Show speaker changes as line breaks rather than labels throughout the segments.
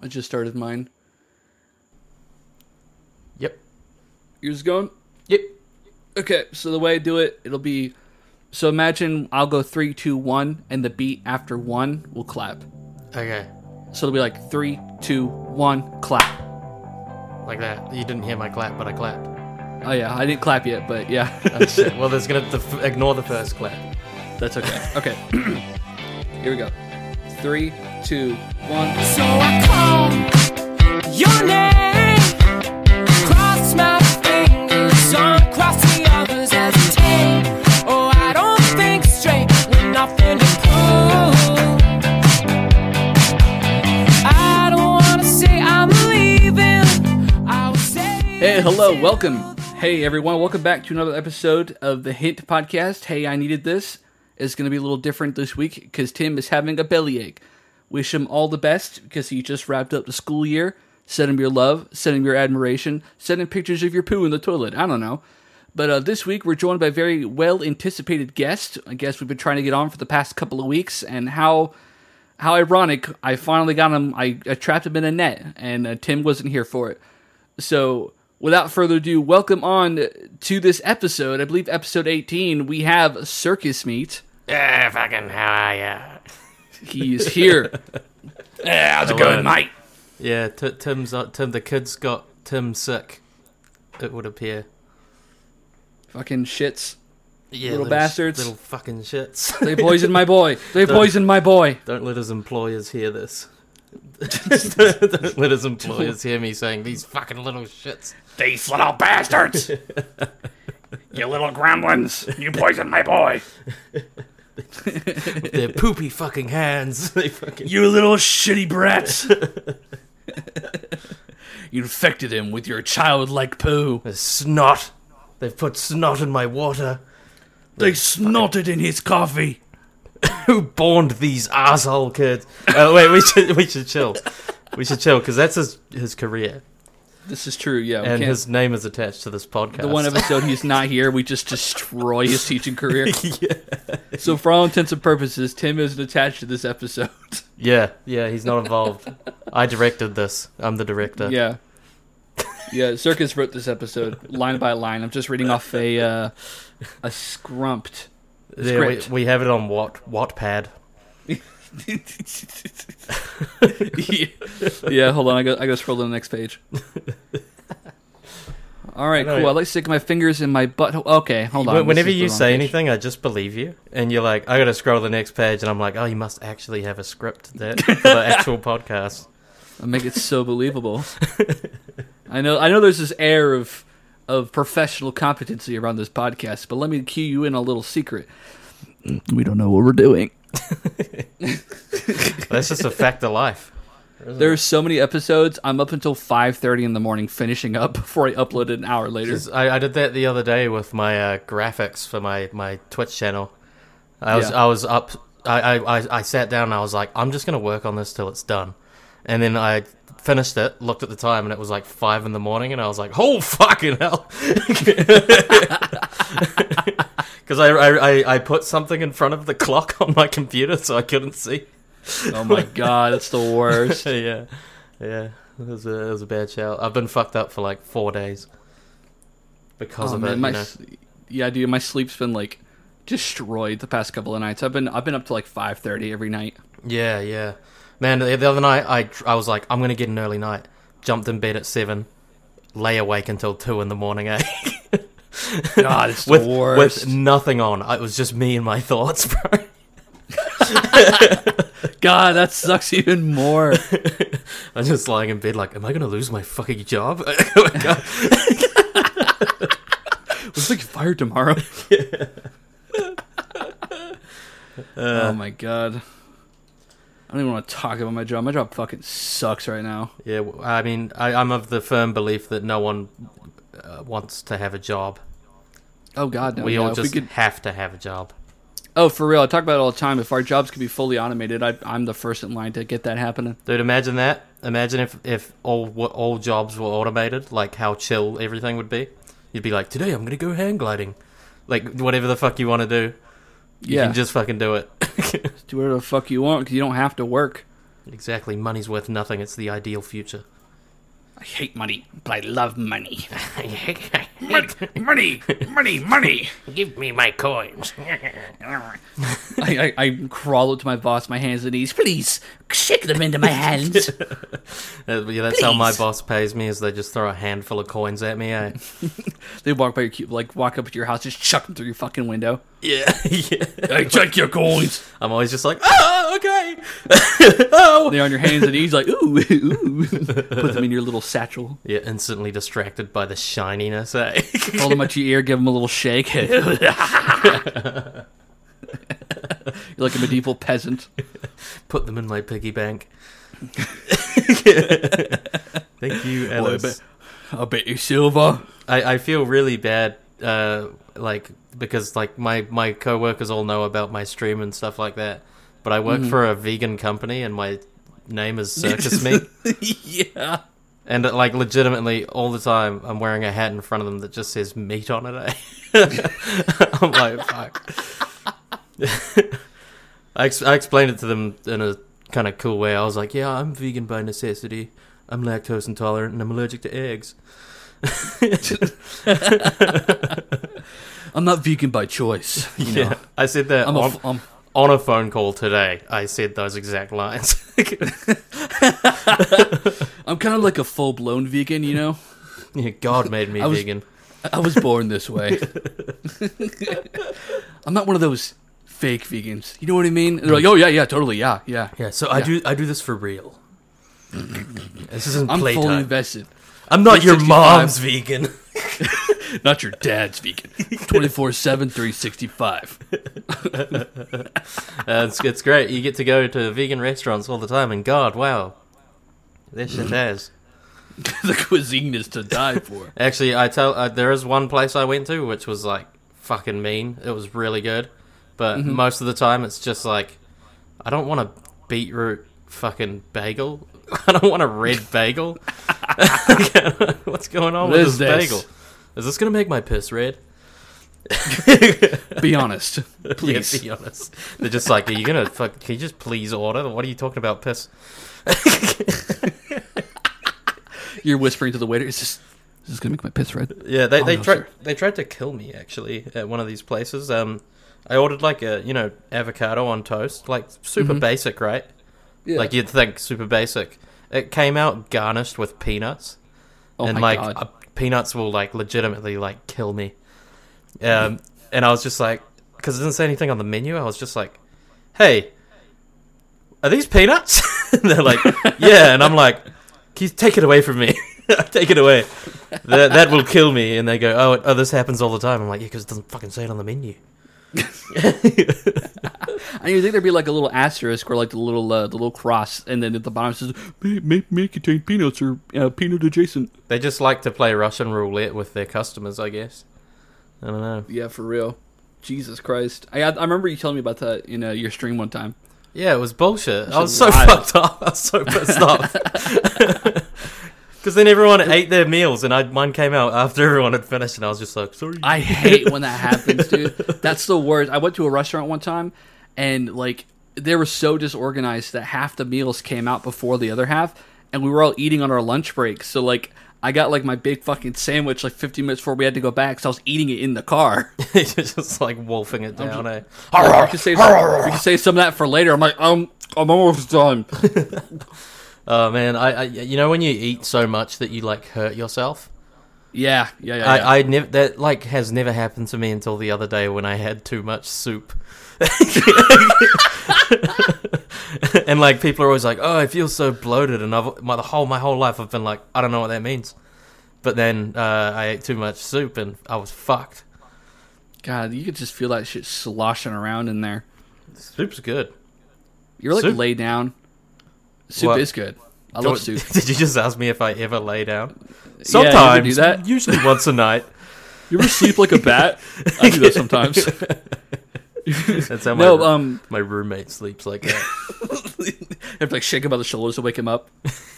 I just started mine.
Yep.
Yours going?
Yep.
Okay, so the way I do it, it'll be so imagine I'll go three, two, one, and the beat after one will clap.
Okay.
So it'll be like three, two, one, clap.
Like that. You didn't hear my clap, but I clapped.
Oh yeah, I didn't clap yet, but yeah,
Oh, shit. well, there's gonna the f- ignore the first clap.
that's okay. Okay, here we go. Three, two, one.
So I call your name, cross my fingers, uncross the others as I take. Oh, I don't think straight with nothing to prove. I don't wanna say I'm leaving. I was saved.
Hey, hello, welcome. Hey everyone, welcome back to another episode of the Hint Podcast. Hey, I needed this. It's going to be a little different this week because Tim is having a bellyache. Wish him all the best because he just wrapped up the school year. Send him your love, send him your admiration, send him pictures of your poo in the toilet. I don't know. But uh, this week we're joined by a very well anticipated guest. I guess we've been trying to get on for the past couple of weeks, and how how ironic! I finally got him. I, I trapped him in a net, and uh, Tim wasn't here for it. So, without further ado, welcome on to this episode. I believe episode 18. We have Circus Meat.
Yeah, Ah, fucking uh, how are ya?
He is here. Eh, how's it going,
Hello.
mate?
Yeah, t- Tim's uh, Tim. The kids got Tim sick. It would appear.
Fucking shits.
Yeah,
Little
sh-
bastards.
little fucking shits.
They poisoned my boy. They
Don't-
poisoned my boy.
Don't let his employers hear this. Don't let his employers hear me saying these fucking little shits.
These little bastards! you little gremlins! You poisoned my boy!
Their poopy fucking hands. They fucking.
You little shitty brats!
You infected him with your childlike poo.
There's snot. They've put snot in my water.
They snorted in his coffee!
Who borned these asshole kids? Oh wait, we should we should chill. We should chill because that's his his career
This is true, yeah. we
and
can't-
his name is attached to this podcast.
the one episode he's not here, we just destroy his teaching career. So, for all intents and purposes, Tim isn't attached to this episode.
yeah, yeah, he's not involved. I directed this. I'm the director.
Yeah. Yeah, Circus wrote this episode line by line. I'm just reading off a uh, a scrumped.
There, we,
script.
we have it on what Wattpad.
yeah, hold on. I go I go scroll to the next page. All right,
I know.
cool. I like sticking my fingers in my butthole. Okay, hold on.
Wh-
this
Whenever
is the
you
wrong
say
page.
anything, I just believe you, and you're like, I gotta scroll to the next page, and I'm like, oh, you must actually have a script that for the actual podcast.
I make it so believable. I know. I know. There's this air of of professional competency around this podcast, but let me cue you in a little secret. We don't know what we're doing.
That's just a fact of life.
There's so many episodes. I'm up until 5:30 in the morning finishing up before I upload it an hour later.
'Cause I, I did that the other day with my uh, graphics for my, my Twitch channel. I was
Yeah.
I was up. I, I, I, I sat down. and I was like, I'm just gonna work on this till it's done, and then I finished it. Looked at the time, and it was like five in the morning, and I was like, oh fucking hell. Because I, I, I- I put something in front of the clock on my computer so I couldn't see.
oh my god, it's the worst.
yeah, yeah. It was, a, it was a bad shout. I've been fucked up for like four days because
Oh,
of
man,
it.
my
you know.
s- Yeah, dude, my sleep's been like destroyed the past couple of nights. I've been I've been up to like 5:30 every night.
Yeah, yeah. Man, the, the other night I I was like, I'm gonna get an early night. Jumped in bed at seven, lay awake until two in the morning. Eh?
God, it's the
with
worst.
with nothing on. It was just me and my thoughts, bro.
God, that sucks even more.
I'm just lying in bed like, am I gonna lose my fucking job?
It's like fired tomorrow.
Uh.
oh my god. I don't even want to talk about my job. My job fucking sucks right now.
yeah, w- I mean, I, I'm of the firm belief that no one uh, wants to have a job.
Oh god, no.
we
yeah,
all
if
just
we could
have to have a job.
Oh, for real. I talk about it all the time. If our jobs could be fully automated, I, I'm the first in line to get that happening.
Dude, imagine that. Imagine if if all wa- all jobs were automated, like how chill everything would be. You'd be like, today I'm gonna go hang gliding, like whatever the fuck you want to do, you
yeah.
can just fucking do it.
do whatever the fuck you want because you don't have to work.
Exactly. Money's worth nothing. It's the ideal future.
I hate money, but I love money.
Money, money, money, money.
Give me my coins.
I, I, I crawl up to my boss, my hands and knees. Please, shake them into my hands.
Uh, yeah, that's how my
Please.
boss pays me. Is they just throw a handful of coins at me. Eh?
they walk by your cube, like walk up to your house, just chuck them through your fucking window.
yeah. yeah.
I chuck your coins.
I'm always just like, oh, okay.
They're on your hands and knees, like ooh, ooh. Put them in your little satchel.
Yeah, instantly distracted by the shininess. Eh?
Hold them at your ear, give them a little shake. You're like a medieval peasant.
Put them in my piggy bank. Thank you,
I
Alice.
bet, I bet you silver.
I, I feel really bad, uh, like because like my my coworkers all know about my stream and stuff like that, but I
Mm-hmm.
work for a vegan company and my name is Circus Meat,
yeah.
and uh, like legitimately all the time I'm wearing a hat in front of them that just says meat on it. eh? I'm like fuck. I, ex- I explained it to them in a kind of cool way. I was like, yeah, I'm vegan by necessity. I'm lactose intolerant and I'm allergic to eggs.
I'm not vegan by choice. You know.
Yeah, I said that.
I'm a
on-
f- I'm,
on a phone call today, I said those exact lines.
I'm kind of like a full blown vegan, you know?
Yeah, God made me
I was-
vegan.
I was born this way. I'm not one of those fake vegans. You know what I mean? And they're like, oh, yeah, yeah, totally, yeah, yeah.
Yeah, so I do I do this for real. this isn't
I'm fully
playtime.
invested.
I'm not your
65.
mom's vegan.
Not your dad's vegan. 24 7, 365.
Uh, it's, it's great. You get to go to vegan restaurants all the time, and God, wow, this shit is.
The cuisine is to die for.
Actually, I tell uh, there is one place I went to which was like fucking mean. It was really good, but
Mm-hmm.
most of the time it's just like I don't want a beetroot fucking bagel. I don't want a red bagel. What's going on
What
with
is
this,
this?
bagel? Is this gonna make my piss red?
Be honest, please.
Yeah, be honest. They're just like, are you gonna fuck? Can you just please order? What are you talking about, piss?
You're whispering to the waiter, is this, is this going to make my piss red?
Yeah, they, they
Oh, no,
tried
sir.
they tried to kill me actually at one of these places. Um, I ordered like a you know avocado on toast, like super
Mm-hmm.
basic, right?
Yeah.
Like you'd think super basic. It came out garnished with peanuts,
oh
and
my
like
God.
uh, peanuts will like legitimately like kill me. Um, and I was just like, because it didn't say anything on the menu, I was just like, hey, are these peanuts? and they're like, yeah, and I'm like, "Can you take it away from me. take it away. That, that will kill me. And they go, oh, it, oh, this happens all the time. I'm like, yeah, because it doesn't fucking say it on the menu.
I you think there'd be like a little asterisk or like the little uh, the little cross, and then at the bottom it says may, may, may contain peanuts or uh, peanut adjacent.
They just like to play Russian roulette with their customers, I guess. I don't know.
Yeah, for real. Jesus Christ! I I remember you telling me about that in uh, your stream one time.
Yeah, it was bullshit. I was so
wild.
fucked up. I was so pissed off. Because then everyone ate their meals, and I, mine came out after everyone had finished, and I was just like, sorry.
I hate when that happens, dude. That's the worst. I went to a restaurant one time, and like they were so disorganized that half the meals came out before the other half, and we were all eating on our lunch break. So like. I got like my big fucking sandwich like 15 minutes before we had to go back, so I was eating it in the car.
You're just like wolfing it down. eh?
we can save some, we can save some of that for later. I'm like, um, I'm almost done.
Oh man, I, I you know when you eat so much that you like hurt yourself.
Yeah, yeah, yeah. yeah.
I, I never that like has never happened to me until the other day when I had too much soup. and like people are always like, "Oh, I feel so bloated," and I've my the whole my whole life I've been like, "I don't know what that means." But then uh, I ate too much soup and I was fucked.
God, you could just feel that shit sloshing around in there.
Soup's good.
You're like
Soup?
laid down. Soup
What?
is good. I love soup.
Did you just ask me if I ever lay down? Sometimes,
do that?
usually once a night.
You ever sleep like a bat? I do that sometimes.
That's how my,
No, um,
my roommate sleeps like that.
I have to like shake him by the shoulders to wake him up.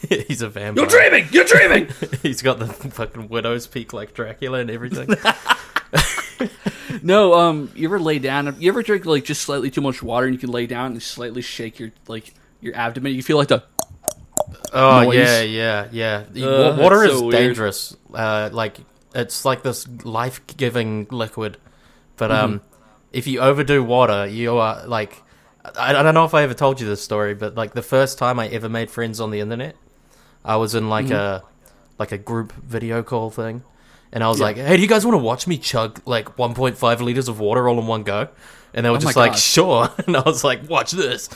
He's a vampire.
You're dreaming. You're dreaming.
He's got the fucking widow's peak like Dracula and everything.
No, um, you ever lay down? You ever drink like just slightly too much water and you can lay down and slightly shake your like your abdomen. You feel like the
Oh
noise.
yeah, yeah, yeah. The
Uh,
wa- water
that's
is
so weird.
dangerous. Uh, like it's like this life-giving liquid, but
Mm-hmm.
um, if you overdo water, you are like. I, I don't know if I ever told you this story, but like the first time I ever made friends on the internet, I was in
Mm-hmm.
like a like a group video call thing, and I was like, "Hey, do you guys want to watch me chug like 1.5 liters of water all in one go?" And they were just
Oh my
like,
God.
"Sure," and I was like, "Watch this."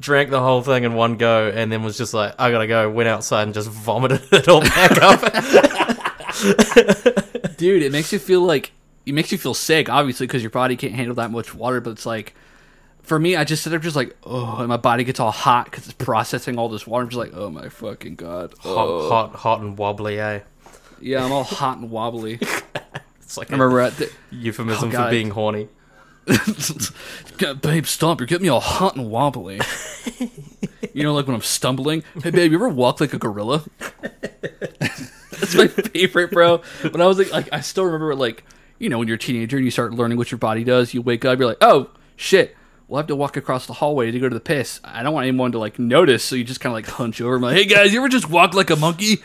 Drank the whole thing in one go, and then was just like, "I gotta go." Went outside and just vomited it all back up.
dude. It makes you feel like it makes you feel sick, obviously, because your body can't handle that much water. But it's like for me, I just sit up just like oh, and my body gets all hot because it's processing all this water. I'm just like oh my fucking god,
hot,
oh.
hot, hot, and wobbly. Eh?
yeah, I'm all hot and wobbly.
It's like
I
a
remember at the,
euphemism
Oh,
for
God.
being horny.
God, babe, stomp. You're getting me all hot and wobbly. you know, like when I'm stumbling. Hey, babe, you ever walk like a gorilla? That's my favorite, bro. When I was like, like, I still remember, like, you know, when you're a teenager and you start learning what your body does, you wake up, you're like, oh, shit, we'll have to walk across the hallway to go to the piss. I don't want anyone to, like, notice. So you just kind of, like, hunch over and, like, hey, guys, you ever just walk like a monkey?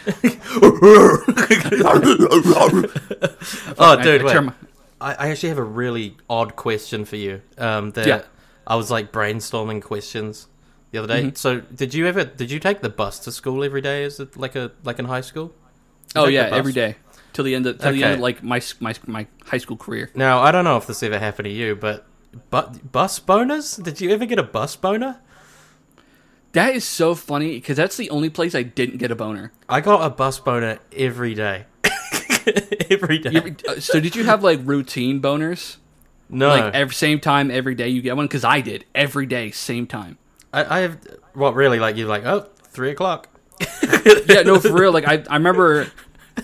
Oh, dude,
I
wait.
turn my-
I, I actually have a really odd question for you. Um, that
Yeah.
I was like brainstorming questions the other day. So, did you ever did you take the bus to school every day? Is it like a like in high school?
oh,
take the
yeah,
bus?
every day. Till the end of, till the end
Okay.
of like, my, my, my high school career.
Now, I don't know if this ever happened to you, but but bus boners? Did you ever get a bus boner?
That is so funny because that's the only place I didn't get a boner.
I got a bus boner every day. every day.
Uh, so did you have like routine boners?
no,
Like every same time every day you get one? Because I did every day same time.
I, I have. What really? Like you're like oh three o'clock.
Yeah, no, for real. Like I, I remember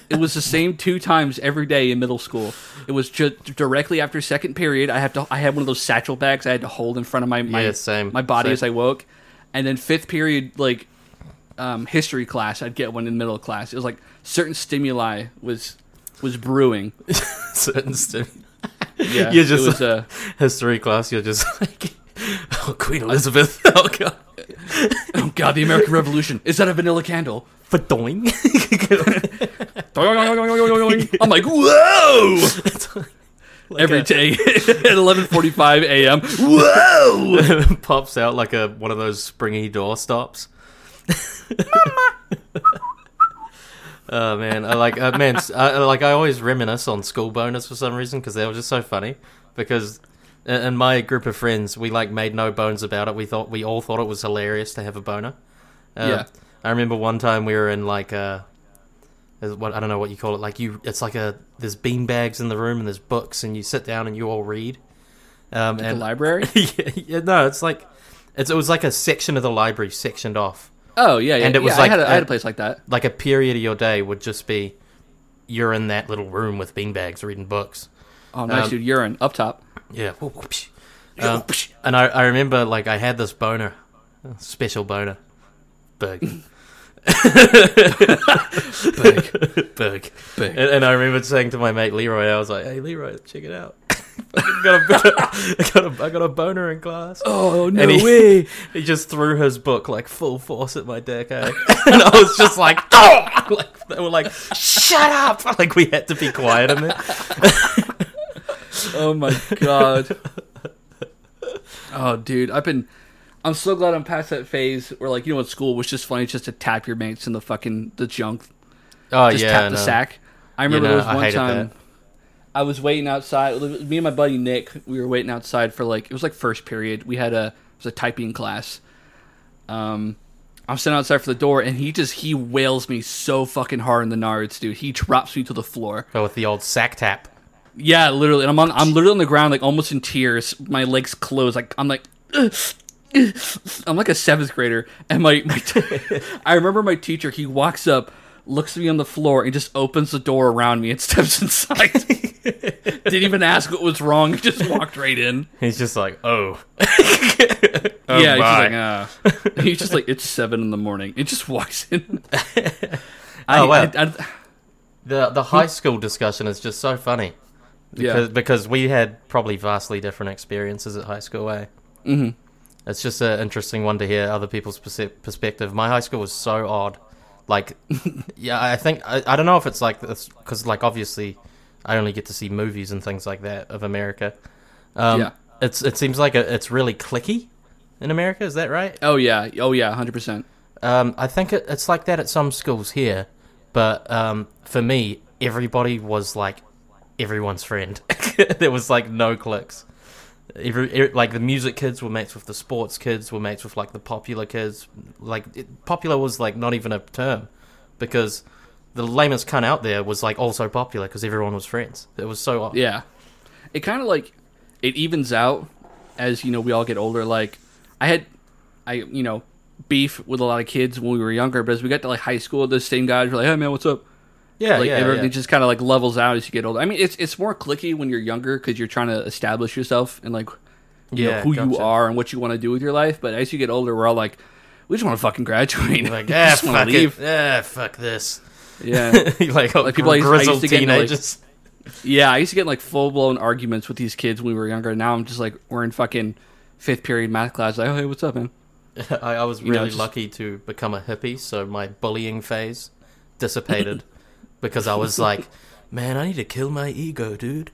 it was the same two times every day in middle school. It was just directly after second period. I have to I had one of those satchel bags I had to hold in front of my my,
Yeah, same,
my body
same.
as I woke, and then fifth period like um, history class I'd get one in the middle of class. It was like certain stimuli was was brewing.
Certain stuff.
Yeah,
You're just
it was, uh,
history class, you're just like, oh, Queen Elizabeth, oh god,
Oh God, the American Revolution. Is that a vanilla candle?
Fadoing.
I'm like, whoa! Every day at 11:45 a.m. Whoa!
pops out like a one of those springy door stops. oh man, I like uh, man, s- I, I like I always reminisce on school boners for some reason because they were just so funny. Because i- in my group of friends, we like made no bones about it. We thought we all thought it was hilarious to have a boner. Uh,
Yeah.
I remember one time we were in like a. is What I don't know what you call it. Like you, it's like a there's bean bags in the room and there's books and you sit down and you all read. Um,
The
and
library?
yeah, yeah, no, it's like it's, it was like a section of the library sectioned off.
Oh yeah, yeah.
And it was
yeah,
like
I had, a, I had
a-
a place like that.
Like a period of your day would just be you're in that little room with beanbags reading books.
Oh nice,
Um,
dude. Urine up top.
Yeah. Um, and I, I remember like I had this boner, special boner, big,
Big.
big,
Big.
And, and I remember saying to my mate Leroy, I was like, "Hey Leroy, check it out." I got a, I got a, I got a boner in class.
Oh no
And he-
way!
He just threw his book like full force at my dick, eh? and I was just like, oh! like they were like, shut up! Like we had to be quiet in there.
Oh my god. Oh dude, I've been. I'm so glad I'm past that phase where like you know in school was just funny just to tap your mates in the fucking the junk
Oh
just
yeah,
tap the
no.
sack. I remember
know,
there was
I
one
hated
time
that.
I was waiting outside. Me and my buddy Nick, we were waiting outside for like it was like first period. We had a it was a typing class. Um, I'm sitting outside for the door, and he just he wails me so fucking hard in the nards, dude. He drops me to the floor.
Go Oh, with the old sack tap.
Yeah, literally, and I'm on I'm literally on the ground, like almost in tears. My legs closed, like I'm like. I'm like a seventh grader, and my, my t- I remember my teacher. He walks up, looks at me on the floor, and just opens the door around me and steps inside. Didn't even ask what was wrong. Just walked right in.
He's just like, oh,
yeah,
my.
he's just like, uh. he's just like, it's seven in the morning. It just walks in. I,
Oh, wow.
I- I-
the the high school discussion is just so funny
yeah,
because, because we had probably vastly different experiences at high school, eh? It's just an interesting one to hear other people's perse- perspective. My high school was so odd. Like, yeah, I think I, I don't know if it's like this because like obviously I only get to see movies and things like that of America. Um,
Yeah.
It's it seems like a, it's really clicky in America. Is that right?
Oh yeah. Oh yeah. Hundred percent.
Um, I think it, it's like that at some schools here, but um, for me, everybody was like everyone's friend. there was like no cliques. Every, er, like the music kids were mates with the sports kids were mates with like the popular kids. Like it, popular was like not even a term because the lamest cunt out there was like also popular because everyone was friends. It was so odd.
Yeah. It kind of like it evens out as you know we all get older. Like I had, I you know beef with a lot of kids when we were younger, but as we got to like high school, those same guys were like, "Hey man, what's up?"
yeah,
like
Uh, yeah,
everything
yeah.
just kind of like levels out as you get older. I mean, it's it's more clicky when you're younger because you're trying to establish yourself and like you know
Yeah,
who you
gotcha.
are and what you want to do with your life. But as you get older, we're all like, we just want to fucking graduate.
like
We
ah
just wanna
fuck it, ah fuck this.
Yeah,
like,
Like, people I used- I used
grizzled
to get into, like-
teenagers.
yeah. I used to get in, like full blown arguments with these kids when we were younger. Now I'm just like we're in fucking fifth period math class. Like, oh hey, what's up, man?
I, I was
know,
really
just-
lucky to become a hippie, so my bullying phase dissipated because I was like, man, I need to kill my ego, dude.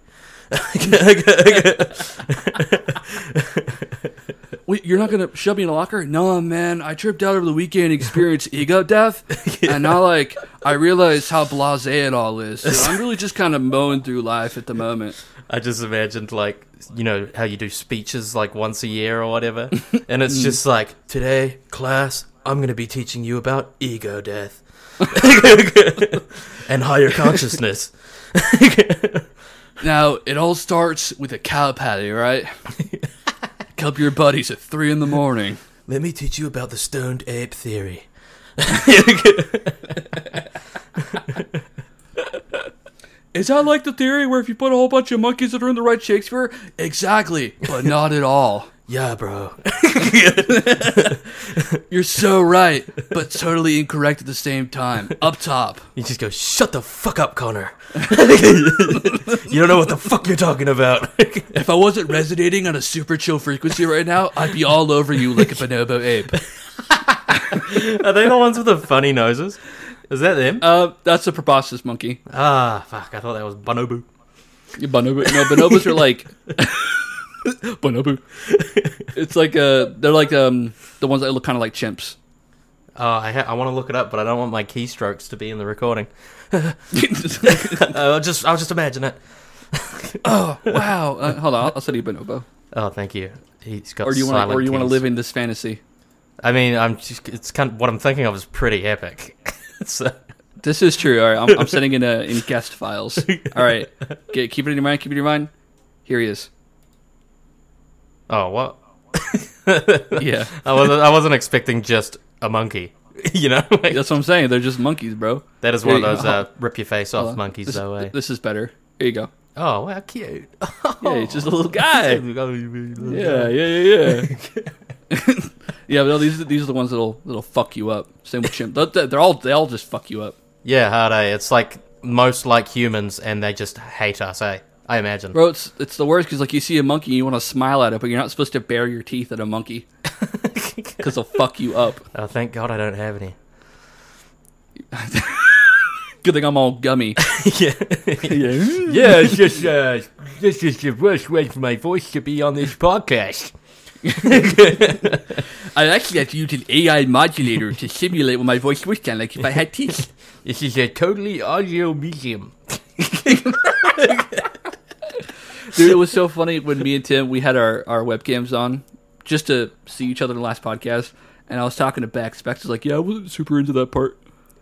Wait, you're not gonna shove me in a locker? No, man. I tripped out over the weekend, experienced ego death, and now like I realize how blasé it all is. So I'm really just kind of mowing through life at the moment.
I just imagined like you know how you do speeches like once a year or whatever,
Mm.
and it's just like today class I'm going to be teaching you about ego death and higher consciousness.
Now, it all starts with a cow patty, right? Cup your buddies at three in the morning.
Let me teach you about the stoned ape theory.
Is that like the theory where if you put a whole bunch of monkeys that are in the right Shakespeare? Exactly, but not at all.
Yeah, bro.
You're so right, but totally incorrect at the same time. Up top.
You just go, shut the fuck up, Connor. you don't know what the fuck you're talking about.
If I wasn't resonating on a super chill frequency right now, I'd be all over you like a bonobo ape.
Are they the ones with the funny noses? Is that them?
Uh, that's a preposterous monkey.
ah, fuck. I thought that was Bonobo.
Yeah, bonobo. No, bonobos are like bonobo. It's like uh, they're like um the ones that look kind of like chimps.
Oh, I, ha- I want to look it up, but I don't want my keystrokes to be in the recording. Uh, I'll just I'll just imagine it.
wow. Uh, hold on, I'll, I'll study bonobo.
Oh, thank you. He's got.
Or do you want?
silent
Or you want to
keys.
live in this fantasy?
I mean, I'm just. It's kind of what I'm thinking of is pretty epic. so,
This is true. All right, I'm, I'm sending in uh in guest files. All right, Get, keep it in your mind. Keep it in your mind. Here he is.
oh, what?
Yeah,
I wasn't I wasn't expecting just a monkey. You know, Like,
that's what I'm saying. They're just monkeys, bro.
that is one of
Here you
those
go.
uh, rip your face
Hold
off
on.
monkeys
This-
though. Eh?
This is better. Here you go.
Oh, wow, cute.
Yeah, he's just a little guy. Yeah, yeah, yeah, yeah. yeah, but no, these these are the ones that'll that'll fuck you up. Same with chimp. They're, they're all they all just fuck you up.
Yeah, hard eh? It's like most like humans and they just hate us, eh? I imagine.
Bro, it's it's the worst because like you see a monkey, you want to smile at it, but you're not supposed to bare your teeth at a monkey because they'll fuck you up.
Oh, thank God I don't have any.
Good thing I'm all gummy.
yeah. yeah, it's just, uh, this is the worst way for my voice to be on this podcast.
I actually have to use an AI modulator to simulate what my voice would sound like if I had teeth.
This is a totally audio medium.
Dude, it was so funny when me and Tim we had our, our webcams on just to see each other in the last podcast, and I was talking to Beck. Bex was like, "Yeah, I wasn't super into that part."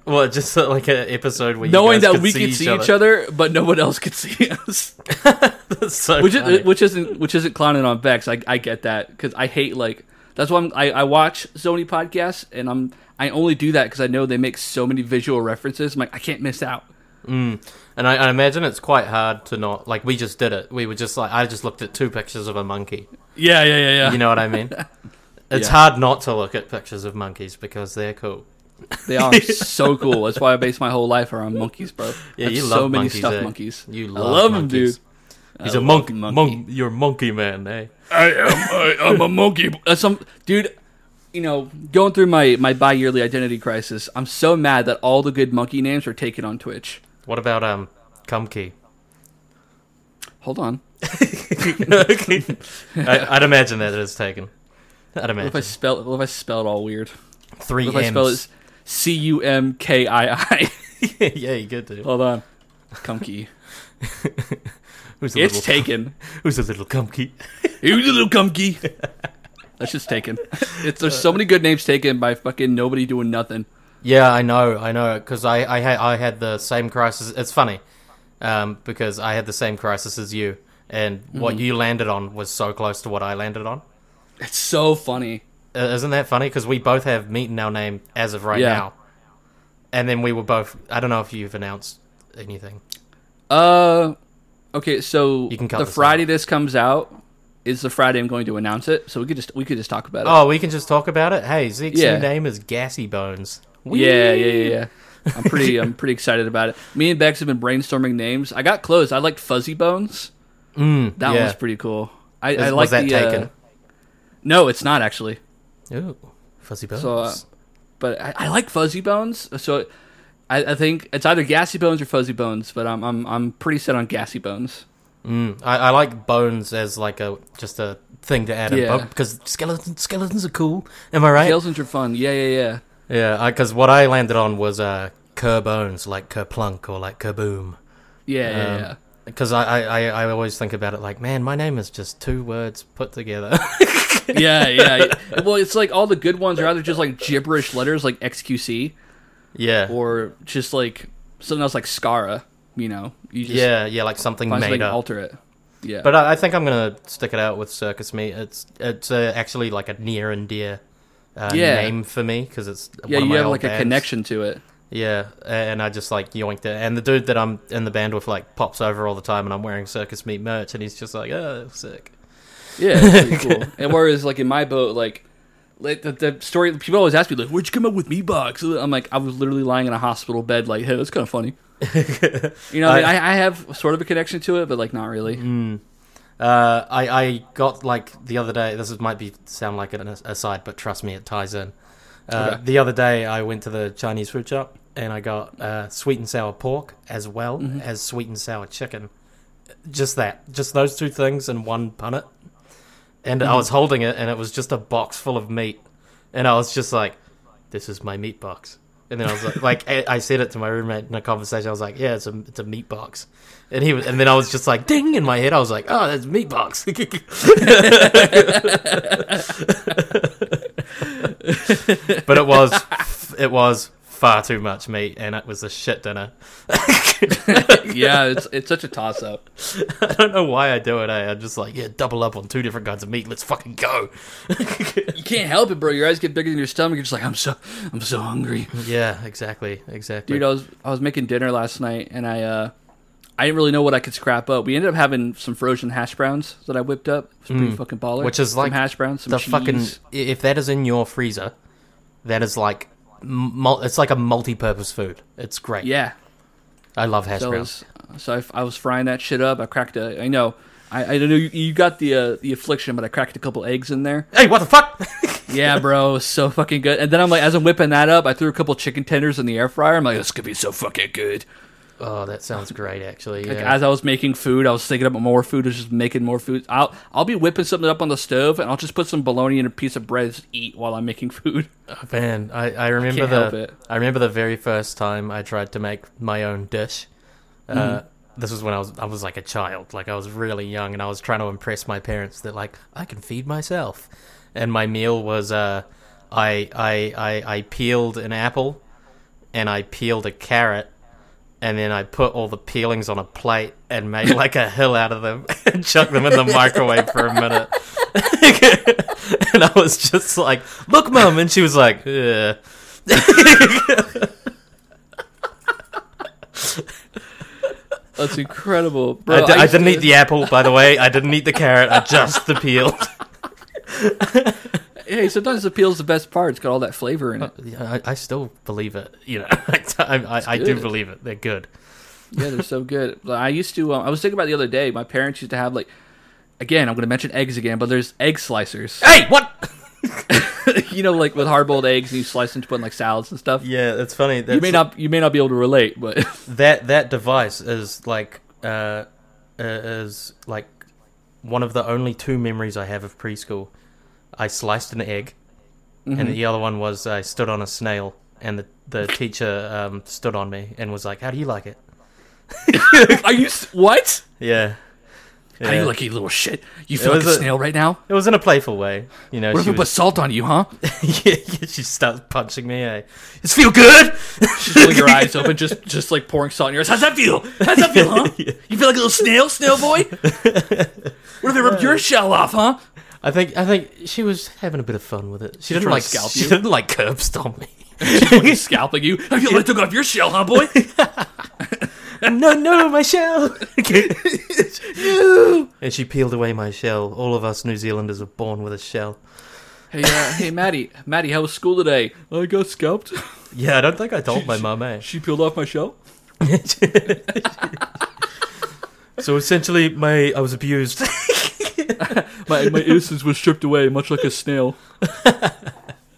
Well, just uh, like an episode where
knowing
you guys
that we could see each other, but no one else could see us.
That's so
Which
funny.
is, which isn't which isn't clowning on Vex. I, I get that because I hate like that's why I'm, I I watch so many podcasts and I'm I only do that because I know they make so many visual references. I'm like I can't miss out.
And I, I imagine it's quite hard to not like. We just did it. We were just like, I just looked at two pictures of a monkey.
Yeah, yeah, yeah, yeah.
You know what I mean? It's
Yeah.
hard not to look at pictures of monkeys because they're cool.
they are so cool. That's why I base my whole life around monkeys, bro.
Yeah,
That's
you
so
love
many
monkeys,
stuff
eh?
monkeys.
You
I
love
love
monkeys.
them,
He's a
love
monk,
monkey.
monk. You're a monkey man, eh?
I am. I, I'm a monkey. Uh, some dude. You know, going through my my bi-yearly identity crisis, I'm so mad that all the good monkey names are taken on Twitch.
What about um, Kumkey?
Hold on.
I, I'd imagine that it's taken. I'd
What if I
imagine
spell? What if I spell it all weird?
three
What if I spell
M's.
it C U M K I I?
yeah, you could do.
Hold on. Kumkey.
Who's a
It's
little,
taken.
Who's a little Kumkey?
You little Kumkey. That's just taken. It's, there's so many good names taken by fucking nobody doing nothing.
Yeah, I know, I know, because I, I had I had the same crisis. It's funny, um, because I had the same crisis as you, and what you landed on was so close to what I landed on.
It's so funny.
Uh, isn't that funny? Because we both have meat in our name as of right
Yeah.
now, and then we were both. I don't know if you've announced anything.
Uh, okay. So
You can cut
the
this out.
Friday this comes out is the Friday I'm going to announce it. So we could just we could just talk about it.
Oh, we can just talk about it. Hey, Zeke's
Yeah.
new name is Gassy Bones.
Yeah, yeah, yeah, yeah. I'm pretty I'm pretty excited about it. Me and Bex have been brainstorming names. I got close. I liked Fuzzy Bones. Mm, that
yeah.
one's pretty cool. I,
Is-
I
was
like
that
the, uh,
taken?
no, it's not actually.
Ooh, fuzzy bones.
So, uh, but I, I like Fuzzy Bones. So I, I think it's either Gassy Bones or Fuzzy Bones. But I'm I'm I'm pretty set on Gassy Bones. uh,
I, I like bones as like a just a thing to add in
Yeah.
because skeletons skeletons are cool. Am I right?
Skeletons are fun. Yeah, yeah, yeah.
yeah, because what I landed on was uh, Kerr Bones, like Kerplunk or like Kerboom.
Yeah,
Um,
yeah, yeah.
Because I, I, I I always think about it like, man, my name is just two words put together.
yeah, yeah. Well, it's like all the good ones are either just like gibberish letters like XQC
yeah.
or just like something else like Scara. You know, you just
yeah, yeah, like something
find something
made
to
up.
alter it. Yeah,
But I, I think I'm gonna stick it out with circus meat. It's it's uh, actually like a near and dear uh,
Yeah.
name for me because it's
yeah,
one of
you
my
have
old
like a
bands.
connection to it.
Yeah, and I just like yoinked it. And the dude that I'm in the band with like pops over all the time, and I'm wearing circus meat merch, and he's just like, oh, sick.
Yeah, it's pretty cool. And whereas, like in my boat, like, like the, the story, people always ask me, like, "Where'd you come up with me box?" I'm like, I was literally lying in a hospital bed, like, "Hey, that's kind of funny." you know, I, mean, I, I have sort of a connection to it, but like not really.
Mm. Uh, I I got like the other day. This is, might be sound like an as- aside, but trust me, it ties in. Uh,
Okay.
The other day, I went to the Chinese food shop and I got uh, sweet and sour pork as well as sweet and sour chicken. Just that, just those two things in one punnet. And I was holding it, and it was just a box full of meat, and I was just like, "This is my meat box." And then I was like, like I, I said it to my roommate in a conversation. I was like, "Yeah, it's a it's a meat box," and he was, and then I was just like, "Ding!" in my head. I was like, "Oh, that's meat box." but it was it was far too much meat, and it was a shit dinner.
yeah, it's it's such a toss up.
I don't know why I do it. Eh? I'm just like, yeah, double up on two different kinds of meat. Let's fucking go.
You can't help it, bro. Your eyes get bigger than your stomach. You're just like, I'm so I'm so hungry.
yeah, exactly, exactly.
dude i was i was making dinner last night and i uh i didn't really know what i could scrap up we ended up having some frozen hash browns that i whipped up it was pretty fucking baller
Mm. Which is like
some hash browns some
the
cheese.
fucking i- if that is in your freezer, that is like mul- it's like a multi-purpose food. It's great.
yeah
I love hash
so, I
browns.
was, so I, f- I was frying that shit up i cracked a i know i i know you, you got the uh, the affliction but i cracked a couple eggs in there
Hey, what the fuck?
yeah bro it was so fucking good and then i'm like as i'm whipping that up i threw a couple chicken tenders in the air fryer i'm like this could be so fucking good
oh, that sounds great. Actually,
Like,
yeah.
as I was making food, I was thinking about more food, I was just making more food. I'll I'll be whipping something up on the stove, and I'll just put some bologna in a piece of bread and just eat while I'm making food.
Man, I, I remember
can't
the
help it.
I remember the very first time I tried to make my own dish. Uh, this was when I was I was like a child, like I was really young, and I was trying to impress my parents that like I can feed myself. And my meal was uh, I, I I I peeled an apple, and I peeled a carrot, and then I put all the peelings on a plate and made like a hill out of them and chucked them in the microwave for a minute. and I was just like, "Look, mum," and she was like, "Ugh."
That's incredible, bro.
I, d- I
used
didn't
to-
eat the apple, by the way. I didn't eat the carrot. I just the peel.
Hey, sometimes the peel's the best part. It's got all that
Uh.
flavor in it.
I, I still believe it. You know, I, I, I do
good.
believe it. They're good.
Yeah, they're so good. Like, I used to. Um, I was thinking about it the other day. My parents used to have like. Again, I'm going to mention eggs again, but there's egg slicers.
Hey, what?
you know, like with hard-boiled eggs, and you slice them to put in like salads and stuff.
Yeah, that's funny. That's,
you may not. You may not be able to relate, but
that that device is like uh, uh, is like one of the only two memories I have of preschool. I sliced an egg, and the other one was I stood on a snail, and the the teacher um, stood on me and was like, "How do you like it?"
are you s- what?
Yeah.
How do
Yeah.
you like you little shit? You feel like
was
a
a-
snail right now?
It was in a playful way, you know.
What if
she
we put
was,
salt on you, huh?
yeah, yeah, she starts punching me. Eh? It's feel good.
Just with your eyes open, just just like pouring salt in your eyes. How's that feel? How's that feel, huh? You feel like a little snail, snail boy? What if they ripped your shell off, huh?
I think I think she was having a bit of fun with it. She didn't
trying to
like
scalp
she
you?
didn't like curb stomp me.
Fucking scalping you. I feel like they took off your shell, huh, boy?
no, no, my shell. And she peeled away my shell. All of us New Zealanders are born with a shell.
Hey, uh, hey, Maddie, Maddie, how was school today? I got scalped.
Yeah, I don't think I told my mum, eh?
She peeled off my shell.
so essentially, my I was abused.
My my innocence was stripped away, much like a snail. Uh,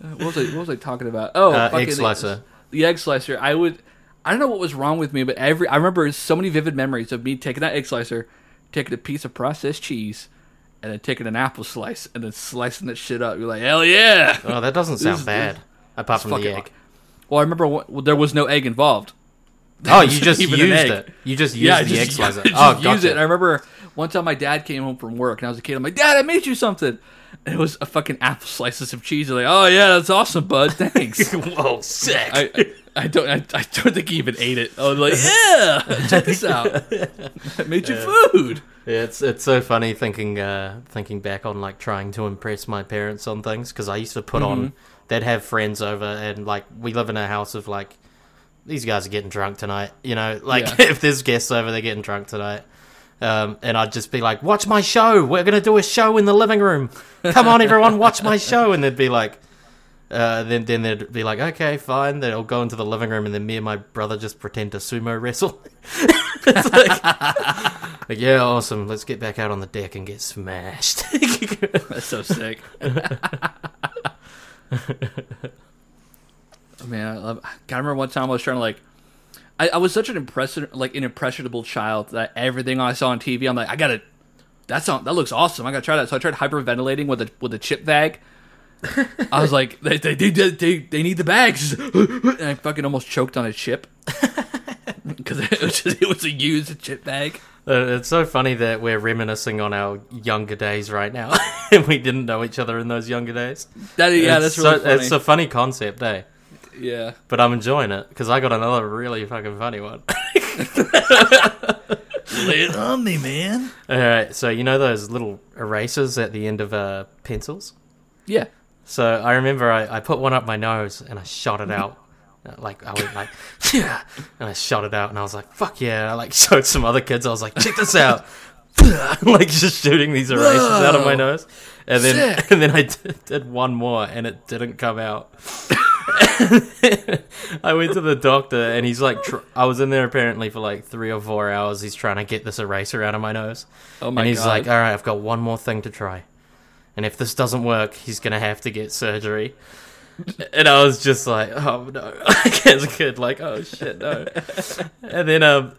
what was I? What was I talking about? Oh,
Uh,
fucking
egg slicer.
The, egg slicer. I would. I don't know what was wrong with me, but every I remember so many vivid memories of me taking that egg slicer, taking a piece of processed cheese, and then taking an apple slice and then slicing that shit up. You're like, hell yeah!
Oh, that doesn't sound bad. Apart from the
fucking-
egg.
Well, I remember one, well, there was no egg involved.
Oh, you just used
even an egg.
it. You just used
yeah, I
the
just,
egg slicer.
I just
oh,
use
gotcha.
it. And I remember one time my dad came home from work, and I was a kid. I'm like, Dad, I made you something. And it was a fucking apple slices of cheese. I'm like, Oh yeah, that's awesome, bud. Thanks.
Whoa, sick.
I, I, I don't, I, I don't think he even ate it. I was like, Yeah, check this out. I made you food.
Yeah, it's it's so funny thinking uh, thinking back on like trying to impress my parents on things because I used to put on they'd have friends over and like we live in a house of like these guys are getting drunk tonight you know like
Yeah.
if there's guests over they're getting drunk tonight um, and I'd just be like watch my show we're gonna do a show in the living room come on everyone watch my show and they'd be like uh, then then they'd be like okay fine they'll go into the living room and then me and my brother just pretend to sumo wrestle. It's like- like, yeah, awesome. Let's get back out on the deck and get smashed.
That's so sick. Oh, Man, I love. God, I remember one time I was trying to like, I, I was such an impressive, like an impressionable child that everything I saw on TV, I'm like, I gotta. That's on. That looks awesome. I gotta try that. So I tried hyperventilating with a with a chip bag. I was like, they they they they, they, they need the bags, and I fucking almost choked on a chip because it, was just- it was a used chip bag.
Uh, it's so funny that we're reminiscing on our younger days right now, and we didn't know each other in those younger days.
That yeah,
It's
that's really
so,
funny.
It's a funny concept, eh?
yeah.
But I'm enjoying it because I got another really fucking funny one.
on me, man.
All right, so you know those little erasers at the end of uh, pencils?
Yeah.
So I remember I, I put one up my nose and I shot it out. Uh, Like I went like yeah, and I shot it out and I was like fuck yeah. And I like showed some other kids. I was like check this out, like just shooting these erasers out of my
Whoa.
nose. And then
Sick.
and then I did, did one more and it didn't come out. I went to the doctor and he's like tr- I was in there apparently for like three or four hours. He's trying to get this eraser out of my nose.
Oh my
and he's
God.
like, all right, I've got one more thing to try. And if this doesn't work, he's going to have to get surgery. And I was just like, oh no. As a kid, like, oh shit, no. And then um,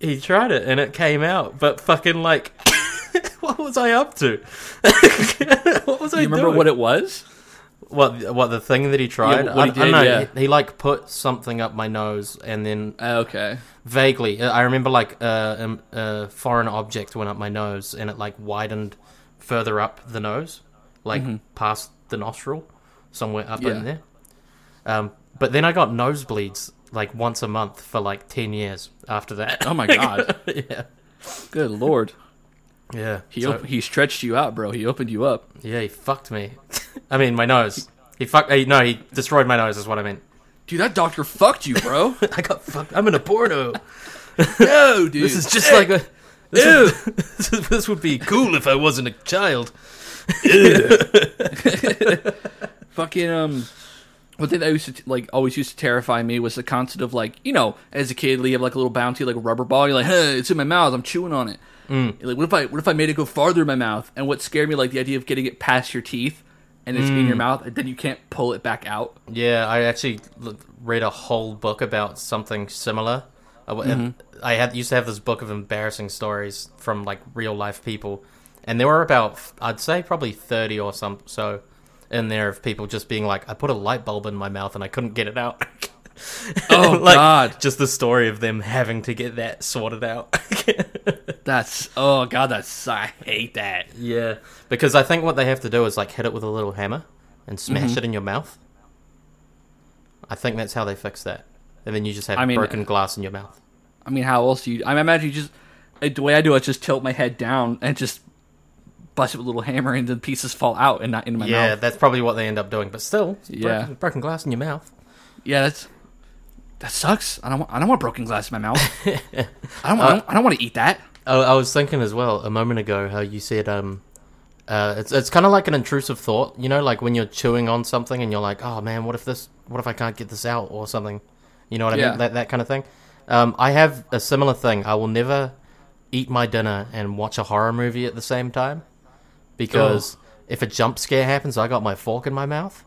he tried it and it came out, but fucking like, what was I up to? what was I
You remember
doing?
what it was?
what, what the thing that he tried?
what
I,
he
I
did,
don't know.
yeah.
He, he like put something up my nose and then
Uh, Okay.
Vaguely, Uh, I remember like uh, um, a foreign object went up my nose and it like widened further up the nose, like past the nostril, somewhere up
Mm-hmm. Yeah.
in there. Um, but then I got nosebleeds like once a month for like ten years after that.
Oh my god.
yeah,
Good lord.
yeah,
He
So-
op- he stretched you out, bro. He opened you up.
yeah. He fucked me. I mean, my nose. He fucked. eh, No, he destroyed my nose. Is what I meant.
Dude, that doctor fucked you, bro.
I got fucked. I'm in a porno.
no, dude.
This is just like a. This would, this is- this would be cool if I wasn't a child.
fucking um One thing that used to like always used to terrify me was the concept of like you know as a kid you have like a little bounty like a rubber ball you're like hey it's in my mouth I'm chewing on it You're like what if I what if I made it go farther in my mouth and what scared me like the idea of getting it past your teeth and it's in your mouth and then you can't pull it back out
Yeah, I actually l- read a whole book about something similar. I, w-
Mm-hmm.
I had used to have this book of embarrassing stories from like real life people, and there were about f- I'd say probably thirty or some so in there of people just being like, I put a light bulb in my mouth and I couldn't get it out.
Oh, God.
Just the story of them having to get that sorted out.
that's oh god that's I hate that
yeah, because I think what they have to do is like hit it with a little hammer and smash
Mm-hmm.
it in your mouth. I think that's how they fix that, and then you just have
I mean-
broken glass in your mouth.
I mean how else do you I imagine you just I- the way I do it just tilt my head down and just bust it with a little hammer and then pieces fall out and not into my
Yeah,
mouth
that's probably what they end up doing. But still, it's
Yeah.
broken, broken glass in your mouth.
Yeah, that's that sucks. I don't want, I don't want broken glass in my mouth. I don't, I don't I don't want to eat that.
Oh, I, I was thinking as well a moment ago how you said um, uh, it's it's kind of like an intrusive thought, you know, like when you're chewing on something and you're like, oh man, what if this? What if I can't get this out or something? You know what I
Yeah.
mean? That that kind of thing. Um, I have a similar thing. I will never eat my dinner and watch a horror movie at the same time because if a jump scare happens, I got my fork in my mouth.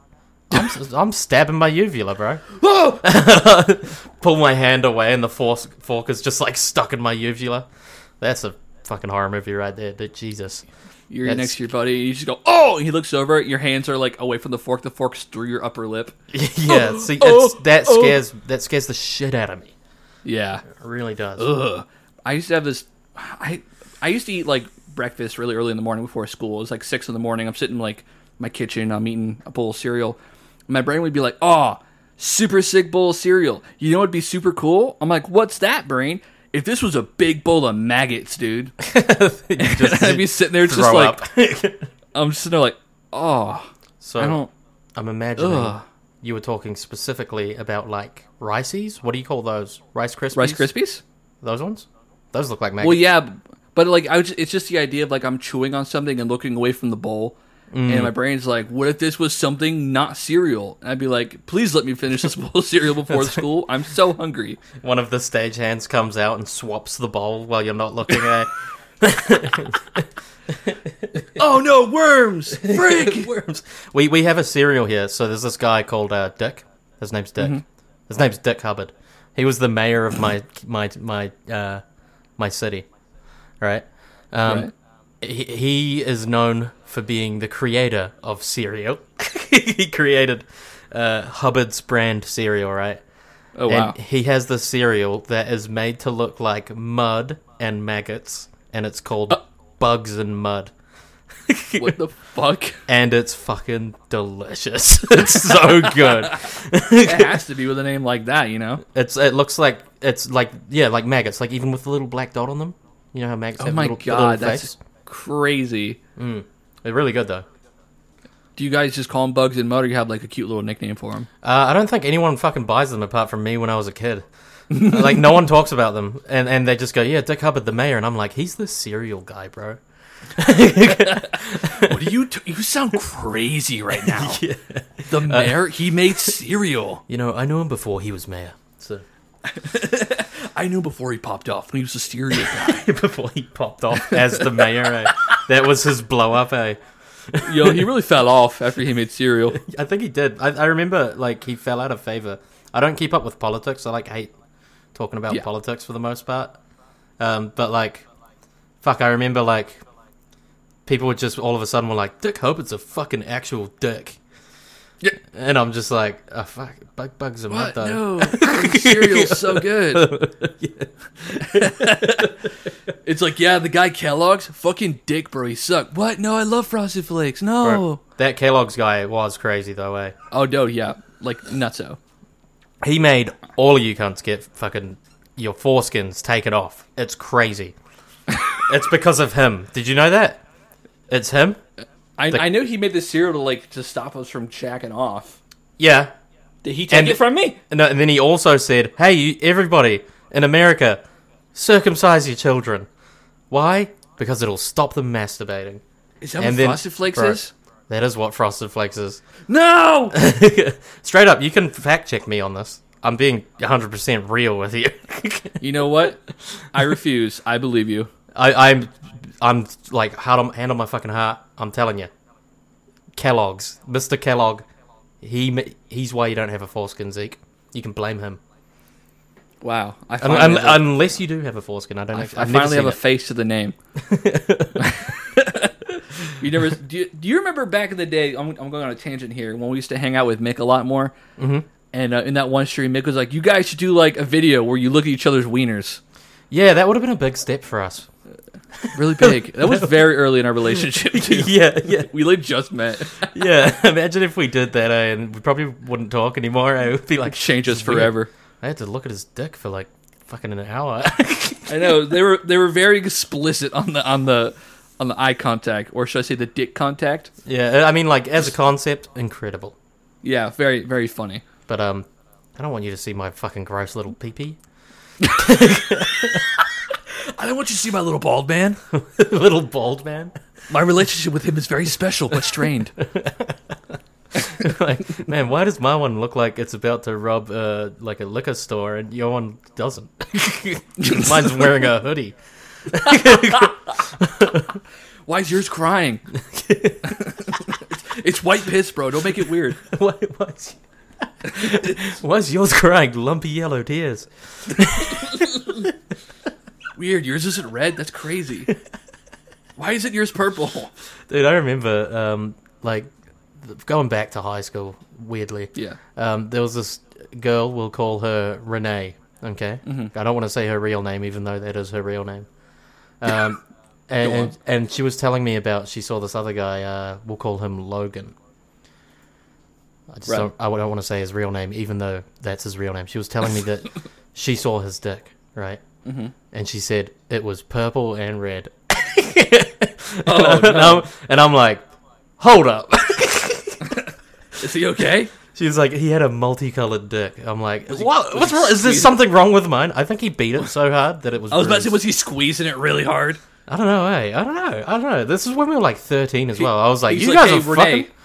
I'm, s- I'm stabbing my uvula, bro.
Whoa!
pull my hand away and the fork, fork is just like stuck in my uvula. That's a fucking horror movie right there, dude. Jesus.
You're
That's-
next to your buddy. You just go, oh! He looks over. Your hands are like away from the fork. The fork's through your upper lip.
yeah, see,
oh,
it's, that
oh.
scares that scares the shit out of me.
Yeah.
It really does.
Ugh. I used to have this. I I used to eat like breakfast really early in the morning before school. It was like six in the morning. I'm sitting in, like my kitchen. I'm eating a bowl of cereal. My brain would be like, "Oh, super sick bowl of cereal." You know, it'd be super cool. I'm like, "What's that, brain?" If this was a big bowl of maggots, dude, I'd be sitting there just
Throw
like,
up.
I'm sitting there like, "Oh,
so
I don't."
I'm imagining
Ugh.
you were talking specifically about like rices. What do you call those? Rice Krispies.
Rice Krispies?
Those ones. Those look like maggots.
Well, yeah, but like I was, it's just the idea of like I'm chewing on something and looking away from the bowl, and
Mm.
my brain's like, "What if this was something not cereal?" And I'd be like, "Please let me finish this bowl of cereal before school. I'm so hungry."
One of the stagehands comes out and swaps the bowl while you're not looking at.
oh no, worms! Freak!
worms. We we have a cereal here. So there's this guy called uh, Dick. His name's Dick. His name's Dick Hubbard. He was the mayor of my my my uh, my city. Right. Um,
Right.
He, he is known for being the creator of cereal. he created uh, Hubbard's brand cereal, right?
Oh wow,
And he has this cereal that is made to look like mud and maggots, and it's called Bugs and Mud
what the fuck?
and it's fucking delicious. it's so good.
It has to be with a name like that, you know?
It's it looks like it's like yeah, like maggots, like even with the little black dot on them. You know how maggots
Oh
have
my
little, the
god,
little
that's
face?
crazy.
They're really good though.
Do you guys just call them bugs and mud, or you have like a cute little nickname for them?
Uh, I don't think anyone fucking buys them apart from me when I was a kid. Uh, like no one talks about them, and and they just go, yeah, Dick Hubbard, the mayor, and I'm like, he's the cereal guy, bro.
What do you? T- you sound crazy right now. The
Uh,
mayor, he made cereal.
You know, I knew him before he was mayor. So
I knew before he popped off when he was a cereal guy.
before he popped off as the mayor, eh? that was his blow up, eh?
Yo, he really fell off after he made cereal.
I think he did. I, I remember like he fell out of favor. I don't keep up with politics. I like hate talking about
Yeah.
politics for the most part. Um, but like, fuck, I remember like people would just all of a sudden were like, "Dick Hubbard's a fucking actual dick,"
Yeah.
and I'm just like, "Oh fuck, bug bugs a
What?
mud though."
No, cereal's so good. it's like, yeah, the guy Kellogg's fucking dick, bro. He sucked. What? No, I love Frosted Flakes. No.
That Kellogg's guy was crazy though. Eh?
Oh no, yeah, like nutso.
He made all of you cunts get fucking your foreskins taken off. It's crazy. it's because of him. Did you know that? It's him.
I, I know he made this cereal to like to stop us from jacking off.
Yeah.
Did he take
And-
it from me?
No, and then he also said, "Hey, you, everybody in America, circumcise your children. Why? Because it'll stop them masturbating."
Is that
And
what
then-
Frosted Flakes
bro.
is?
That is what Frosted Flakes is.
No!
Straight up, you can fact check me on this. I'm being 100% real with you.
you know what? I refuse. I believe you.
I, I'm, I'm like hand on, hand on my fucking heart. I'm telling you, Kellogg's, Mr. Kellogg, he ma- he's why you don't have a foreskin, Zeke. You can blame him,
Wow. I
Un-
finally,
un-
have, a-
unless you do have a foreskin. I don't.
I-
know.
I
I've never
finally have
seen
a
it.
face to the name. you never do you, do you remember back in the day? I'm, I'm going on a tangent here. When we used to hang out with Mick a lot more, mm-hmm. and uh, in that one stream, Mick was like, "You guys should do like a video where you look at each other's wieners."
yeah, that would have been a big step for us.
Really big. that was very early in our relationship too.
yeah, yeah,
We like just met.
yeah. Imagine if we did that, eh, and we probably wouldn't talk anymore. I would be like,
Change us
"This is weird."
forever.
I had to look at his dick for like fucking an hour.
I know they were they were very explicit on the on the on the eye contact, or should I say the dick contact?
yeah, I mean, like as a concept, incredible.
Yeah, very very funny.
But um, I don't want you to see my fucking gross little pee pee,
I don't want you to see my little bald man.
little bald man.
My relationship with him is very special but strained.
like, man, why does my one look like it's about to rob uh, like a liquor store and your one doesn't? Mine's wearing a hoodie.
Why is yours crying? it's white piss, bro. Don't make it weird.
why, why's, why's yours crying lumpy yellow tears?
Weird. Yours isn't red. That's crazy. Why isn't yours purple?
Dude, I remember um, like th- going back to high school. Weirdly,
Yeah.
Um, there was this girl. We'll call her Renee. Okay,
Mm-hmm.
I don't want to say her real name, even though that is her real name. Um, and,
Go on.
and and she was telling me about she saw this other guy. Uh, we'll call him Logan. I just
Right.
don't, I don't want to say his real name, even though that's his real name. She was telling me that she saw his dick, right? Mm-hmm. And she said it was purple and red.
Oh,
and, I'm, and I'm like, hold up.
Is he okay?
She was like, he had a multicolored dick. I'm like, what?
was
What's
he
wrong? Is there
squeezing-
something wrong with mine? I think he beat it so hard that it was.
I was about to say,
bruised.
was he squeezing it really hard?
I don't know. Hey, I don't know. I don't know. This is when we were like 13 as well. I was like,
He's
you
like,
guys
"Hey,
are
Renee,
fucking.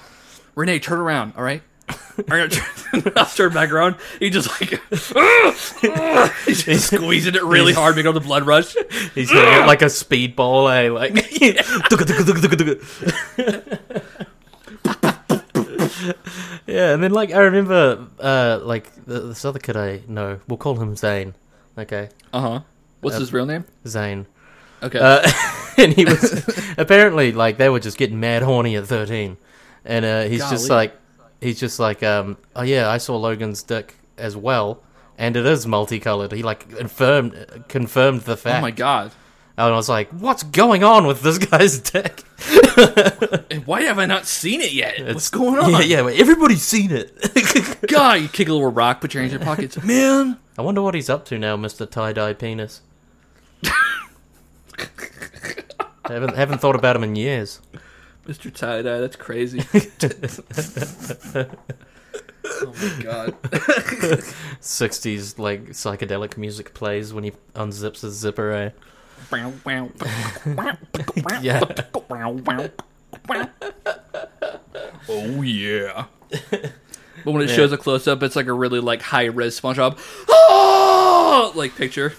Renee, turn around, all right? I'm gonna turn, I'll turn back around. He just like he's just squeezing it really hard, making all the blood rush.
He's doing it like a speedball. Eh? Like, Tugga, tugga, tugga, tugga, tugga. yeah. And then like I remember, uh, like th- this other kid I know. We'll call him Zane. Okay,
Uh huh. What's his real name?
Zane.
Okay.
Uh-huh. Uh, and he was apparently like they were just getting mad horny at thirteen, and uh, he's just
Golly.
like he's just like um, oh yeah, I saw Logan's dick as well, and it is multicolored. He like confirmed confirmed the fact.
oh my god.
And I was like, what's going on with this guy's dick?
Why have I not seen it yet? What's
It's-
going on?
Yeah, yeah. well, Everybody's seen it.
God, you kick a little rock, put your hands in your pockets. Man,
I wonder what he's up to now, Mister Tie Dye Penis. haven't haven't thought about him in years.
Mr. Tie Dye, that's crazy. oh my god.
60s like psychedelic music plays when he unzips his zipper eh? yeah
Oh yeah. But when it
Yeah.
shows a close up, it's like a really like high res SpongeBob, oh! like picture.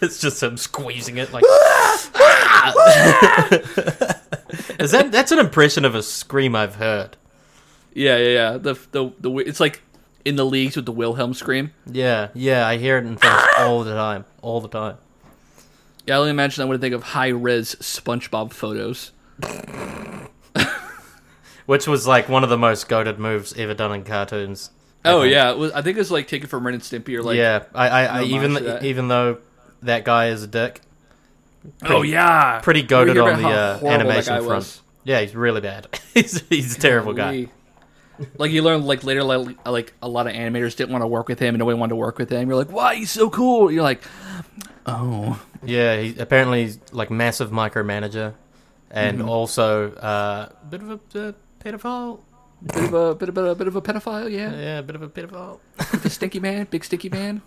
it's just him squeezing it like is that that's an impression of a scream i've heard
Yeah, yeah, yeah. The the the it's like in the leagues with the Wilhelm scream.
yeah yeah i hear it in things all the time all the time
Yeah, I only imagine I would think of high res SpongeBob photos.
which was like one of the most goaded moves ever done in cartoons I
Oh
think.
yeah, it was, I think it's like taken from Ren and Stimpy or like
yeah i i, I
no
even
mind to that.
even though that guy is a dick
oh yeah,
pretty
We
goaded
hear about
on the
how
uh,
horrible that
animation
guy
front
was.
yeah he's really bad he's, he's a terrible guy
Golly. Like you learn like later, like, like a lot of animators didn't want to work with him, and nobody wanted to work with him. You're like, why he's so cool? You're like, oh,
Yeah, he apparently he's, like massive micromanager, and
Mm-hmm.
also uh, bit of a uh, pedophile.
bit of a bit of a bit of a pedophile, yeah,
Yeah, bit of a pedophile.
Bit of a stinky man, big stinky man,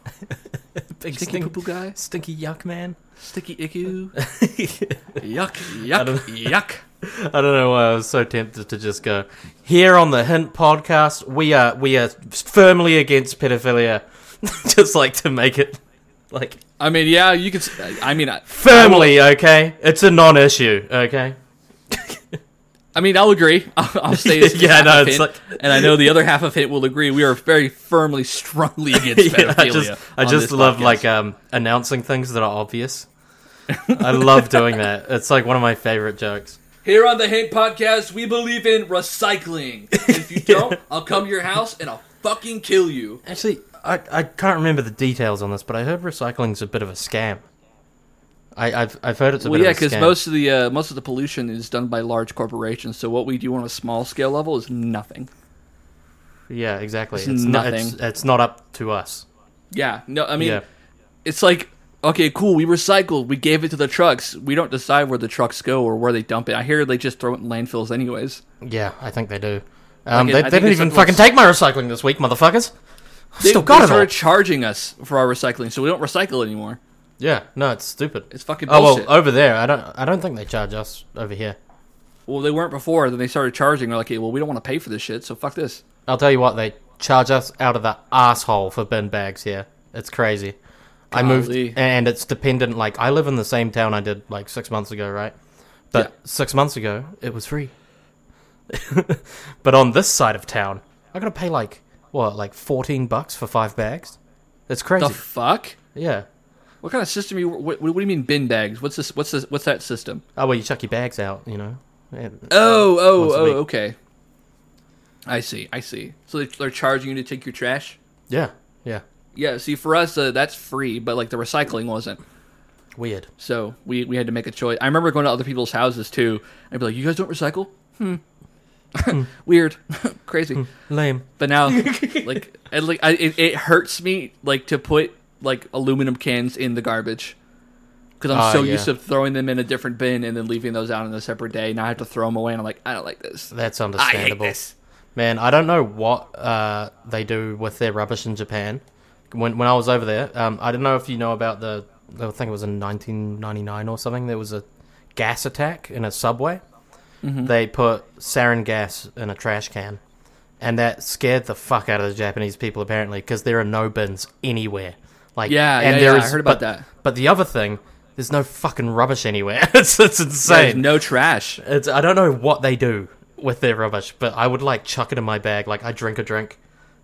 Big
stinky poo poo guy,
stinky yuck man.
sticky icky, yuck, yuck, yuck.
I don't know why I was so tempted to just go here on the Hint podcast. We are we are firmly against pedophilia, just like to make it like
I mean, yeah, you could. s- I mean, I,
firmly okay. It's a non-issue, okay.
I mean, I'll agree. I'll, I'll say it's
Yeah, I
half
know,
of
it's
it,
like-
and I know the other half of it will agree. We are very firmly, strongly against pedophilia.
Yeah, I just I
on
just
this
love
podcast.
like um announcing things that are obvious. I love doing that. It's like one of my favorite jokes.
here on the Hint Podcast, we believe in recycling. If you don't, I'll come to your house and I'll fucking kill you.
Actually, I, I can't remember the details on this, but I heard recycling's a bit of a scam. I, I've I've heard it's a
Well,
bit
yeah,
of a
because
scam.
most of the uh, most of the pollution is done by large corporations. So what we do on a small scale level is nothing.
yeah, exactly.
It's
It's, not it's,
nothing.
it's not up to us.
Yeah, no, I mean,
yeah,
it's like okay, cool, we recycled, we gave it to the trucks. We don't decide where the trucks go or where they dump it. I hear they just throw it in landfills anyways.
yeah, I think they do. Um,
Like, I
they,
think
they didn't
it's
even
like
fucking
what's-
take my recycling this week, motherfuckers. I've
They,
still
they
got it all.
started charging us for our recycling, so we don't recycle anymore.
Yeah, no, it's stupid.
It's fucking
oh
bullshit.
well, over there, I don't I don't think they charge us over here.
Well, they weren't before. Then they started charging. They're like, hey, well, we don't want to pay for this shit, so fuck this.
I'll tell you what, they charge us out of the asshole for bin bags here. It's crazy. I moved,
Golly.
and it's dependent. Like I live in the same town I did like six months ago, right? But six months ago, it was free. but on this side of town, I gotta pay like what, like fourteen bucks for five bags. It's crazy.
The fuck?
yeah.
What kind of system you? What, what do you mean bin bags? What's this? What's this? What's that system?
Oh well, you chuck your bags out, you know. And-
Oh, oh,
Once a
oh,
week.
okay. I see, I see. So they- they're charging you to take your trash.
Yeah. Yeah.
Yeah. See, for us, uh, that's free, but like the recycling wasn't.
Weird.
So we we had to make a choice. I remember going to other people's houses too. I'd be like, "You guys don't recycle? Hmm.
Hmm.
Weird, crazy."
Lame.
But now, like, and, like I, it, it hurts me like to put like aluminum cans in the garbage because I'm
Ah,
so
yeah.
used to throwing them in a different bin and then leaving those out on a separate day. Now I have to throw them away, and I'm like, I don't like this.
That's
I
understandable.
hate this.
Man, I don't know what uh, they do with their rubbish in Japan. When when I was over there, um, I don't know if you know about the. I think it was in 1999 or something. There was a gas attack in a subway.
Mm-hmm.
They put sarin gas in a trash can, and that scared the fuck out of the Japanese people apparently because there are no bins anywhere. Like
Yeah,
and
yeah,
there
yeah, I
is-
heard about
but-
that.
But the other thing, there's no fucking rubbish anywhere. it's
There's
it's insane.
no trash.
It's I don't know what they do with their rubbish, but I would like chuck it in my bag. Like I drink a drink,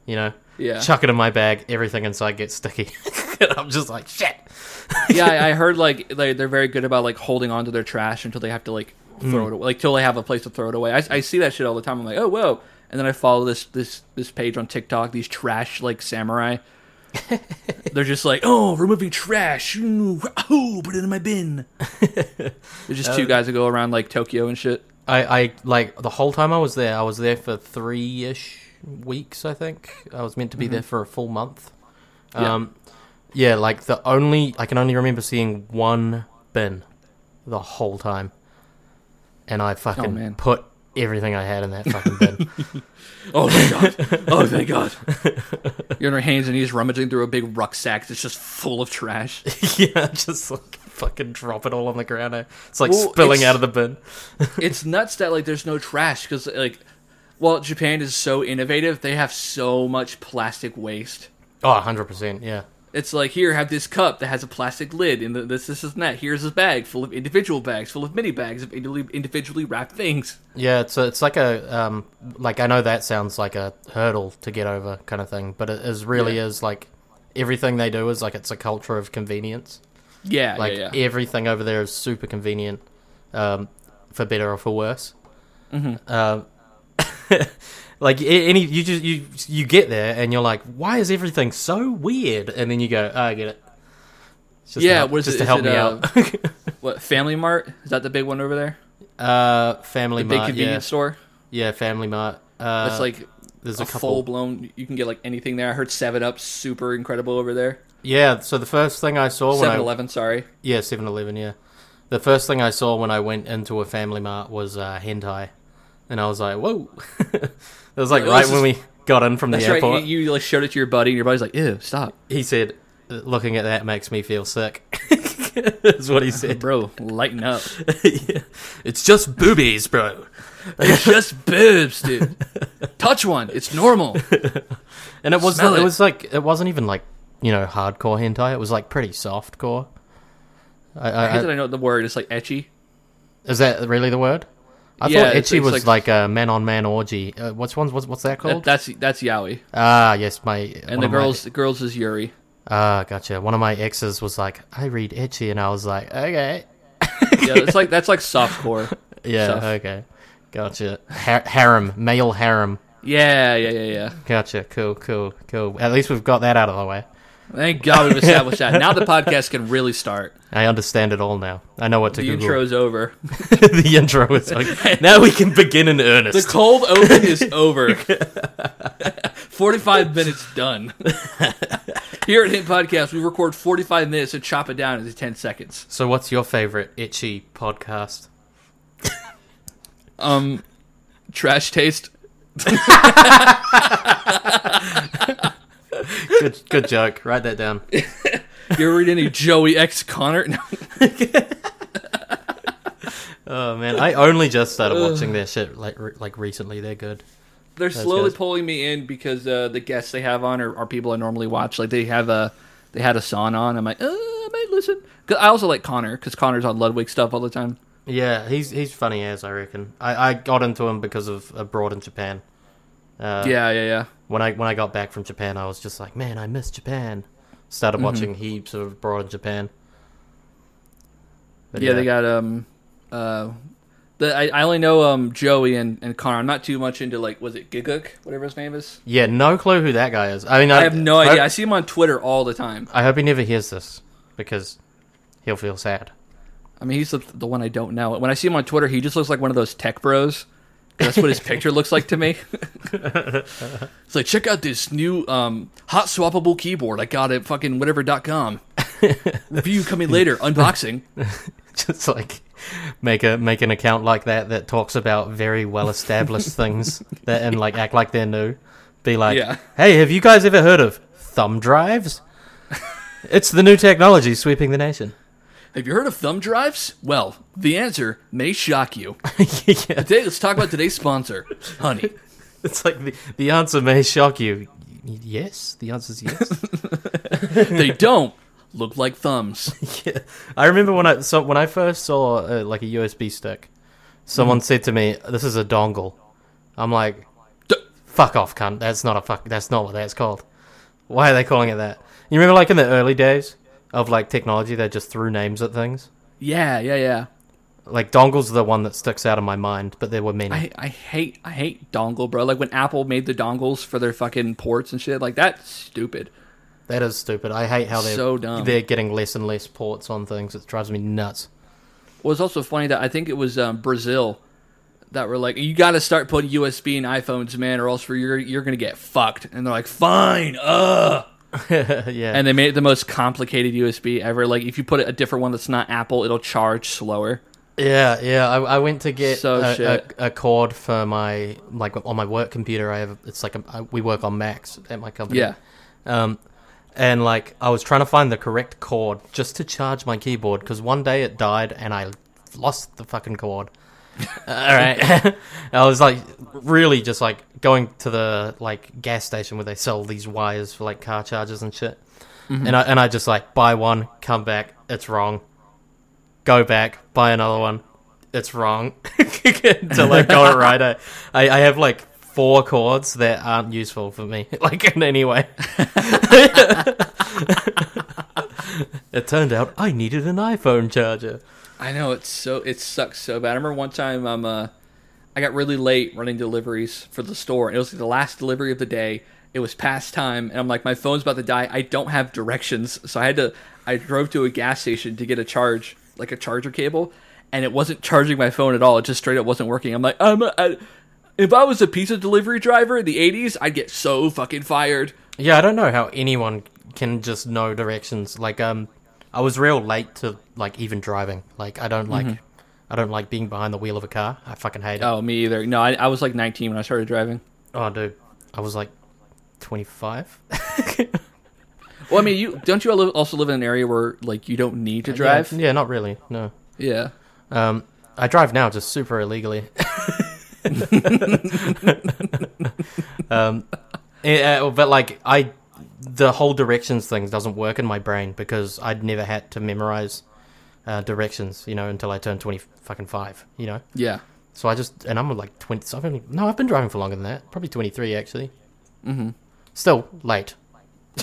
you know.
Yeah.
Chuck it in my bag. Everything inside gets sticky, and I'm just like shit.
yeah, I, I heard like they, they're very good about like holding on to their trash until they have to like throw it away, like till they have a place to throw it away. I, I see that shit all the time. I'm like, oh whoa, and then I follow this this this page on TikTok. These trash like samurai. they're just like, oh, removing trash. Ooh, oh, put it in my bin. There's just two guys that go around like Tokyo and shit.
I, I like the whole time I was there. I was there for three ish weeks. I think I was meant to be there for a full month.
Mm-hmm. Yeah.
Um, yeah, like the only I can only remember seeing one bin the whole time, and I fucking
Oh, man.
put everything I had in that fucking bin.
Oh thank god. Oh thank god. You're on your hands and knees rummaging through a big rucksack that's just full of trash.
yeah, just like fucking drop it all on the ground. eh? It's like
Well,
spilling
it's-
out of the bin.
it's nuts that like there's no trash because like well japan is so innovative they have so much plastic waste
Oh, 100%. Yeah.
it's like here have this cup that has a plastic lid and th- this this is that here's this bag full of individual bags full of mini bags of indi- individually wrapped things
Yeah, it's a, it's like a um like I know that sounds like a hurdle to get over kind of thing, but it is really
Yeah.
is like everything they do is like it's a culture of convenience.
yeah
Like
yeah, yeah.
everything over there is super convenient, um, for better or for worse.
Mm-hmm.
Um, like a- any you just you you get there and you're like, why is everything so weird? And then you go, oh, I get it. It's just to
Yeah,
help-
what is
just
it-
to
is
help
it, uh,
me out.
what family mart is that the big one over there
Uh, Family
the big
Mart.
convenience
yeah.
store
yeah, Family Mart. Uh,
that's like
there's
a,
a, couple.
full blown you can get like anything there i heard 7 up super incredible over there
yeah, so the first thing I saw when I
7-eleven sorry
yeah Seven Eleven yeah, the first thing I saw when I went into a Family Mart was uh, hentai, and I was like, whoa, it was like
Oh,
right
this
when we got in from the
that's right
airport.
you,
"Uh,
you like showed it to your buddy and your buddy's like ew stop
He said, "Looking at that makes me feel sick." dick. That's what he said.
Bro, lighten up.
Yeah. It's just boobies, bro.
It's just boobs, dude. Touch one. It's normal.
And it was
Smell
it.
it.
was like it wasn't even like you know hardcore hentai. It was like pretty soft core. I, I,
I hate that
I-
I know the word. It's like etchy.
is that really the word? I
Yeah,
thought
it's-
itchy
it's
was
like-
like, a man on man orgy. Uh, what's one's what's, what's that
That,
called?
that's that's yaoi.
ah, yes, my
And the girls, the girls is yuri.
Ah, gotcha. One of my exes was like, I read itchy, and I was like, okay,
Yeah, it's like that's like softcore.
yeah,
Stuff.
okay, gotcha. Ha- harem, male harem.
Yeah, yeah, yeah, yeah.
Gotcha. Cool, cool, cool. At least we've got that out of the way.
Thank God we've established that. Now the podcast can really start.
I understand it all now. I know what to
The
Google.
intro's over.
the intro is like, now we can begin in
The
earnest.
cold open is over. 45 minutes done. Here at Hit Podcast, we record 45 minutes and chop it down into 10 seconds.
so, what's your favorite itchy podcast?
Um, trash taste.
Good, good joke. Write that down.
You ever read any Joey X Connor? No.
Oh man, I only just started watching their shit like re- like recently. They're good.
They're slowly
guys.
pulling me in because uh, the guests they have on are, are people I normally watch. Like they have a they had a song on. I'm like, uh, I might listen. 'Cause I also like Connor because Connor's on Ludwig stuff all the time.
Yeah, he's he's funny as I reckon. I, I got into him because of abroad in Japan. Uh,
Yeah, yeah, yeah.
When I when I got back from Japan, I was just like, man, I miss Japan. Started
Mm-hmm.
watching heaps of abroad in Japan. But
Yeah, they got um uh the I, I only know um Joey and, and Connor. I'm not too much into like was it Giguk, whatever his name is.
Yeah, no clue who that guy is. I mean, I,
I have no idea. I
Hope,
see him on Twitter all the time.
I hope he never hears this because he'll feel sad.
I mean, he's the, the one I don't know. When I see him on Twitter, he just looks like one of those tech bros. That's what his picture looks like to me. it's like, check out this new um, hot swappable keyboard I got at fucking whatever.com. Review coming later. Unboxing.
just like make a make an account like that that talks about very well established things that and like act like they're new. Be like,
Yeah.
hey, have you guys ever heard of thumb drives? it's the new technology sweeping the nation.
Have you heard of thumb drives? Well, the answer may shock you. Today, let's talk about today's sponsor, Honey.
It's like the, the answer may shock you. Y- Yes, the answer's yes.
They don't look like thumbs.
yeah. I remember when I so when I first saw uh, like a USB stick, someone said to me, "This is a dongle." I'm like,
D-
fuck off, cunt. That's not a fuck. That's not what that's called. Why are they calling it that? You remember, like in the early days of like technology, they just threw names at things.
Yeah, yeah, yeah.
Like dongle's the one that sticks out in my mind, but there were many.
I, I hate I hate dongle, bro. Like when Apple made the dongles for their fucking ports and shit, like that's stupid.
that is stupid. I hate how they're
So dumb.
they're getting less and less ports on things. It drives me nuts.
Well, it's also funny that I think it was um, Brazil that were like, "You got to start putting USB in iPhones, man, or else you're you're gonna get fucked." And they're like, "Fine, uh."
yeah,
And they made it the most complicated USB ever. Like if you put a different one that's not Apple, it'll charge slower.
Yeah, yeah. I, I went to get
So
a,
shit.
a, a cord for my like on my work computer. I have it's like a, I, we work on Macs at my company.
Yeah.
Um, and like I was trying to find the correct cord just to charge my keyboard because one day it died and I lost the fucking cord. All right. I was like really just like going to the like gas station where they sell these wires for like car chargers and shit. And I and I just like buy one, come back, it's wrong. Go back, buy another one, it's wrong. Until I got it right. I, I, I have like four chords that aren't useful for me, like in any way. it turned out I needed an iPhone charger.
I know it's so it sucks so bad. I remember one time I'm uh I got really late running deliveries for the store. and It was the last delivery of the day. It was past time and I'm like my phone's about to die. I don't have directions. So I had to I drove to a gas station to get a charge, like a charger cable, and it wasn't charging my phone at all. It just straight up wasn't working. I'm like I'm a, I, if I was a pizza delivery driver in the 80s, I'd get so fucking fired.
Yeah, I don't know how anyone can just know directions. Like, um, I was real late to like even driving. Like, I don't like, I don't like being behind the wheel of a car. I fucking hate it. Mm-hmm. Oh,
Oh, me either. No, I, I was like 19 when I started driving.
dude, I was like twenty five.
Well, I mean, you don't you al- also live in an area where like you don't need to drive?
Yeah, not really. No.
Yeah.
Um, I drive now just super illegally. um, eh, uh, but like I, the whole directions thing doesn't work in my brain because I'd never had to memorize uh, directions, you know, until I turned twenty fucking five, you know.
Yeah.
So I just and I'm like twenty. So I've only, no, I've been driving for longer than that. Probably twenty three actually. Mm-hmm. Still late.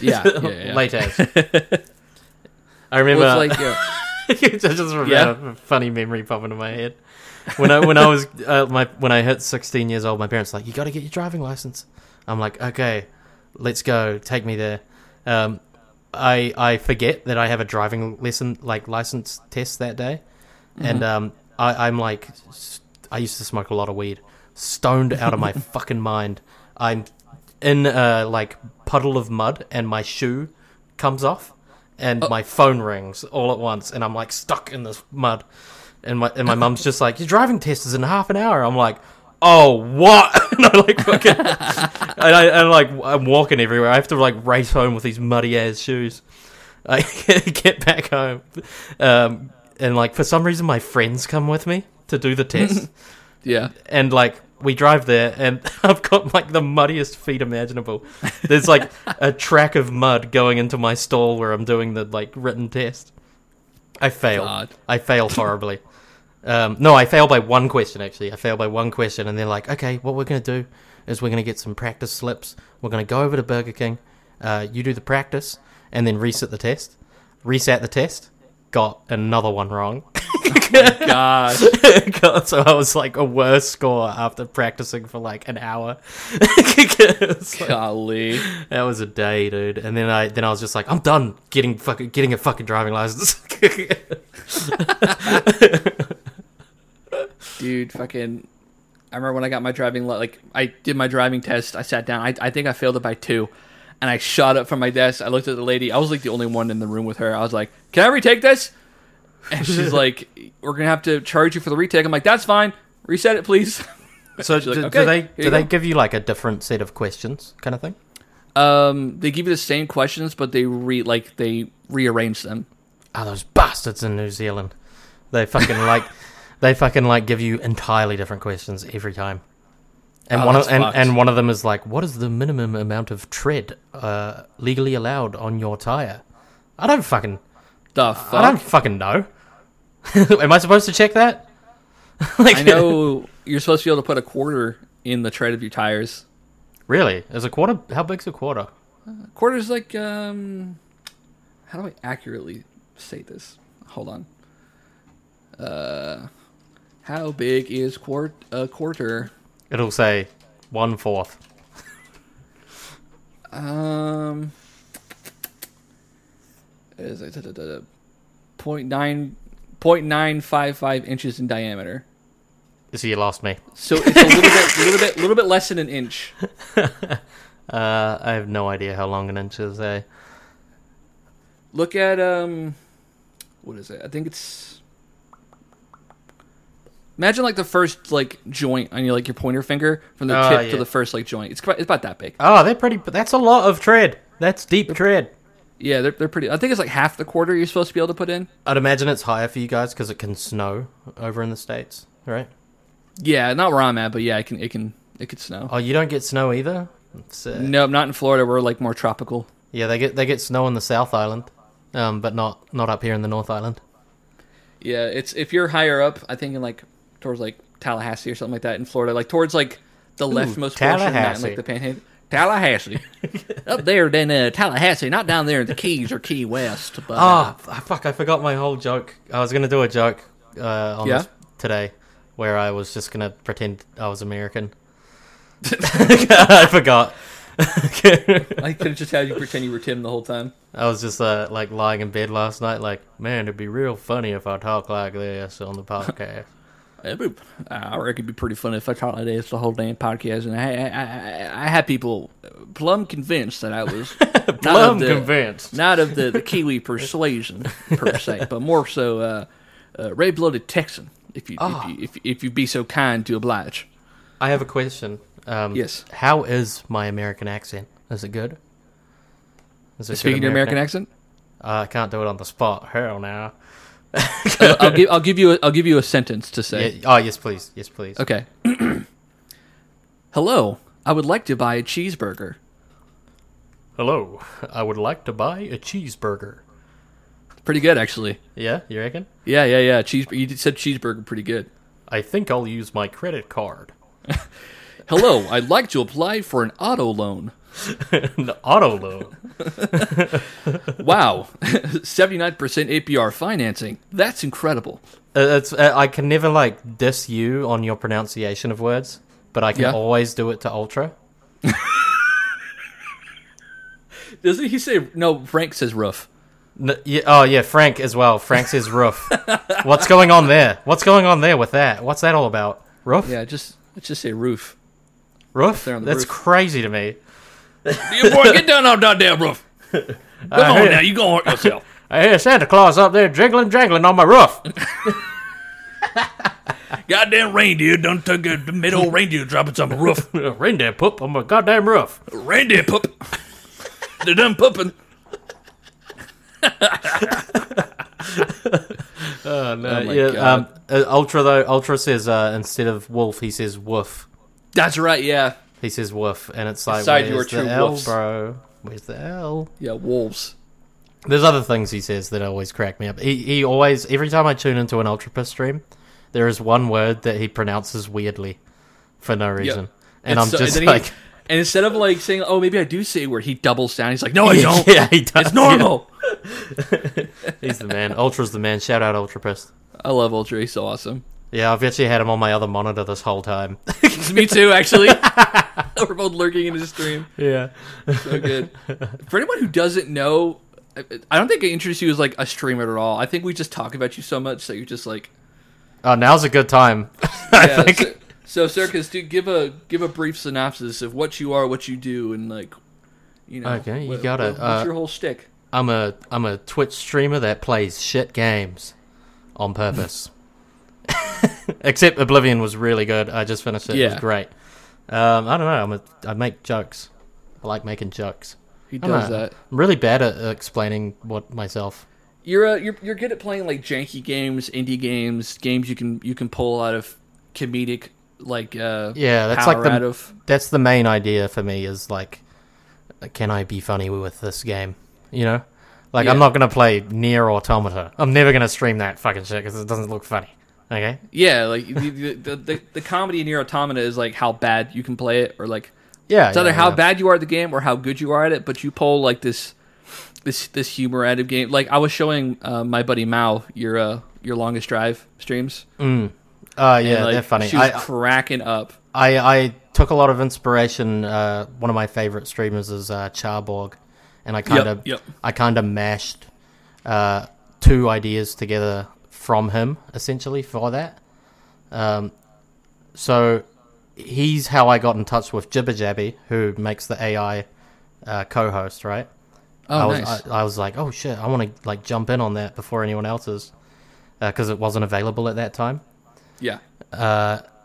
Yeah. yeah, yeah.
late as. I remember.
Well, it's like uh, yeah.
I just remember a funny memory popping into my head. When I when I was uh, my when I hit sixteen years old, my parents were like, "You got to get your driving license." I'm like, "Okay, let's go. Take me there." Um, I I forget that I have a driving lesson like license test that day, and um, I, I'm like, s- I used to smoke a lot of weed, stoned out of my fucking mind. I'm in a like puddle of mud, and my shoe comes off, and my phone rings all at once, and I'm like stuck in this mud, and my and my mum's just like, your driving test is in half an hour. I'm like. Oh what! and I like fucking, and I and like I'm walking everywhere. I have to like race home with these muddy ass shoes. I get back home, um, and like for some reason my friends come with me to do the test,
yeah.
and like we drive there, and I've got like the muddiest feet imaginable. There's like a track of mud going into my stall where I'm doing the like written test. I fail.
God.
I fail horribly. Um, no, I fail by one question actually. I fail by one question, and they're like, "Okay, what we're gonna do is we're gonna get some practice slips. We're gonna go over to Burger King. Uh, you do the practice, and then reset the test. Reset the test. Got another one wrong.
Gosh.
God, so I was like a worse score after practicing for like an hour. It's like-
Golly.
that was a day, dude. And then I then I was just like, I'm done getting fucking getting a fucking driving license.
Dude, fucking. I remember when I got my driving, li- like, I did my driving test. I sat down. I, I think I failed it by two. And I shot up from my desk. I looked at the lady. I was, like, the only one in the room with her. I was like, can I retake this? And she's like, we're going to have to charge you for the retake. I'm like, that's fine. Reset it, please.
so
She's like, "Okay,
do, do they
here you
do they
go."
give you like a different set of questions kind of thing?
Um, they give you the same questions, but they re, like, they rearrange them.
Oh, those bastards in New Zealand. They fucking like they fucking like give you entirely different questions every time. And
Oh,
one of
that's
and,
fucked.
and one of them is like, what is the minimum amount of tread uh, legally allowed on your tire? I don't fucking
The
I don't
fuck?
fucking know. Am I supposed to check that? like,
I know you're supposed to be able to put a quarter in the tread of your tires.
Really? Is a quarter? How big's a quarter?
Quarters like um how do I accurately say this? Hold on. Uh how big is quart a quarter?
It'll say one fourth.
Um is it da, da, da, da, point nine point nine five five inches in diameter.
So you lost me.
So it's a little bit little bit little bit less than an inch.
Uh, I have no idea how long an inch is. Eh?
Look at um what is it? I think it's Imagine like the first like joint on your like your pointer finger from the
Oh,
tip to
yeah.
the first like joint. It's quite, it's about that big.
Oh, they're pretty. But that's a lot of tread. That's deep tread.
Yeah, they're they're pretty. I think it's like half the quarter you're supposed to be able to put in.
I'd imagine it's higher for you guys because it can snow over in the states, right?
Yeah, not where I'm at, but yeah, it can it can it could snow.
Oh, you don't get snow either. Sick.
No, not in Florida. We're like more tropical.
Yeah, they get they get snow on the South Island, um, but not not up here in the North Island.
Yeah, it's if you're higher up, I think in like towards like Tallahassee or something like that in Florida, like towards like the leftmost portion, not in
Tallahassee.
like the Panhandle. Tallahassee, up there than uh, Tallahassee, not down there in the Keys or Key West. But uh,
Ah, f- fuck! I forgot my whole joke. I was gonna do a joke uh, on
Yeah?
this today, where I was just gonna pretend I was American. I forgot.
I could have just had you pretend you were Tim the whole time.
I was just uh, like lying in bed last night, like, man, it'd be real funny if I talk like this on the podcast.
It'd be- I reckon it'd be pretty funny if I talked like this the whole damn podcast, and I I, I, I had people plumb convinced that I was not
Plum
of the,
convinced.
not of the, the Kiwi persuasion per se, but more so uh, uh, red blooded Texan. If you,
Ah.
if you if if you be so kind to oblige,
I have a question. Um,
Yes.
How is my American accent? Is it good? Is it good
Speaking your American accent,
Uh, I can't do it on the spot. Hell no.
I'll, I'll give I'll give you a, I'll give you a sentence to say.
Yeah, oh yes, please. Yes, please.
Okay. Hello, I would like to buy a cheeseburger.
Hello. I would like to buy a cheeseburger.
Pretty good, actually.
Yeah, you reckon?
Yeah, yeah, yeah. Cheese. You did- said cheeseburger, pretty good.
I think I'll use my credit card.
Hello, I'd like to apply for an auto loan.
An auto loan.
Wow, seventy nine percent APR financing. That's incredible.
Uh, it's, uh, I can never like diss you on your pronunciation of words, but I can
Yeah.
always do it to Ultra.
Doesn't he say no? Frank says roof.
N- yeah, oh yeah, Frank as well. Frank says roof. What's going on there? What's going on there with that? What's that all about? Roof?
Yeah, just let's just say roof.
Roof?
there on the
That's
roof.
crazy to me.
You boy, get down on that damn roof. Come on now, you gonna hurt yourself.
I hear Santa Claus up there jiggling, jangling on my roof.
Goddamn reindeer done took a middle reindeer dropping some roof.
Reindeer poop on my goddamn roof.
Reindeer pup. They're done pupping.
Oh my
yeah,
god,
um, uh, Ultra though. Ultra says uh, instead of wolf, he says woof.
that's right. Yeah,
He says woof, and it's like
Decide you
where's
are true
the L,
woofs.
bro? Where's the L?
yeah, wolves.
There's other things he says that always crack me up. He, he always every time I tune into an Ultra Piss stream, there is one word that he pronounces weirdly for no reason, and
It's
I'm
so-
just
then he-
like,
and instead of like saying, "Oh, maybe I do say a word," he doubles down. He's like, "No, I don't.
yeah, he does.
It's normal."
Yeah, he's the man. Ultra's the man. Shout out Ultra Piss.
I love Ultra. He's so awesome.
Yeah, I've actually had him on my other monitor this whole time.
Me too, actually. We're both lurking in his stream.
yeah.
So good. For anyone who doesn't know, I I don't think I introduced you as like a streamer at all. I think we just talk about you so much that you're just like.
Oh, now's a good time.
Yeah,
I think.
so, so circus, do give a give a brief synopsis of what you are, what you do, and like, you know.
Okay, you
wh-
got it.
wh- What's
Uh,
your whole shtick?
I'm a I'm a Twitch streamer that plays shit games on purpose. Except Oblivion was really good. I just finished it. It
Yeah.
was great. Um, I don't know. I'm a, I make jokes. I like making jokes.
He
I don't
does
know.
that.
I'm really bad at uh, explaining what myself.
You're uh, you're you're good at playing like janky games, indie games, games you can you can pull out of comedic like uh
Yeah, that's like
power
the
out of
that's the main idea for me is like, can I be funny with this game? You know, like I'm
Yeah.
not gonna play near Automata. I'm never gonna stream that fucking shit because it doesn't look funny. Okay,
yeah like the the, the, the, the comedy in Nier Automata is like how bad you can play it or like
yeah.
it's either
yeah,
how
yeah.
bad you are at the game or how good you are at it, but you pull like this this this humor out of game. Like I was showing uh, my buddy Mao your uh, your longest drive streams.
Uh, yeah,
and, like,
they're funny.
She was
I,
cracking up.
I I took a lot of inspiration. Uh, one of my favorite streamers is uh, Charborg, and I kind of
yep.
I kind of mashed uh, two ideas together from him essentially for that. Um, so he's how I got in touch with Jibber Jabby, who makes the AI uh, co-host, right?
Oh,
I was
nice.
I, I was like, oh shit, I want to like jump in on that before anyone else's because it wasn't available at that time.
yeah.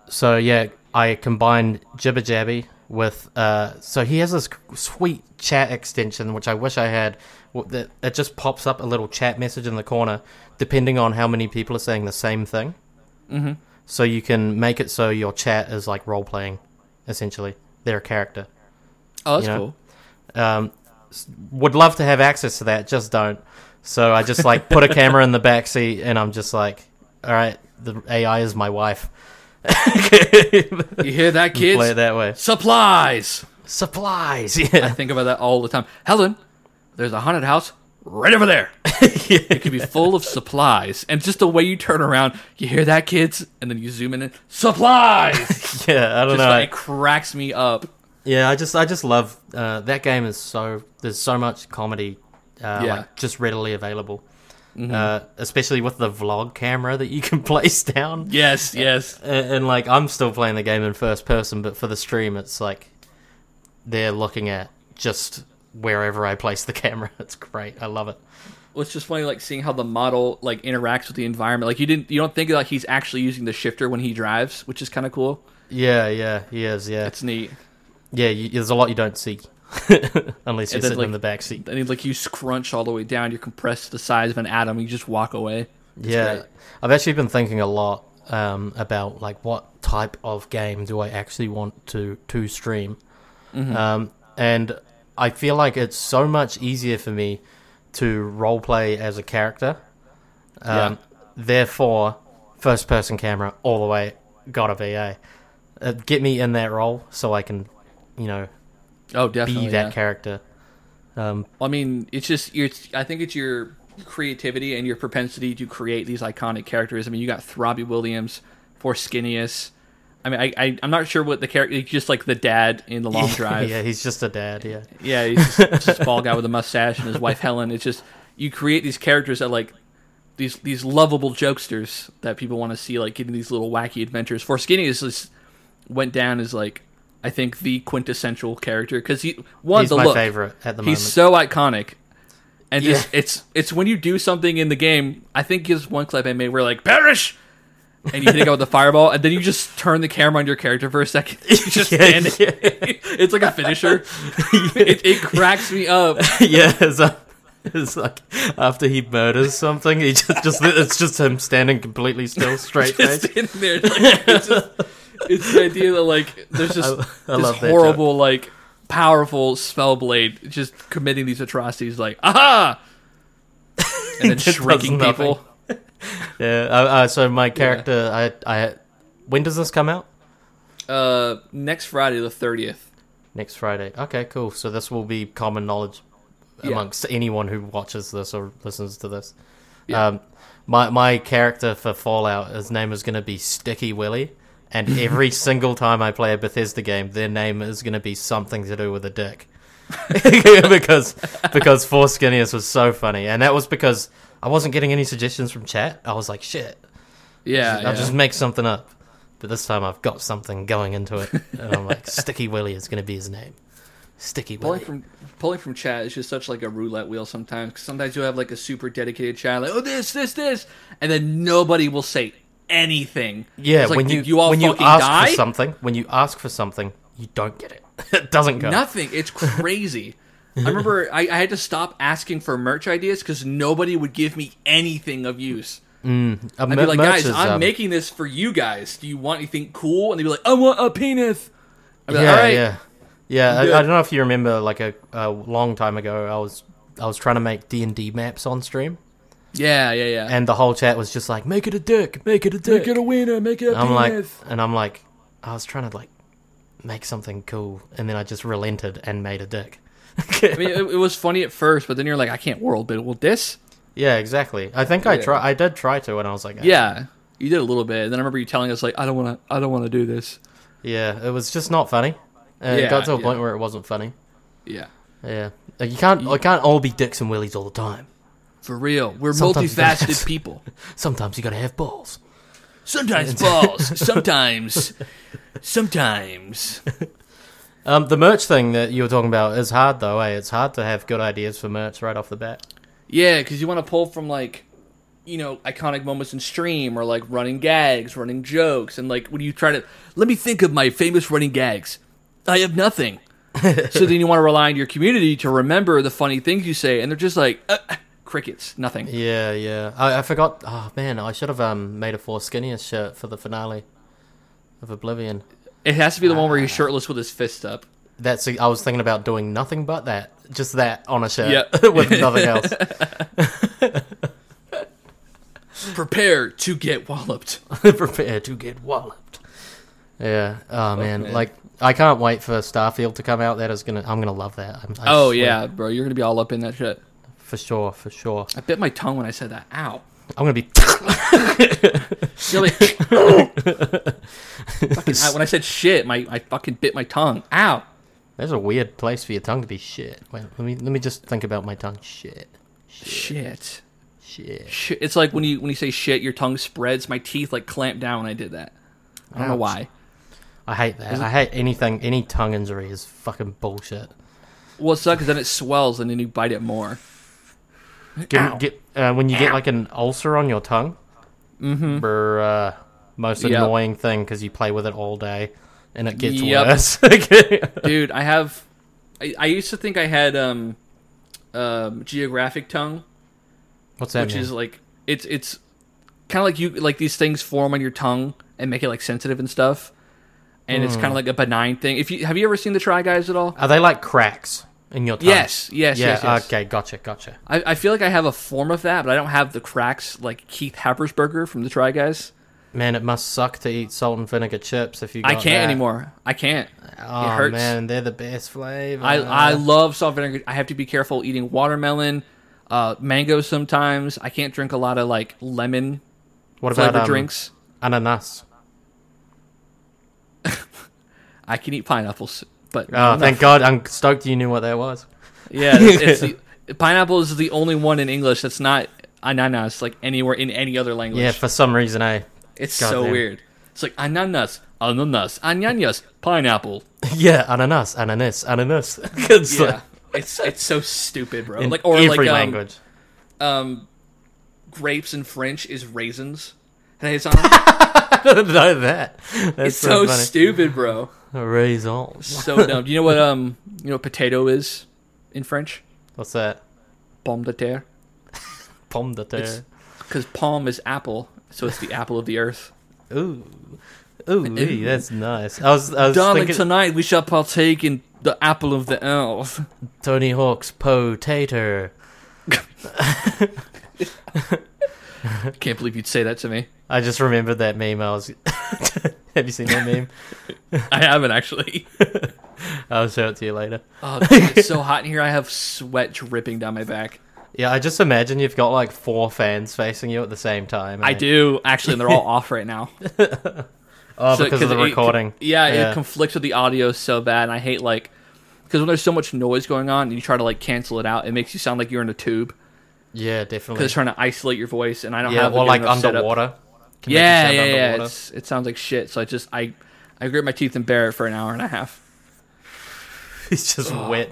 So yeah, I combined Jibber Jabby with. Uh, so he has this sweet chat extension, which I wish I had. w- That it just pops up a little chat message in the corner, depending on how many people are saying the same thing. Mm-hmm. So you can make it so your chat is like role playing, essentially. They're a character.
Oh, that's
you know,
cool.
Um, s- would love to have access to that, just don't. So I just like put a camera in the back seat, and I'm just like, all right, the AI is my wife.
You hear that, kids?
Play it that way.
Supplies.
supplies. Yeah,
I think about that all the time. Helen, there's a haunted house right over there. It could be full of supplies, and just the way you turn around, you hear that, kids, and then you zoom in and supplies.
yeah. I don't
Just
know.
like, it cracks me up.
yeah, I just, I just love uh, that game. Is so there's so much comedy, uh,
Yeah.
like just readily available. Uh, especially with the vlog camera that you can place down,
Yes, yes.
and, and like I'm still playing the game in first person, but for the stream, it's like they're looking at just wherever I place the camera. It's great. I love it.
Well, it's just funny like seeing how the model like interacts with the environment like you didn't you don't think like he's actually using the shifter when he drives which is kind of cool
Yeah, yeah, he is. Yeah,
it's neat
yeah. You, there's a lot you don't see. unless you're
then,
sitting
like-
in the back seat.
And like you scrunch all the way down, you're compressed to the size of an atom, you just walk away.
Yeah,
great.
I've actually been thinking a lot um, about like what type of game do I actually want to to stream,
Mm-hmm.
um, and I feel like it's so much easier for me to roleplay as a character. Um, Therefore, first person camera all the way. Gotta be a uh, get me in that role so I can, you know,
Oh,
be
definitely.
that
yeah.
character. Um,
I mean, it's just your. I think it's your creativity and your propensity to create these iconic characters. I mean, you got Robbie Williams for Skinnius. I mean, I, I I'm not sure what the character. Just like the dad in the long drive.
yeah, he's just a dad. Yeah.
Yeah, he's just, just a bald guy with a mustache and his wife Helen. It's just you create these characters that like these these lovable jokesters that people want to see, like getting these little wacky adventures. For Skinny is just went down as like I think the quintessential character because he one
He's
the
my
look
favorite at the
he's
moment.
so iconic. And just
Yeah.
it's it's when you do something in the game. I think is one clip I made where like perish, and you hit a guy with a fireball, and then you just turn the camera on your character for a second. You just
Yeah,
stand
yeah.
it's like a finisher. it, it cracks me up.
yeah, it's, uh, it's like after he murders something, he just, just it's just him standing completely still, straight
It's
face.
in there. Like, it's, just, it's the idea that like there's just
I
this
love that
horrible like powerful spellblade just committing these atrocities. Like aha, and then
Just does
shrinking people.
nothing. Yeah. Uh, uh, so my character, I, I, when does this come out?
Uh, next Friday the thirtieth.
Next Friday. Okay, cool. So this will be common knowledge
Yeah.
amongst anyone who watches this or listens to this.
Yeah.
Um, my my character for Fallout, his name is going to be Sticky Willy, and every single time I play a Bethesda game, their name is going to be something to do with a dick. because because Four Skinniers was so funny, and that was because I wasn't getting any suggestions from chat. I was like, shit,
Yeah,
I'll
yeah.
just make something up. But this time I've got something going into it, and I'm like, Sticky Willy is going to be his name. Sticky
pulling
Willy.
from pulling from chat is just such like a roulette wheel sometimes. 'cause sometimes you'll have like a super dedicated chat, like oh this this this, and then nobody will say anything.
Yeah,
It's like,
when you,
"Did all
when you
fucking
ask
die?
for something, when you ask for something, you don't get it. it doesn't go.
Nothing. It's crazy. I remember I, I had to stop asking for merch ideas because nobody would give me anything of use.
Uh,
I'd
mer-
be like,
merch
guys,
is,
I'm
um,
making this for you guys. Do you want anything cool? And they'd be like, I want a penis. I'd be like,
yeah,
all right.
yeah, yeah. I, I
Yeah.
don't know if you remember, like a, a long time ago, I was I was trying to make D and D maps on stream,
Yeah, yeah, yeah.
and the whole chat was just like, "Make it a dick, make it a dick,
a winner. Make it a
I'm like, and I'm like, I was trying to like make something cool, and then I just relented and made a dick.
I mean, it, it was funny at first, but then you're like, I can't world build well, this.
yeah, exactly. I think I
Yeah.
try. I did try to, and I was like, "Ah,
Yeah, you did a little bit, and then I remember you telling us like, I don't want to, I don't want to do this.
yeah. It was just not funny. Uh,
Yeah,
it got to a
yeah.
point where it wasn't funny.
Yeah,
Yeah, like you can't. It can't all be dicks and willies all the time.
for real. We're
Sometimes-
multifaceted people.
Sometimes you gotta have balls.
Sometimes balls. Sometimes. Sometimes.
Um, the merch thing that you were talking about is hard though. Eh? It's hard to have good ideas for merch right off the bat.
Yeah, because you want to pull from like, you know, iconic moments in stream or like running gags, running jokes, and like when you try to let me think of my famous running gags. I have nothing. so then you want to rely on your community to remember the funny things you say, and they're just like uh, crickets, nothing.
Yeah, yeah. I, I forgot. Oh man, I should have um made a four skinnier shirt for the finale of Oblivion.
It has to be the one where he's shirtless with his fist up.
That's. I was thinking about doing nothing but that, just that on a shirt
Yeah.
with nothing else.
Prepare to get walloped.
Prepare to get walloped. Yeah. Oh man.
man.
like I can't wait for Starfield to come out. That is gonna. I'm gonna love that. I'm, I
Oh
swear.
yeah, bro, you're gonna be all up in that shit.
for sure, for sure.
I bit my tongue when I said that. Ow.
I'm gonna be.
You're like, fucking, I, when I said shit, my I fucking bit my tongue. Ow.
That's a weird place for your tongue to be shit. Wait, let me let me just think about my tongue. Shit,
Shit.
shit.
Shit. It's like when you when you say shit, your tongue spreads. My teeth like clamped down when I did that. I don't know
Ouch.
why.
I hate that. I hate anything. Any tongue injury is fucking bullshit.
Well, it sucks 'cause then it swells and then you bite it more.
Get, get, uh, when you get like an ulcer on your tongue, mm-hmm. bruh, most
Yep.
annoying thing because you play with it all day and it gets
Yep.
worse.
Dude, I have I, I used to think I had um, um, geographic tongue,
What's that
which
mean?
is like it's it's kind of like you like these things form on your tongue and make it like sensitive and stuff, and it's kind of like a benign thing. If you have you ever seen the Try Guys at all?
Are they like cracks in your tongue?
Yes, yes,
yeah,
yes, yes.
Okay, gotcha, gotcha.
I, I feel like I have a form of that, but I don't have the cracks like Keith Happersberger from the Try Guys.
Man, it must suck to eat salt and vinegar chips if you. Got
I can't
that.
anymore. I can't.
Oh
it hurts.
man, they're the best flavor.
I, I love salt and vinegar. I have to be careful eating watermelon, uh, mango sometimes. I can't drink a lot of like lemon
what
flavored
um,
drinks.
Ananas.
I can eat pineapples, but
Oh, thank God! I'm stoked you knew what that was.
yeah, it's, it's the, pineapple is the only one in English that's not ananas like anywhere in any other language.
Yeah, for some reason, eh?
it's
God
so
damn.
weird. It's like ananas, ananas, ananas, pineapple.
yeah, ananas, ananas, ananas. it's
Yeah,
like-
it's it's so stupid, bro.
in
like or
every
like um,
language.
um, grapes in French is raisins. And it's on.
I don't know that. That's
It's so
funny.
stupid, bro.
Raisins.
So dumb. Do you know what um you know what potato is in French?
What's that?
Pomme de terre.
Pomme de terre.
Because palm is apple, so it's the apple of the earth.
Ooh, ooh, wee, that's nice. I was, I was
Darling,
thinking
tonight we shall partake in the apple of the earth.
Tony Hawk's potato.
Can't believe you'd say that to me.
I just remembered that meme. I was. Have you seen that meme?
I haven't actually.
I'll show it to you later.
Oh, dude, it's so hot in here. I have sweat dripping down my back.
Yeah, I just imagine you've got like four fans facing you at the same time.
I
eh?
do actually, and they're all off right now.
Oh,
So-
because of the
it-
recording.
yeah, it conflicts with the audio so bad, and I hate like because when there's so much noise going on, and you try to like cancel it out, it makes you sound like you're in a tube.
yeah,
because
definitely.
it's trying to isolate your voice, and I don't
Yeah,
have a
or
good
like
enough setup.
underwater. Can make you
Yeah,
sound
yeah, yeah.
underwater.
It's, it sounds like shit. So I just I I grit my teeth and bear it for an hour and a half.
It's just wet.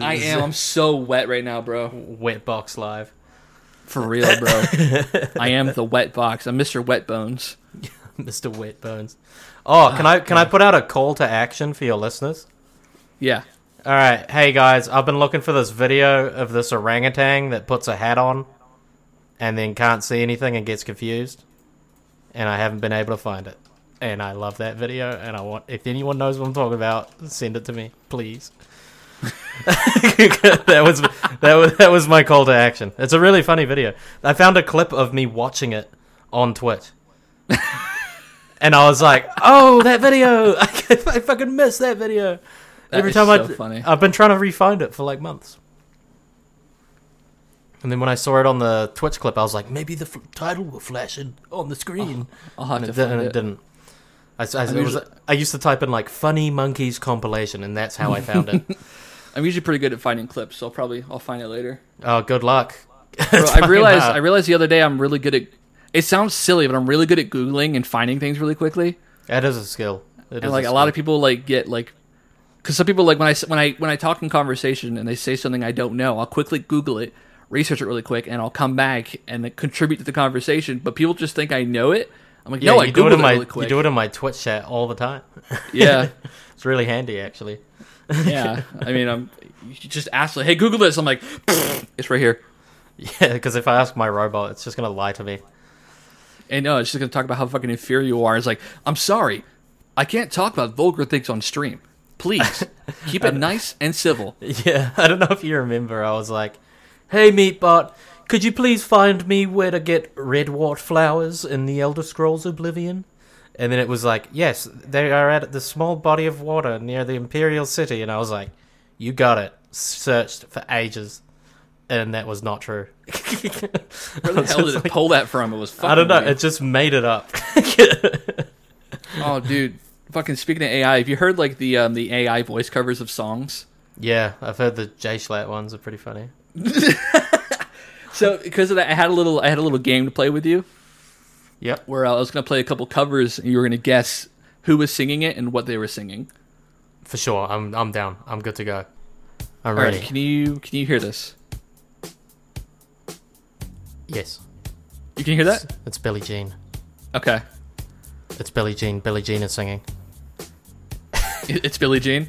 I am. I'm so wet right now, bro.
wet box live.
For real, bro. I am the wet box. I'm Mr. Wet Bones.
Mr. Wet Bones. Oh, can I can I put out a call to action for your listeners?
Yeah.
All right, hey guys, I've been looking for this video of this orangutan that puts a hat on and then can't see anything and gets confused, and I haven't been able to find it. And I love that video, and I want if anyone knows what I'm talking about, send it to me, please. that was that was that was my call to action. It's a really funny video. I found a clip of me watching it on Twitch. and I was like, "Oh, that video! I, fucking missed that video." Every
is
time
so
I
funny.
I've been trying to refind it for like months. And then when I saw it on the Twitch clip, I was like, "Maybe the f- title will flash in on the screen."
I'll have
and
to
it, didn't-
find
it
it.
didn't. I, s- I s- it was-
usually-
I used to type in like "funny monkeys compilation," and that's how I found it.
I'm usually pretty good at finding clips, so I'll probably I'll find it later.
Oh, good luck.
Bro,
It's
I
fucking
realized
hard.
I realized the other day I'm really good at. It sounds silly, but I'm really good at googling and finding things really quickly.
that is a skill. It
and like a lot of people like get like because some people like when I s- when I when I talk in conversation and they say something I don't know, I'll quickly Google it, research it really quick, and I'll come back and then contribute to the conversation. But people just think I know it. I'm like,
Yeah,
no,
you
I
do
googled
it
it,
in my
really quick.
you do it in my Twitch chat all the time.
yeah,
It's really handy actually.
yeah. I mean, I'm you just ask like, hey, Google this. I'm like, it's right here.
Yeah, because if I ask my robot, it's just gonna lie to me.
And no, it's just gonna talk about how fucking inferior you are. It's like, I'm sorry, I can't talk about vulgar things on stream. Please keep it nice and civil.
Yeah, I don't know if you remember. I was like, "Hey, Meatbot, could you please find me where to get redwort flowers in the Elder Scrolls Oblivion?" And then it was like, "Yes, they are at the small body of water near the Imperial City." And I was like, "You got it." Searched for ages, and that was not true.
Where the hell did it pull that from? It was fucking
I don't know.
weird.
It just made it up.
Oh, dude! Fucking speaking of AI, have you heard like the um, the AI voice covers of songs?
yeah, I've heard the J Schlatt ones are pretty funny.
So because of that, I had a little I had a little game to play with you
Yep.
where I was gonna play a couple covers and you were gonna guess who was singing it and what they were singing.
For sure. I'm I'm down. I'm good to go. I'm
All right,
ready.
can you can you hear this?
Yes.
You can hear that?
It's Billie Jean.
Okay,
It's Billie Jean. Billie Jean is singing.
It- it's Billie Jean.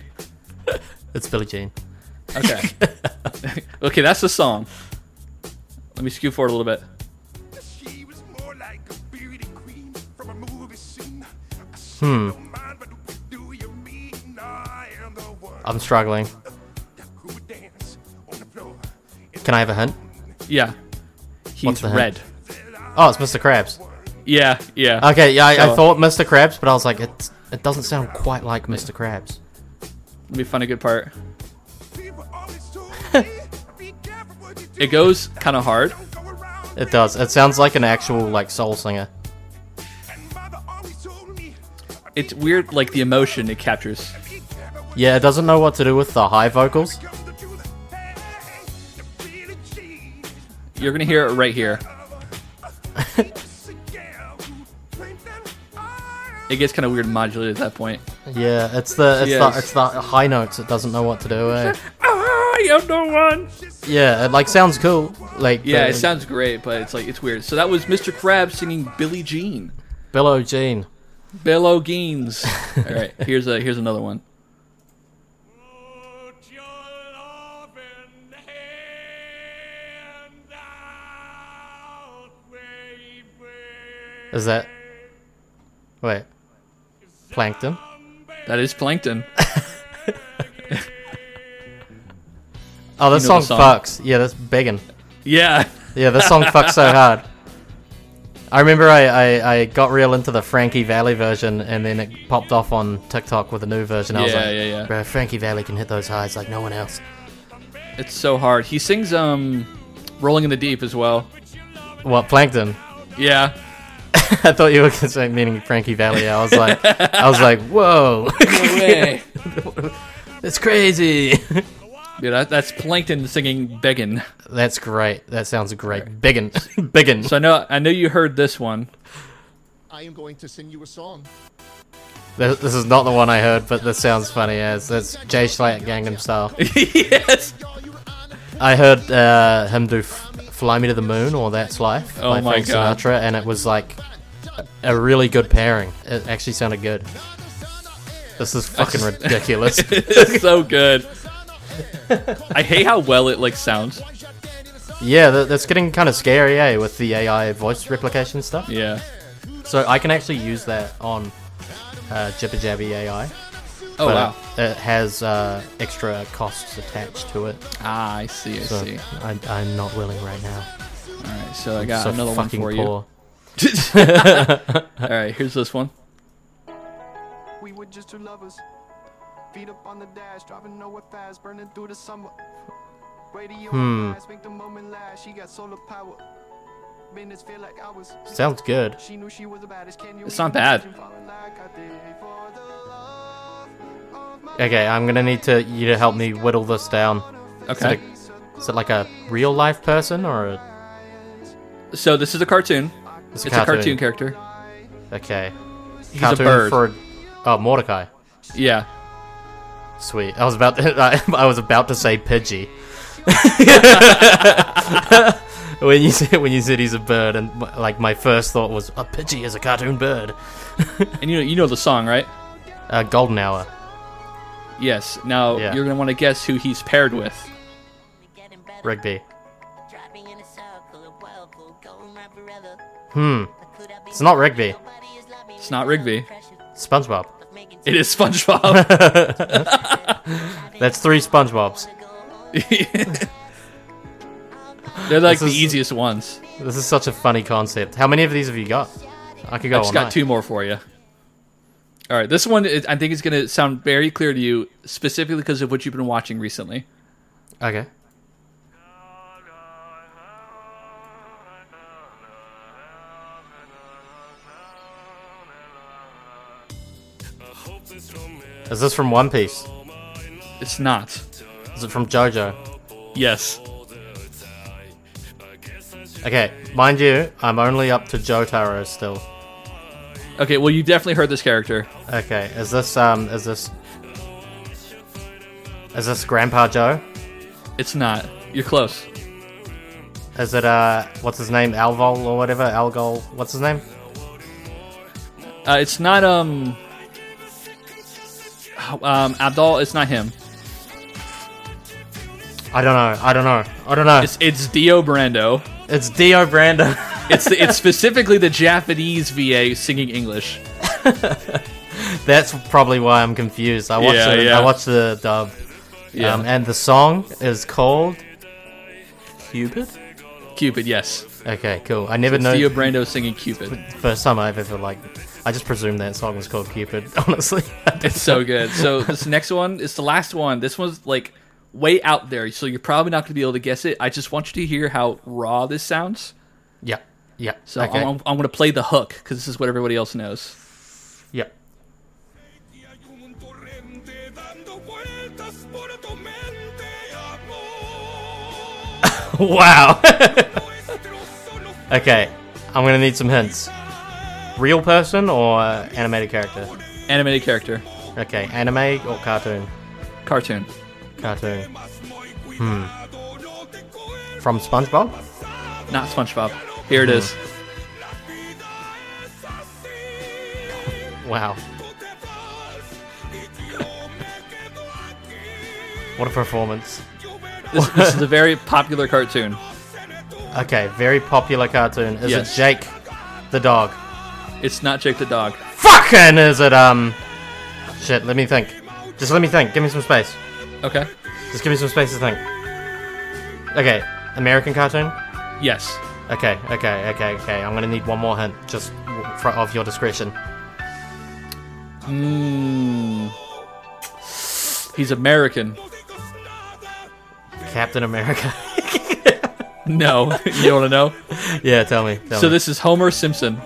It's Billie Jean.
Okay. okay, that's the song. Let me scoot forward a little bit.
She was more like a beauty queen from a movie scene.
Hmm. I'm struggling. Can I have a hint?
Yeah.
What's
He's
the hint?
red.
Oh, it's Mr. Krabs.
Yeah, yeah.
Okay, yeah, I, I
So-
thought Mr. Krabs, but I was like, it, it doesn't sound quite like Mr. Krabs.
Let me find a good part. It goes kind of hard.
It does. It sounds like an actual like soul singer.
It's weird, like the emotion it captures.
Yeah, it doesn't know what to do with the high vocals.
You're gonna hear it right here. It gets kind of weird modulated at that point.
Yeah, it's the it's
Yes.
the it's the high notes. It doesn't know what to do. Eh?
I am no one.
Yeah, it like sounds cool. Like
Yeah,
the-
it sounds great, but it's like it's weird. So that was Mr. Krabs singing Billie Jean.
Bill O'Jean.
Bill O'Geens. All right, here's a here's another one.
Is that? Wait, Plankton.
That is Plankton.
Oh, this
You know
song,
the song.
fucks. Yeah, that's begging.
Yeah.
Yeah, this song fucks so hard. I remember I, I, I got real into the Frankie Valley version, and then it popped off on TikTok with a new version. I was
Yeah,
like,
yeah, yeah.
"Bro, Frankie Valley can hit those highs like no one else."
It's so hard. He sings um Rolling in the Deep as well.
What Plankton?
Yeah.
I thought you were gonna say meaning Frankie Valley. I was like, I was like, whoa,
No way.
it's crazy.
yeah, that, that's Plankton singing Beggin'.
That's great. That sounds great. Biggin, biggin.
So I know I know you heard this one.
I am going to sing you a song.
This, this is not the one I heard, but this sounds funny as that's Jay Schlatt Gangnam Style.
yes.
Y'all, you were on a
I heard uh, him do f- "Fly Me to the Moon" or "That's Life"
Oh
by
my
Frank
God.
Sinatra, and it was like a really good pairing. It actually sounded good. This is fucking ridiculous.
It's so good. I hate how well it like sounds.
yeah, that, that's getting kind of scary, eh? With the AI voice replication stuff.
Yeah.
So I can actually use that on uh, Jibber Jabby AI.
Oh
but
wow.
it, it has uh, extra costs attached to it.
Ah, I see. I
So
see.
I, I'm not willing right now.
All right. So I got
so
another one
fucking
for
poor.
you. All right. Here's this one.
We were just two lovers. Feet up on the dash, driving nowhere fast, burning through the summer. Radio hmm. make the moment last. She got solar power. Minutes feel like hours.
Sounds good.
She knew she was the baddest. Can you
It's not bad.
imagine falling like I did for the love of my
Okay, I'm gonna need to you to help me whittle this down.
Okay.
Is it like a real life person or a,
So this is a cartoon.
it's a
It's a
cartoon?
cartoon character.
Okay.
He's a bird.
for oh Mordecai.
yeah.
Sweet. I was about to, I, was about to say Pidgey. when you said when you said he's a bird, and m- like my first thought was a Pidgey is a cartoon bird.
And you know you know the song, right?
Uh, golden hour.
Yes. Now
Yeah.
you're gonna want to guess who he's paired with.
Rigby.
Hmm.
It's not Rigby.
It's not Rigby.
SpongeBob.
It
It
is.
is SpongeBob.
That's three SpongeBobs.
They're like
This is-
the easiest ones.
This is such a funny concept. How many of these have you got? I could go.
I just
all
got
night.
two more for you. All right, this one is, I think is going to sound very clear to you, specifically because of what you've been watching recently.
Okay. Is this from One Piece?
It's not.
Is it from JoJo?
Yes.
Okay, mind you, I'm only up to Jotaro still.
Okay. Well, you definitely heard this character.
Okay, is this um is this Is this Grandpa Joe?
It's not. You're close.
Is it uh what's his name? Alvol or whatever? Algol what's his name?
Uh, it's not um um Abdul. It's not him.
I don't know. I don't know. I don't know. It's,
It's, it's Dio Brando.
Dio Brando.
It's the, it's specifically the Japanese VA singing English.
That's probably why I'm confused. I watched
Yeah,
it,
yeah.
I watched the dub.
Yeah,
Um, and the song is called Cupid.
Cupid. Yes,
Okay, cool. I never
it's Dio
know.
Brando singing Cupid.
First time I've ever like, I just presumed that song was called Cupid. Honestly,
It's so good. So this next one is the last one. This one's like way out there, so you're probably not going to be able to guess it. I just want you to hear how raw this sounds.
yeah, yeah.
So
okay,
I'm, I'm going to play the hook because this is what everybody else knows.
yeah.
Ti hay un torrente dando vueltas por tu mente, amor.
Wow.
Nuestro solo
okay, I'm gonna need some hints. Real person or animated character?
Animated character,
Okay, anime or cartoon?
cartoon.
Cartoon. Hmm.
más muy cuidado, no te coerza
From SpongeBob?
Not SpongeBob. Here it is.
así.
Wow.
Tú te vas y yo me quedo aquí.
What a performance.
Yo verás
This, this is a very popular cartoon.
en tu
Okay, very popular cartoon. Is
Yes.
it Jake the dog?
It's not Jake the Dog.
Fucking is it um shit, let me think. Just let me think. Give me some space.
Okay.
Just give me some space to think. Okay, American cartoon?
Yes.
Okay, okay, okay, okay. I'm gonna need one more hint, just w- for, of your discretion.
Mm. He's American.
Captain America.
No, you want to know?
yeah, tell me. Tell
So
me.
this is Homer Simpson,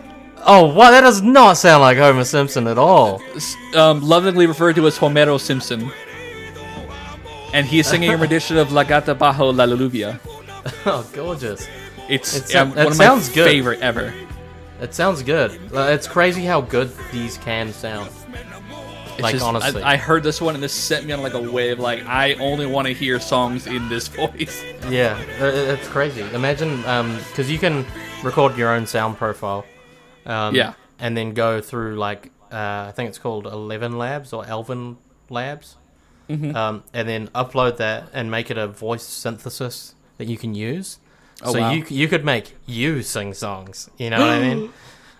oh, wow, that does not sound like Homer Simpson at all.
S- um, lovingly referred to as Homero Simpson, and he is singing a rendition of La Gata Bajo La Lluvia.
Oh, gorgeous.
It's,
It
um,
sou- that
one of
sounds
my
good.
favorite ever.
It sounds good. Like, It's crazy how good these can sound.
It's
Like,
just-
honestly.
I, I heard this one and this sent me on like a wave. Like I only want to hear songs in this voice.
Yeah, i- i- it's crazy. Imagine, because you can record your own sound profile. Um,
Yeah.
And then go through, like, uh, I think it's called Eleven Labs or Elvin Labs. Um, and then upload that and make it a voice synthesis that you can use. so
wow.
you, c- you could make you sing songs. You know what I mean?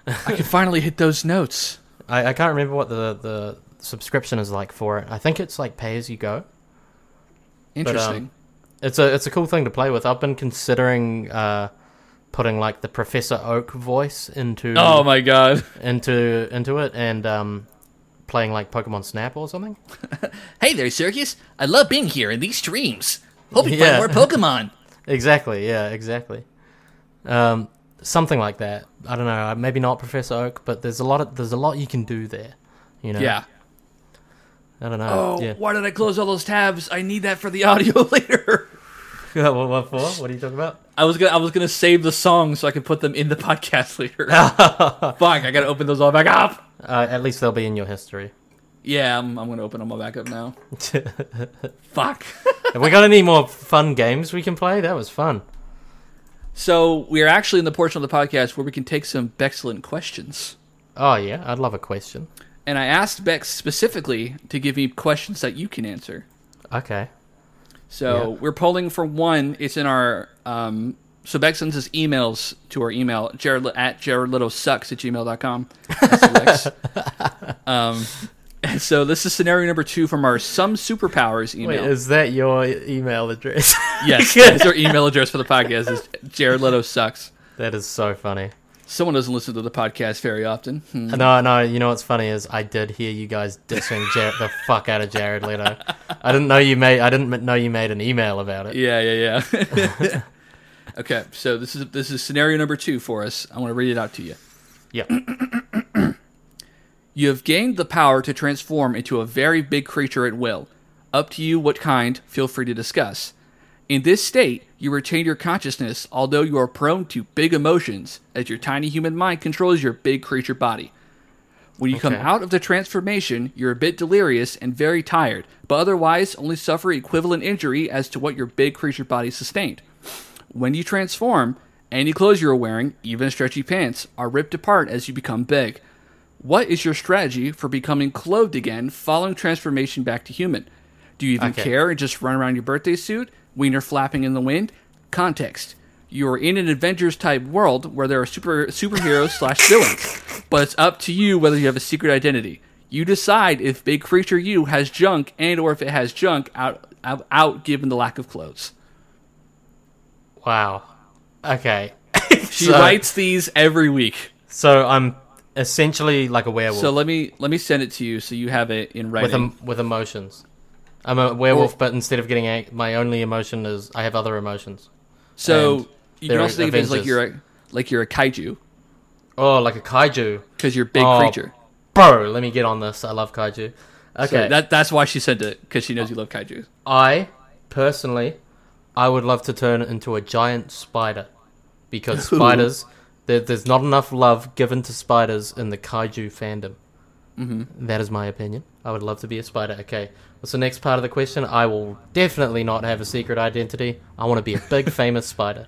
I can finally hit those notes.
I, I can't remember what the, the subscription is like for it. I think it's like pay as you go. um,
Interesting.
It's a it's a cool thing to play with. I've been considering uh, putting like the Professor Oak voice into
oh my god.
into into it and um, playing like Pokemon Snap or something.
Hey there, Circus. I love being here in these streams. Hope you
Yeah.
find more Pokemon.
Exactly. Yeah. Exactly. Um, something like that. I don't know. uh, Maybe not Professor Oak, but there's a lot of there's a lot you can do there. You know.
yeah.
I don't know.
Oh,
yeah.
why did I close all those tabs? I need that for the audio later.
what, what for? What are you talking about?
I was gonna I was gonna save the songs so I could put them in the podcast later. Fuck, I gotta open those all back up.
Uh, at least they'll be in your history.
Yeah, I'm, I'm gonna open them all back up now. Fuck.
Have we got any more fun games we can play? That was fun.
So we're actually in the portion of the podcast where we can take some excellent questions.
Oh yeah, I'd love a question.
And I asked Bex specifically to give me questions that you can answer.
Okay.
So
Yeah.
we're polling for one. It's in our um, so Beck sends us emails to our email Jared at jaredlittlesucks at gmail.com. That's the Lex. um, and so this is scenario number two from our some superpowers
Wait,
email.
is that your e- email address?
yes, that's our email address for the podcast is Jared Leto sucks.
that is so funny.
Someone doesn't listen to the podcast very often. Hmm.
No, no, you know what's funny is I did hear you guys dissing Jared, the fuck out of Jared Leto. I didn't know you made. I didn't m- know you made an email about it.
Yeah, yeah, yeah. okay, so this is this is scenario number two for us. I want to read it out to you.
Yeah.
You have gained the power to transform into a very big creature at will. Up to you what kind, feel free to discuss. In this state, you retain your consciousness, although you are prone to big emotions, as your tiny human mind controls your big creature body. When you come
Okay.
out of the transformation, you're a bit delirious and very tired, but otherwise only suffer equivalent injury as to what your big creature body sustained. When you transform, any clothes you are wearing, even stretchy pants, are ripped apart as you become big. What is your strategy for becoming clothed again following transformation back to human? Do you even
Okay.
care and just run around in your birthday suit, wiener flapping in the wind? Context. You are in an Avengers type world where there are super superheroes slash villains, but it's up to you whether you have a secret identity. You decide if Big Creature U has junk and or if it has junk out out, out given the lack of clothes.
Wow. Okay.
She
So-
writes these every week.
So I'm essentially like a werewolf
So let me let me send it to you so you have it in writing.
with em- with emotions. I'm a werewolf, but instead of getting ang- my only emotion is I have other emotions. and
so you can
they're
also think of it as like
Avengers.
you're a like you're a kaiju
Oh, like a kaiju,
because you're a big
Oh,
creature.
bro. Let me get on this. I love kaiju. Okay,
So that that's why she sent it because she knows you love kaiju.
I personally, I would love to turn into a giant spider because spiders. There, there's not enough love given to spiders in the kaiju fandom. Mm-hmm. That is my opinion. I would love to be a spider. Okay, what's the next part of the question? I will definitely not have a secret identity. I want to be a big famous spider.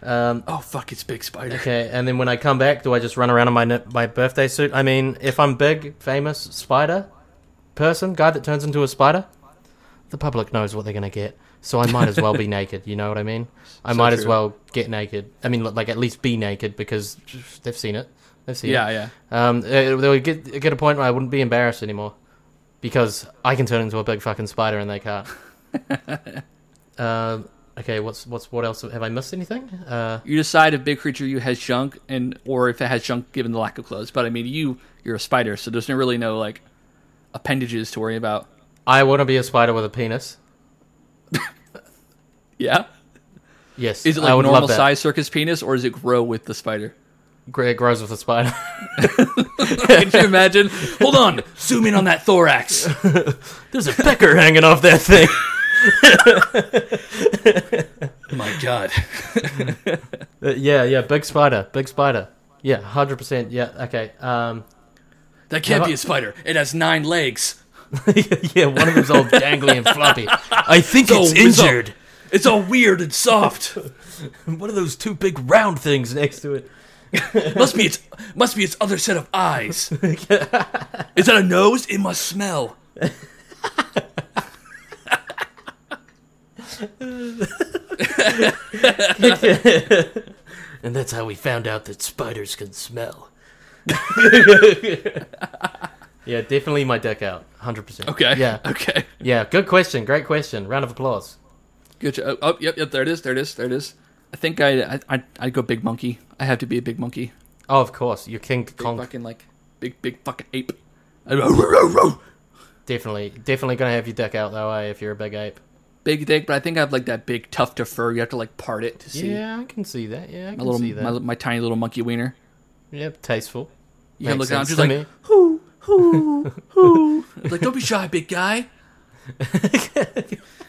Um,
Oh fuck, it's big spider.
Okay, and then when I come back, do I just run around in my ni- my birthday suit? I mean, if I'm big, famous spider person, guy that turns into a spider, the public knows what they're gonna get. So I might as well be naked. You know what I mean? I might as
true.
well get naked. I mean, like at least be naked because they've seen it. They've seen
Yeah,
it.
yeah.
Um, they would get get a point where I wouldn't be embarrassed anymore because I can turn into a big fucking spider and they can't. um, okay, what's what's what else? Have I missed anything? Uh,
You decide if big creature you has junk and or if it has junk given the lack of clothes. But I mean, you you're a spider, so there's no really no like appendages to worry about.
I want to be a spider with a penis.
Yeah.
Yes.
Is it
I
like
would love
normal
that.
size circus penis or does it grow with the spider?
Gr- It grows with a spider.
Can you imagine? Hold on, zoom in on that thorax.
There's a pecker hanging off that thing.
My God.
Uh, yeah, yeah, big spider, big spider. Yeah, hundred percent. Yeah, okay. Um,
That
Yeah,
can't
but-
be a spider. It has nine legs.
yeah, one of them's all dangly and floppy. I think
So
it's
it's all-
injured.
It's all weird and soft.
What are those two big round things next to it?
Must be its must be its other set of eyes. Is that a nose? It must smell.
And that's how we found out that spiders can smell. yeah, definitely my dick out. Hundred percent.
Okay.
Yeah.
Okay.
Yeah. Good question. Great question. Round of applause.
Good job. Oh, yep, yep. There it is. There it is. There it is. I think I I I'd, I'd go big monkey. I have to be a big monkey.
Oh, of course. You're King
Big
Kong.
fucking like big big fucking ape. I'd-
Definitely, definitely gonna have your dick out that way if you're a big ape.
Big dick, but I think I have like that big tuft of fur. You have to like part it to see.
Yeah, I can see that. Yeah, I
My
can
little
see that.
my, my tiny little monkey wiener.
Yep, tasteful.
You can
Makes
look down
sense
just
to
like
me.
It's like, don't be shy, big guy.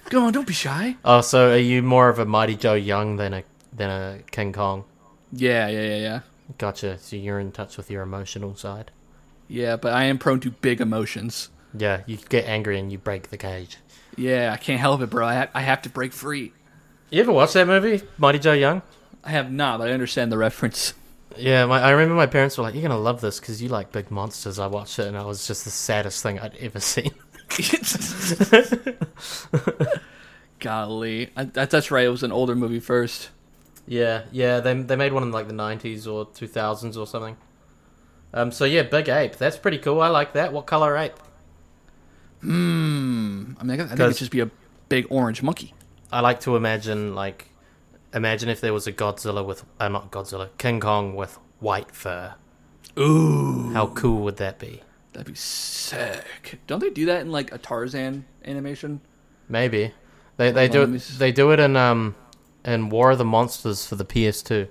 Come on, don't be shy.
Oh, so are you more of a Mighty Joe Young than a than a King Kong?
Yeah, yeah, yeah, yeah.
Gotcha. So you're in touch with your emotional side.
Yeah, but I am prone to big emotions.
Yeah, you get angry and you break the cage.
Yeah, I can't help it, bro. I, ha- I have to break free.
You ever watch that movie, Mighty Joe Young?
I have not, but I understand the reference.
Yeah, my, I remember my parents were like, "You're gonna love this because you like big monsters." I watched it and I was just the saddest thing I'd ever seen.
Golly, I, that, that's right. It was an older movie first.
Yeah, yeah, they they made one in like the nineties or two thousands or something. Um, so yeah, big ape. That's pretty cool. I like that. What color ape?
I mean, I think it'd
Cause-
just be a big orange monkey.
I like to imagine like, imagine if there was a Godzilla with, uh, not Godzilla, King Kong with white fur. Ooh, how cool would that be?
That'd be sick. Don't they do that in like a Tarzan animation?
Maybe they they
Hold
do
on, let me
it,
s-
they do it in um in War of the Monsters for the PS2,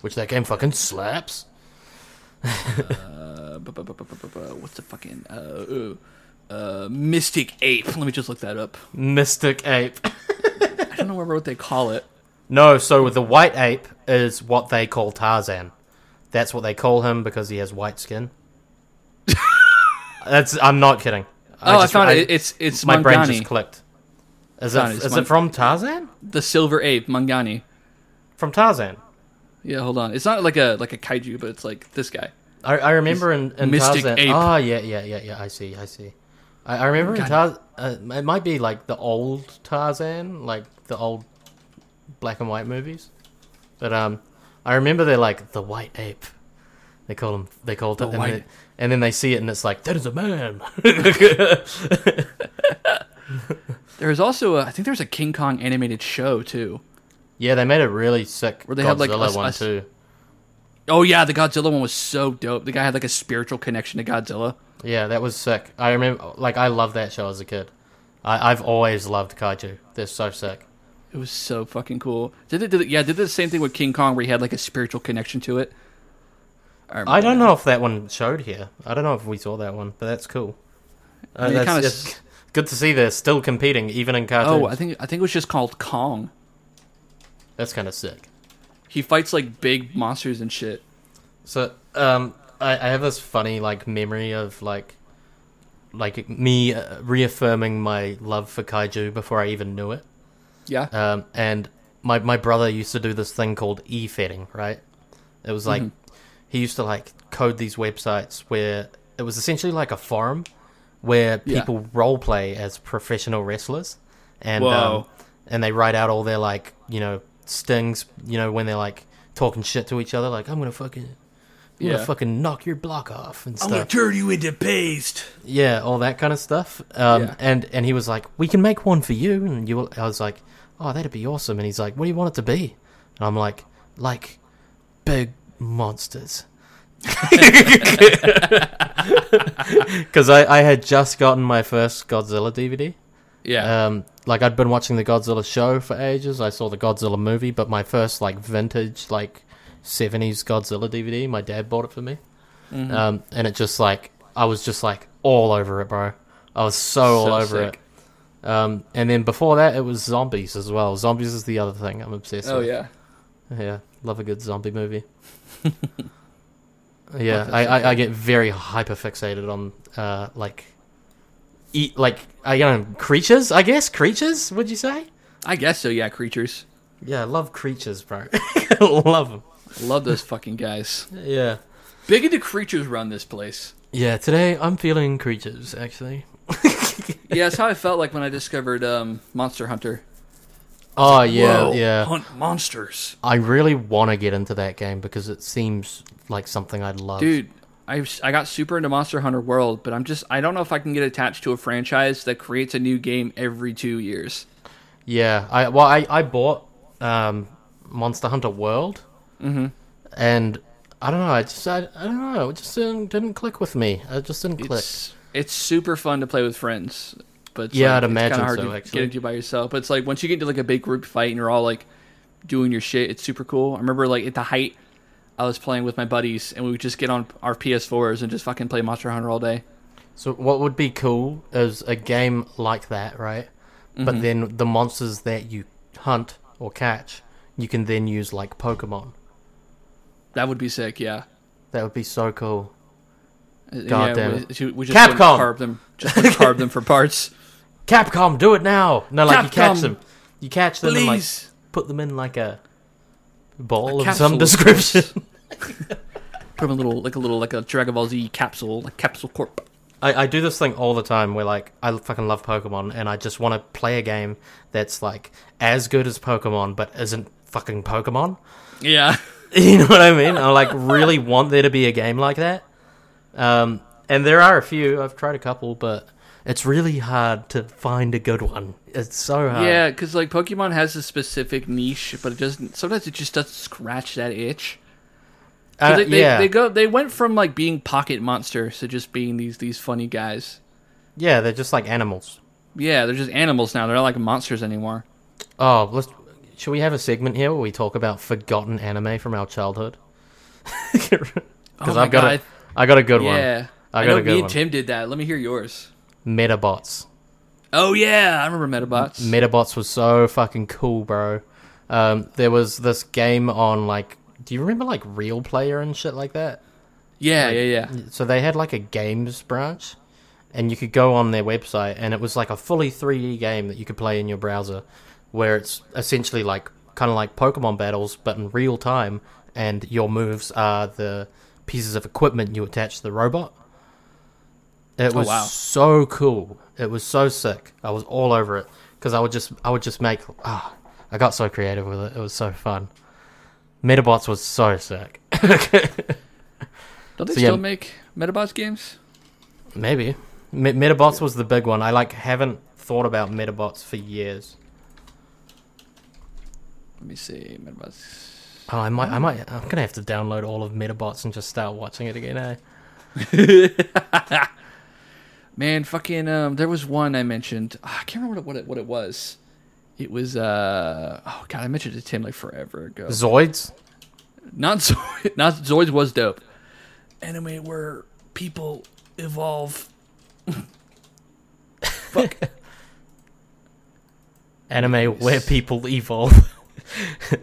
which that game fucking slaps.
Uh, bu- bu- bu- bu- bu- bu- bu- What's the fucking uh, ooh, uh, mystic ape? Let me just look that up.
Mystic ape.
I don't remember what they call it.
No, so the white ape is what they call Tarzan. That's what they call him because he has white skin. That's I'm not kidding.
Oh, I,
just-
found it. It's it's
my
Mangani,
brain just clicked. Is it
Found it. It's
is
Mon-
it from Tarzan?
the silver ape, Mangani.
From Tarzan.
Yeah, hold on. It's not like a like a kaiju, but it's like this guy.
I, I remember in, Ah, in
Mystic
Tarzan.
ape.
Oh yeah, yeah, yeah, yeah. I see, I see. I, I remember in Tarz, uh, it might be like the old Tarzan, like the old black and white movies. But um, I remember they're like the white ape. They call him. They call it, and,
white-
they- and then they see it, and it's like that is a man.
There was also, a, I think there was a King Kong animated show too.
yeah, they made a really sick
Where they
Godzilla
had, like, a-
one
a-
too.
Oh yeah, the Godzilla one was so dope. The guy had like a spiritual connection to Godzilla.
Yeah, that was sick. I remember, like, I loved that show as a kid. I, I've always loved kaiju. They're so sick.
It was so fucking cool. Did it? Did it? Yeah, did the same thing with King Kong where he had like a spiritual connection to it.
I don't know if that one showed here. I don't know if we saw that one, but that's cool. Uh,
mean, it
that's-
kinda
it's good to see they're still competing, even in cartoons.
Oh, I think I think it was just called Kong.
that's kind of sick.
He fights like big monsters and shit.
So, um, I, I have this funny like memory of like, like me uh, reaffirming my love for kaiju before I even knew it.
Yeah.
Um, and my my brother used to do this thing called e-fetting, right? It was like
Mm-hmm.
he used to like code these websites where it was essentially like a forum where
Yeah.
people role play as professional wrestlers, and um,
Whoa.
and they write out all their like you know stings, you know when they're like talking shit to each other, like I'm gonna fucking. I'm
Yeah.
gonna fucking knock your block off and stuff.
turn you into paste.
Yeah, all that kind of stuff. Um,
Yeah.
And and he was like, "We can make one for you." And you, I was like, "Oh, that'd be awesome." And he's like, "What do you want it to be?" And I'm like, "Like big monsters." Because I, I had just gotten my first Godzilla DVD.
Yeah.
Um, like I'd been watching the Godzilla show for ages. I saw the Godzilla movie, but my first like vintage like seventies Godzilla DVD, my dad bought it for me,
Mm-hmm.
um, and it just like I was just like all over it, bro. I was so, all
So
over
sick.
it. Um, and then before that, it was zombies as well. Zombies is the other thing I'm obsessed
oh
with.
yeah.
Yeah, love a good zombie movie. yeah, I, I, I get very hyper fixated on uh like eat like I don't know, creatures, I guess. Creatures, would you say?
I guess so. Yeah, creatures.
Yeah, I love creatures, bro. love them.
Love those fucking guys.
Yeah.
Big into creatures run this place.
Yeah, today I'm feeling creatures actually.
Yeah, that's how I felt like when I discovered um, Monster Hunter.
Oh yeah, yeah.
Hunt monsters,
I really want to get into that game because it seems like something I'd love.
dude. I I got super into Monster Hunter World, but I'm just I don't know if I can get attached to a franchise that creates a new game every two years.
Yeah, I well, I I bought um, Monster Hunter World, mm-hmm. and I don't know. I just I, I don't know. It just didn't, didn't click with me. It just didn't click.
It's it's super fun to play with friends, but it's
Yeah,
like,
I'd
it's kinda
imagine
hard
so,
to
actually.
get into by yourself. But it's like once you get into like a big group fight and you're all like doing your shit, it's super cool. I remember like at the height, I was playing with my buddies and we would just get on our PS4s and just fucking play Monster Hunter all day.
So what would be cool is a game like that, right?
Mm-hmm.
But then the monsters that you hunt or catch, you can then use like Pokemon.
That would be sick. Yeah. Uh,
That would be so cool.
yeah,
damn
we-
it.
We, we just wouldn't
Capcom!
carve them, just wouldn't carve them for parts.
Capcom, do it now! No, like you catch
Capcom,
them, you catch them, and like
please.
put them in like a ball of
Capsule,
some
of
description.
course. Put them in a little, like a little, like a Dragon Ball Z capsule, like capsule corp.
I, I do this thing all the time where like I fucking love Pokemon and I just want to play a game that's like as good as Pokemon but isn't fucking Pokemon.
Yeah.
You know what I mean? I like really want there to be a game like that. Um, and there are a few. I've tried a couple, but it's really hard to find a good one. It's so hard.
Yeah, because like Pokemon has a specific niche, but it doesn't. Sometimes it just doesn't scratch that itch. 'Cause
Uh,
they, they,
yeah.
they go. They went from like being pocket monsters to just being these these funny guys.
yeah, they're just like animals.
Yeah, they're just animals now. They're not like monsters anymore.
Oh, let's. Should we have a segment here where we talk about forgotten anime from our childhood? Because
Oh my
I've got
God.
a, I got a good one.
Yeah,
I got
know
a
me
good
and
one.
Tim did that. Let me hear yours.
Metabots.
Oh yeah, I remember Metabots.
Metabots was so fucking cool, bro. Um, there was this game on like, do you remember like Real Player and shit like that?
yeah, yeah, yeah.
So they had like a games branch, and you could go on their website, and it was like a fully 3D game that you could play in your browser, where it's essentially like kind of like Pokemon battles, but in real time, and your moves are the pieces of equipment you attach to the robot. It was
wow.
so cool. It was so sick. I was all over it because I would just I would just make. Ah, I got so creative with it. It was so fun. Metabots was so sick.
Don't they
So, yeah.
still make Metabots games?
Maybe Me- Metabots was the big one. I like haven't thought about Metabots for years.
Let me see. Metabots.
Oh, I might I might I'm gonna have to download all of Metabots and just start watching it again. Eh?
Man, fucking. Um, there was one I mentioned. Ah, I can't remember what it, what it was. It was. uh Oh god, I mentioned it to Tim like forever ago.
Zoids.
not Zoid, not Zoids was dope. Anime where people evolve.
Anime where people evolve.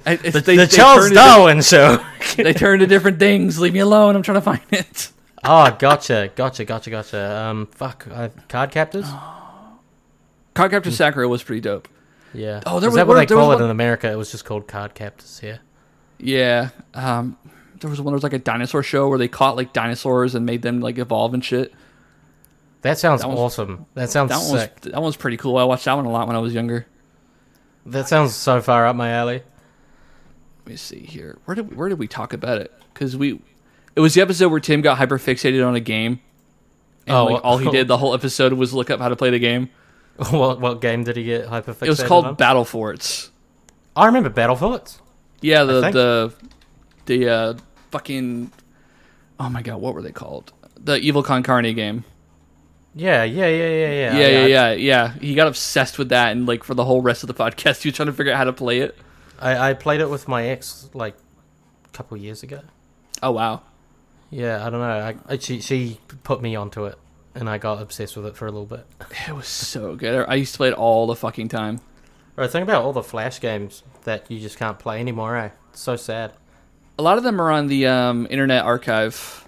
I- it's-
The,
they-
the
they
Charles
turn into-
Darwin show.
they turn to different things. Leave me alone. I'm trying to find it.
oh, gotcha, gotcha, gotcha, gotcha. Um, fuck, uh, card captors.
Oh. Cardcaptor
Hmm.
Sakura was pretty dope.
Yeah.
Oh, there
Is
was-
that what
there-
they
there was
call it
one-
in America? It was just called card captors here.
Yeah. Um, there was one that was like a dinosaur show where they caught like dinosaurs and made them like evolve and shit.
That sounds
That one's-
awesome. That sounds
That one was
sick.
that one's pretty cool. I watched that one a lot when I was younger.
That sounds so far up my alley.
Let me see here. Where did where did we talk about it? Because we, it was the episode where Tim got hyper fixated on a game. And
Oh,
like, all he
well-
did the whole episode was look up how to play the game.
What what game did he get hyperfixated
It was called
on?
Battle Forts.
I remember Battle Forts.
Yeah, the
think.
the the uh, fucking oh my god, what were they called? The Evil Concarne game.
Yeah, yeah, yeah, yeah, Oh, yeah.
yeah, yeah,
I-
yeah, yeah. He got obsessed with that, and like for the whole rest of the podcast, he was trying to figure out how to play it.
I, I played it with my ex like a couple years ago.
Oh wow,
Yeah, I don't know. I, I she she put me onto it, and I got obsessed with it for a little bit.
it was so good. I used to play it all the fucking time.
Right, think about all the flash games that you just can't play anymore. Eh? It's so sad.
A lot of them are on the um, Internet Archive.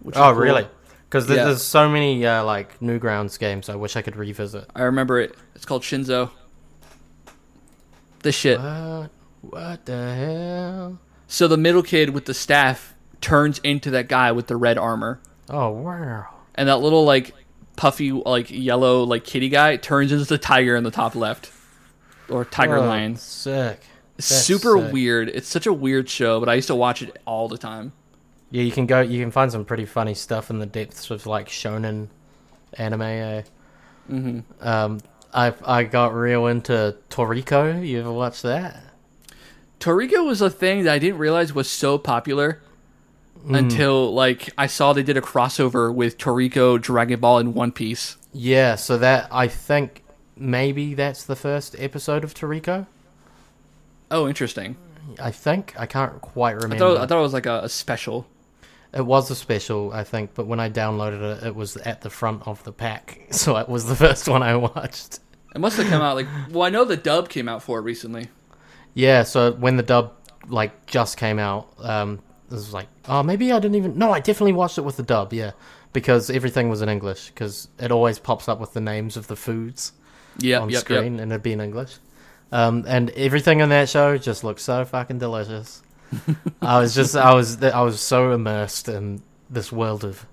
Which is
Oh,
cool.
really? Because
Yeah.
there's so many uh, like Newgrounds games. I wish I could revisit.
I remember it. It's called Shinzo. This shit.
What? Uh, What the hell?
So the middle kid with the staff turns into that guy with the red armor.
Oh wow!
and that little like puffy like yellow like kitty guy turns into the tiger in the top left or tiger
Oh,
lion
Sick. That's
super
sick.
weird it's such a weird show but i used to watch it all the time
Yeah, you can go. You can find some pretty funny stuff in the depths of like shonen anime. Eh? Mm-hmm. Um, I I got real into Toriko. You ever watch that?
toriko was a thing that i didn't realize was so popular
Hmm.
until like i saw they did a crossover with toriko dragon ball and one piece
Yeah. So that I think maybe that's the first episode of Toriko.
oh interesting
I think I can't quite remember.
i thought, I thought it was like a, a special
It was a special, I think, but when I downloaded it, it was at the front of the pack, so it was the first one I watched.
it must have come out like well i know the dub came out for it recently
Yeah, so when the dub like just came out, um, it was like, oh, maybe I didn't even. No, I definitely watched it with the dub, yeah, because everything was in English, because it always pops up with the names of the foods
yeah
on
yep,
screen, and it'd be in English. Um, and everything in that show just looked so fucking delicious. I was just, I was, I was so immersed in this world of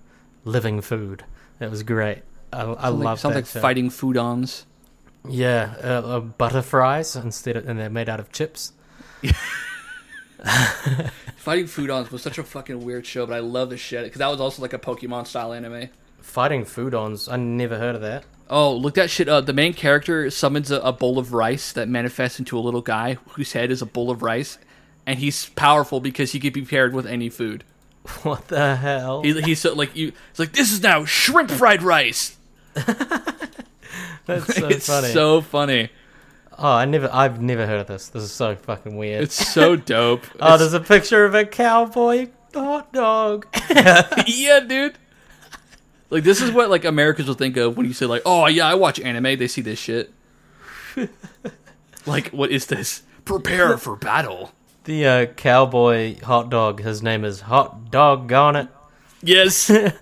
living food. It was great. I, I
yep.
love
sounds
that
like
show.
fighting foodons
Yeah, uh, uh, butter fries instead, of, and they're made out of chips.
Fighting Foodons was such a fucking weird show, but I love the shit because that was also like a Pokemon style anime.
Fighting foodons. I never heard of that.
Oh, look that shit up. The main character summons a, a bowl of rice that manifests into a little guy whose head is a bowl of rice, and he's powerful because he could be paired with any food.
What the hell?
He, he's so like you. It's like this is now shrimp fried rice.
That's so
it's
funny.
so funny.
oh, I never, I've never heard of this. This is so fucking weird.
It's so dope.
oh, there's a picture of a cowboy hot dog.
yeah, dude. Like this is what like Americans will think of when you say like, "Oh yeah, I watch anime." They see this shit. like, what is this? Prepare for battle.
The uh, cowboy hot dog. His name is Hot Dog Garnet.
Yes. They're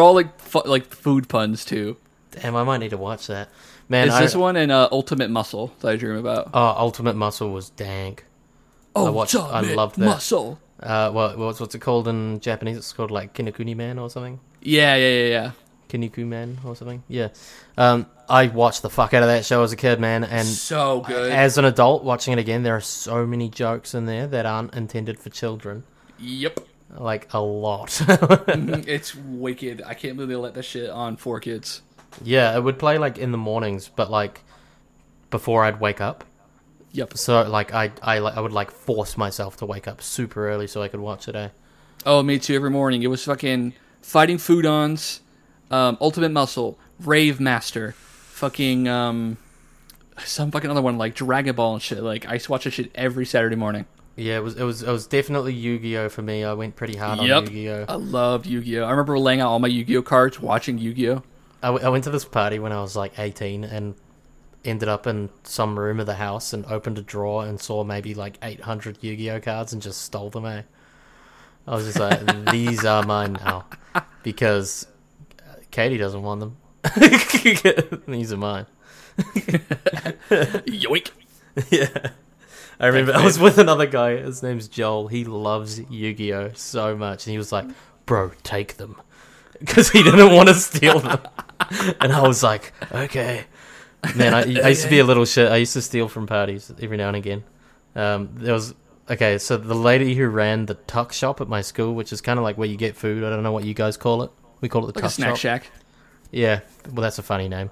all like fu- like food puns too.
Damn, I might need to watch that. Man,
Is
I,
this one and uh, Ultimate Muscle that I dream about?
Oh, Ultimate Muscle was dank.
Oh,
watched- I love that.
Muscle.
Uh, what, what's what's it called in Japanese? It's called like Kinokuni Man or something.
Yeah, yeah, yeah, yeah.
Kaniku Man or something. Yeah, um, I watched the fuck out of that show as a kid, man, and
so good.
as an adult watching it again, there are so many jokes in there that aren't intended for children,
yep.
like a lot.
It's wicked. I can't believe they let that shit on four kids.
yeah, it would play like in the mornings, but like before I'd wake up.
Yep.
So like I I like I would like force myself to wake up super early so I could watch it. Eh?
Oh, me too. Every morning, it was fucking fighting Foodons, um, Ultimate Muscle, Rave Master, fucking um, some fucking other one like Dragon Ball and shit. Like I used to watch that shit every Saturday morning.
Yeah, it was it was it was definitely Yu Gi Oh for me. I went pretty hard on
Yep.
Yu Gi Oh.
I loved Yu-Gi-Oh. I remember laying out all my Yu-Gi-Oh cards, watching Yu-Gi-Oh.
I, w- I went to this party when I was like 18 and ended up in some room of the house and opened a drawer and saw maybe like 800 Yu Gi Oh cards and just stole them, eh? I was just like, these are mine now. Because uh, Katie doesn't want them. these are mine.
Yoink.
I remember I was with another guy. His name's Joel. He loves Yu Gi Oh so much. And he was like, bro, take them. Because he didn't want to steal them. And I was like, okay. Man, I, I used to be a little shit. I used to steal from parties every now and again. Um, there was. Okay, so the lady who ran the tuck shop at my school, which is kind of like where you get food, I don't know what you guys call it. We call it the
Like
tuck
a snack
shop.
shack.
Yeah, well, that's a funny name.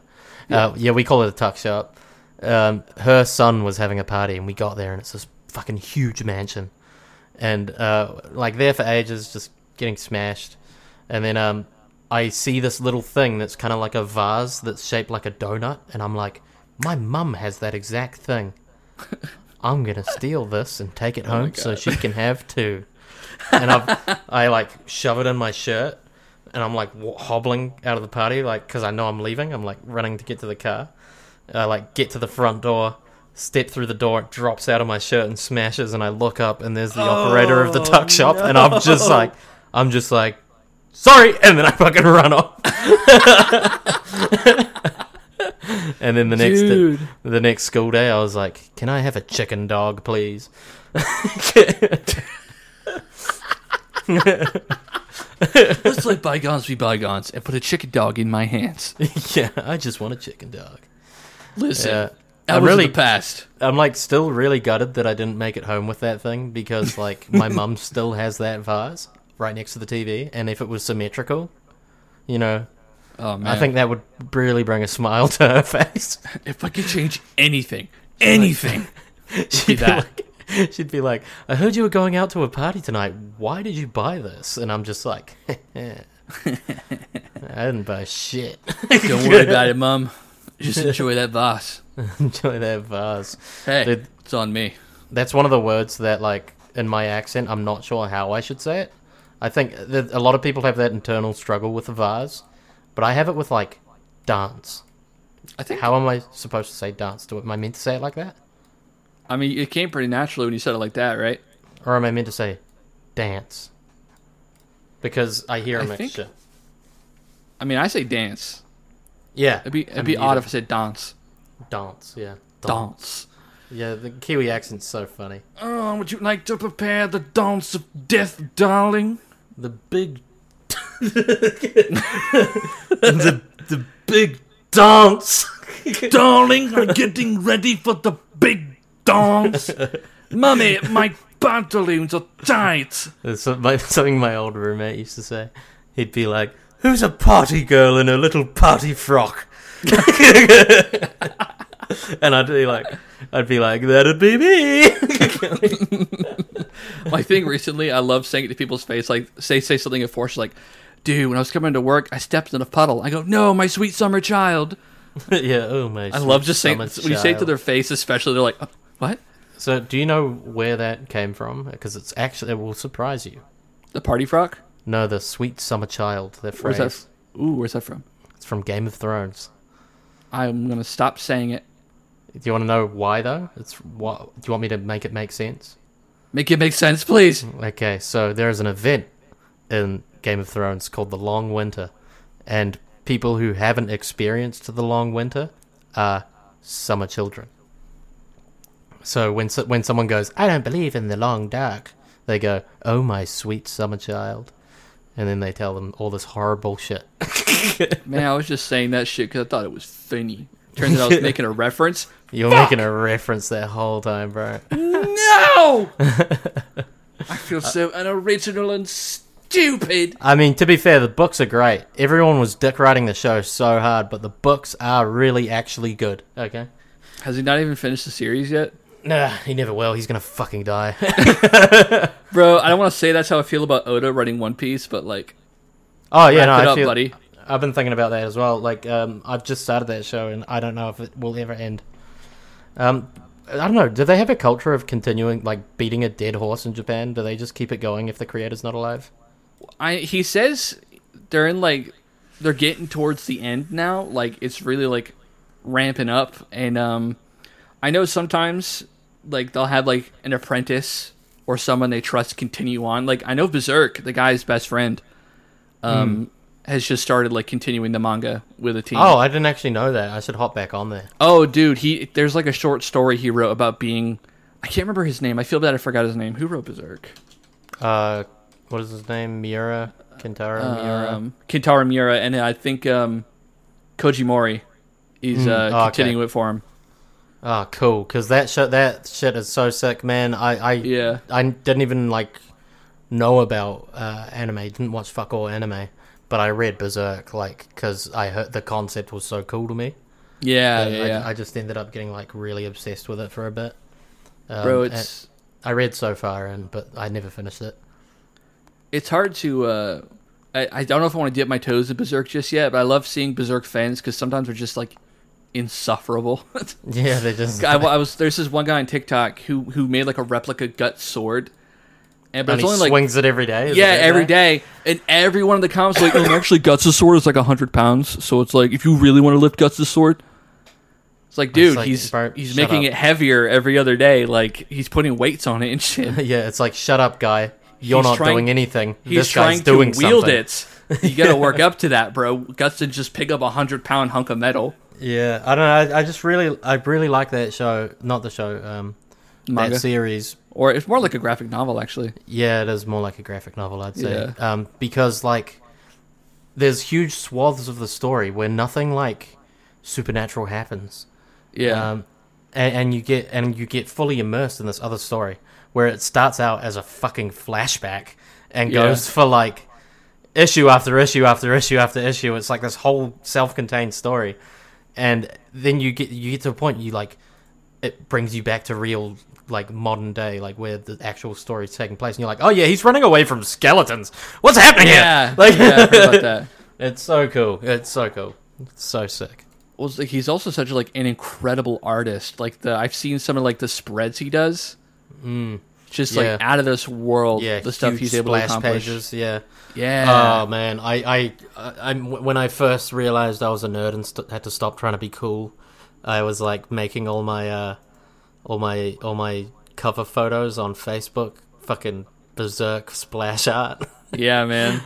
Yeah, uh, yeah we call it a tuck shop. Um, her son was having a party, and we got there, and it's this fucking huge mansion, and uh, like there for ages, just getting smashed, and then um, I see this little thing that's kind of like a vase that's shaped like a donut, and I'm like, my mum has that exact thing. I'm gonna steal this and take it home so she can have two. And I've, I like shove it in my shirt, and I'm like w- hobbling out of the party, like because I know I'm leaving. I'm like running to get to the car. I like get to the front door, step through the door, it drops out of my shirt and smashes, and I look up and there's the operator of the tuck shop, and I'm just like, I'm just like, sorry, and then I fucking run off. and then the next
Dude.
the next school day, I was like, can I have a chicken dog, please?
Let's let bygones be bygones and put a chicken dog in my hands.
yeah, I just want a chicken dog.
Listen,
Yeah.
that was in
I'm Uh, really-
the past.
I'm like still really gutted that I didn't make it home with that thing because like my mum still has that vase right next to the TV, and if it was symmetrical, you know,
Oh man,
I think that would really bring a smile to her face.
if I could change anything, anything,
she'd be
that.
like, she'd be like, "I heard you were going out to a party tonight. Why did you buy this?" And I'm just like, "I didn't buy shit.
don't worry about it, mum. Just enjoy that vase.
Enjoy that vase."
Hey,
Dude.
it's on me.
That's one of the words that, like, in my accent, I'm not sure how I should say it. I think that a lot of people have that internal struggle with the vase, but I have it with, like, dance.
I think.
How am I supposed to say dance? Do am I meant to say it like that?
I mean, it came pretty naturally when you said it like that, right?
Or am I meant to say dance? Because I hear a
I think-
mixture.
I mean, I say dance.
Yeah.
It'd be it'd
And
be
you
odd
do
if I said dance.
Dance, yeah.
Dance.
Yeah, the Kiwi accent's so funny.
Oh, would you like to prepare the dance of death, darling?
The big. the, the big dance!
darling, I'm getting ready for the big dance. Mummy, my pantaloons are tight.
That's some- my- something my old roommate used to say. He'd be like, "Who's a party girl in a little party frock?" and I'd be like, "I'd be like, that'd be me."
My thing recently, I love saying it to people's face. Like, say say something at force, like, dude, when I was coming to work, I stepped in a puddle. I go, no, my sweet summer child.
yeah. Oh my.
I love just saying when you say it to their
their.
face, especially they're like, "Uh, what?
So, do you know where that came from? Because it's actually it will surprise you.
The party frock?
No, the sweet summer child. That
Where's that? f-
phrase.
Ooh, where's that from?
It's from Game of Thrones.
I'm gonna stop saying it.
Do you want to know why though? It's what? Do you want me to make it make sense?
Make it make sense, please.
Okay, so there is an event in Game of Thrones called the Long Winter, and people who haven't experienced the Long Winter are summer children. So when so- when someone goes, "I don't believe in the long dark," they go, "Oh my sweet summer child," and then they tell them all this horrible shit.
Man, I was just saying that shit because I thought it was funny. Turns out I was making a reference.
You're making a reference that whole time, bro.
No! I feel so unoriginal and stupid.
I mean, to be fair, the books are great. Everyone was dick writing the show so hard, but the books are really actually good. Okay.
Has he not even finished the series yet?
Nah, he never will. He's gonna fucking die.
Bro, I don't want to say that's how I feel about Oda writing One Piece, but like,
oh yeah,
wrap
no,
it
I
up,
feel,
buddy.
I've been thinking about that as well. Like, um, I've just started that show, and I don't know if it will ever end. Um, I don't know. Do they have a culture of continuing, like, beating a dead horse in Japan? Do they just keep it going if the creator's not alive?
I he says they're in like they're getting towards the end now. Like it's really like ramping up, and um, I know sometimes like they'll have like an apprentice or someone they trust continue on. Like I know Berserk, the guy's best friend, um, has just started like continuing the manga with a team.
Oh, I didn't actually know that. I should hop back on there.
Oh, dude, he there's like a short story he wrote about being. I can't remember his name. I feel bad I forgot his name. Who wrote Berserk? Oh.
Uh, what is his name? Miura, Kentaro Miura.
Um, Kintaro Miura, and I think um, Koji Mori is uh,
oh, okay.
continuing it for him.
Oh, cool. Because that shit, that shit is so sick, man. I, I,
Yeah.
I didn't even like know about uh, anime. Didn't watch fuck all anime, but I read Berserk like because I heard the concept was so cool to me.
Yeah,
And
yeah,
I,
yeah.
I just ended up getting like really obsessed with it for a bit. Um,
bro.
and
It's
I read so far, and but I never finished it.
it's hard to. Uh, I, I don't know if I want to dip my toes in Berserk just yet, but I love seeing Berserk fans because sometimes they're just like insufferable.
Yeah, they just
I, I was there's this one guy on TikTok who who made like a replica gut sword, and but it's
and he
only like
swings it every day. is
Yeah,
it that
every day. And everyone in the comments was like, oh, actually, Guts' the sword is like 100 pounds. So it's like, if you really want to lift Guts' the sword, it's like, dude,
like,
he's
bro,
he's
shut
making
up.
it heavier every other day. Like, he's putting weights on it and shit.
Yeah, it's like shut up, guy. You're
He's
not
trying-
doing anything.
He's
this
trying
guy's doing
to wield
something.
it. You got to work up to that, bro. Guts did just pick up a 100 pound hunk of metal.
Yeah, I don't know. I, I just really, I really like that show. Not the show, um,
Manga.
that series.
Or it's more like a graphic novel, actually.
Yeah, it is more like a graphic novel, I'd say.
Yeah.
Um, because like, there's huge swaths of the story where nothing like supernatural happens.
Yeah.
Um, and, and you get and you get fully immersed in this other story where it starts out as a fucking flashback and
Yeah.
goes for like issue after issue after issue after issue. It's like this whole self-contained story, and then you get you get to a point you like it brings you back to real like modern day like where the actual story is taking place and you're like oh yeah he's running away from skeletons what's happening
yeah.
here like
yeah, I forgot about that.
it's so cool it's so cool it's so sick
Well, it's like, he's also such like an incredible artist. Like the I've seen some of like the spreads he does. Mm. Just
Yeah.
like out of this world,
yeah
the stuff
huge
he's able to
splash
accomplish.
pages yeah
Yeah,
Oh man, I I I I'm- when I first realized I was a nerd and st- had to stop trying to be cool, I was like making all my uh all my all my cover photos on Facebook, fucking berserk splash art.
yeah, man.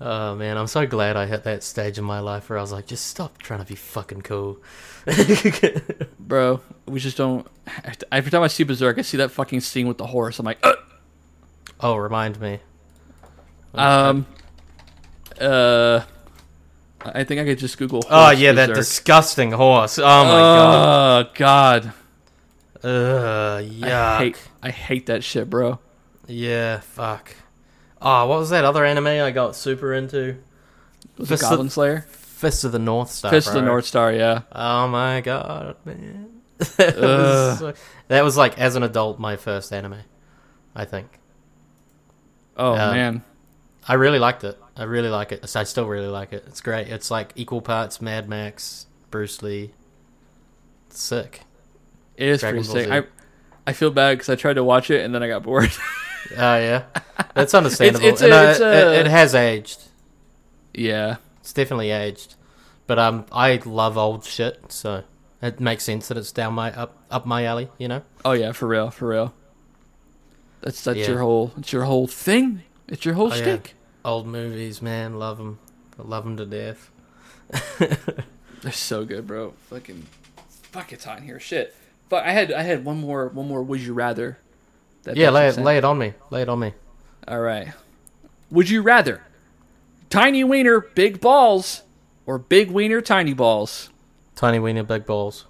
Oh man, I'm so glad I hit that stage in my life where I was like, just stop trying to be fucking cool.
Bro, we just don't. Every time I see Berserk, I see that fucking scene with the horse. I'm like, "Uh, "Ugh."
Oh, remind me.
um, uh, I think I could just Google.
Oh
horse
yeah, that
Berserk.
disgusting horse. Oh my
Oh god,
god. Ugh, yuck.
I hate, I hate that shit, bro.
Yeah, fuck. Oh, what was that other anime I got super into?
Was it
Fist of-
Goblin Slayer?
Fist of the North Star.
Fist of the
bro.
North Star, yeah.
Oh my god, man. that, was so- that was like as an adult my first anime, I think.
Oh
Yeah.
man,
I really liked it. I really like it. I still really like it. It's great. It's like equal parts Mad Max, Bruce Lee. It's sick.
It is
Dragon
pretty
Ball
sick.
Z.
I, I feel bad because I tried to watch it and then I got bored.
Oh yeah. That's understandable.
it's a-
And, uh,
it's a-
it- it has aged.
yeah,
It's definitely aged. But um I love old shit, so it makes sense that it's down my up up my alley, you know?
Oh yeah, for real, for real. That's that's
Yeah. Oh,
your whole it's your whole thing. It's your whole
yeah.
shtick.
Old movies, man, love them. Love them to death.
They're so good, bro. Fucking fuck it's hot in here. Shit. But I had I had one more one more would you rather. That
Yeah, lay it,
Dustin sent.
lay it on me. Lay it on me.
All right. Would you rather Tiny wiener, big balls, or big wiener, tiny balls.
Tiny wiener, big balls.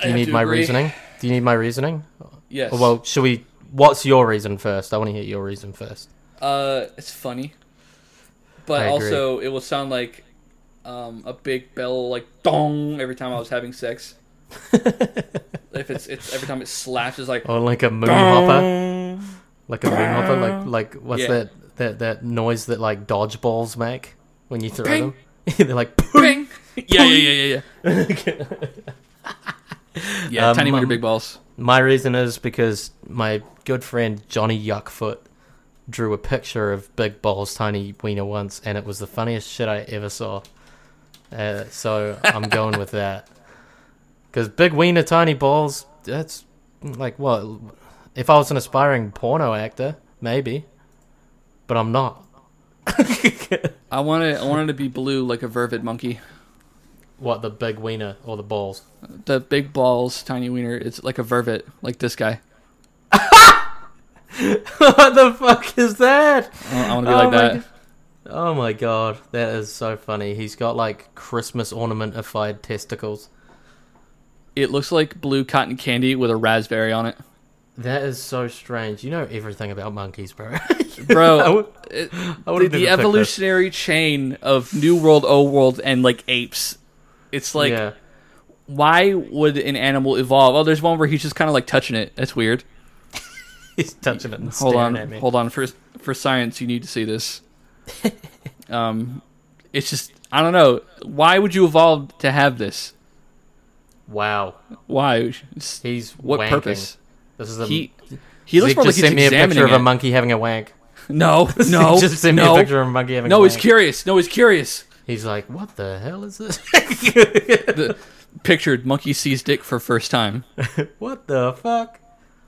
Do you
have
need
to
my
agree.
reasoning? Do you need my reasoning?
Yes.
Well, should we? What's your reason first? I want to hear your reason first.
Uh, it's funny, but
I agree.
also it will sound like um, a big bell, like dong, every time I was having sex. if it's it's every time it slaps, it's like
Or like a moonhopper, like a moonhopper, like like what's
Yeah.
that that that noise that like dodgeballs make when you throw
Ping.
them? They're like
bing. yeah, yeah, yeah, yeah, yeah. yeah,
Um,
tiny wiener,
um,
big balls.
My reason is because my good friend Johnny Yuckfoot drew a picture of Big Balls Tiny Wiener once, and it was the funniest shit I ever saw. Uh, so I'm going with that. Because Big Wiener Tiny Balls, that's like what? If I was an aspiring porno actor, maybe. But I'm not.
I wanted I wanted to be blue like a vervet monkey.
What, the Big Wiener or the balls?
The big balls, tiny wiener. It's like a vervet, like this guy.
what the fuck is that?
I want to be
Oh
like
my
that.
g- Oh my god, that is so funny. He's got like Christmas ornamentified testicles.
It looks like blue cotton candy with a raspberry on it,
That is so strange. You know everything about monkeys, bro. I
bro.
would-
it-
I
the, the
would've never picked that.
evolutionary chain of new world, old world, and like apes. It's like
yeah,
why would an animal evolve? Oh, there's one where he's just kind of like touching it. That's weird.
he's touching it and
Hold
staring
on,
at me.
hold on. For for science, you need to see this. um, it's just I don't know. Why would you evolve to have this?
Wow,
Why? It's-
he's
what
wanking.
purpose?
This is a
He he looks
Zeke
more like
just
he's
sent me a
examining
picture of a
it.
monkey having a wank.
No, no,
Zeke just sent
no,
me a picture of a monkey having.
no.
a
He's
wank.
curious. No, he's curious.
He's like, what the hell is this?
Pictured monkey sees dick for first time.
what the fuck?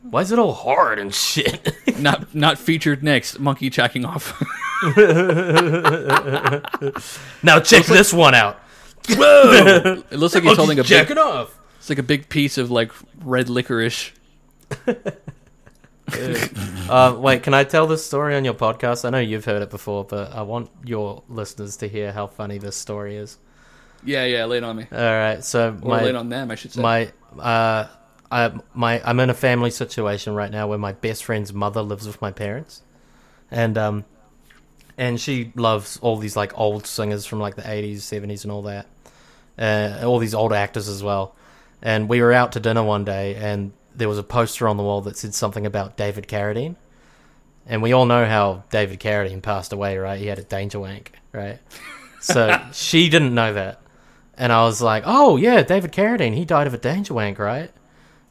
Why is it all hard and shit?
not not featured next. Monkey checking off.
now check this one out.
It looks like he's holding a big,
Check it off.
it's like a big piece of like red licorice.
Uh, wait, can I tell this story on your podcast? I know you've heard it before, but I want your listeners to hear how funny this story is.
Yeah, yeah, lay it on me.
All right, so
Or
my
lay it on them, I should say.
my uh, I my I'm in a family situation right now where my best friend's mother lives with my parents, and um, and she loves all these like old singers from like the eighties, seventies, and all that, uh, all these old actors as well. And we were out to dinner one day, and there was a poster on the wall that said something about David Carradine. And we all know how David Carradine passed away, right? He had a danger wank, right? So she didn't know that. And I was like, oh, yeah, David Carradine, he died of a danger wank, right?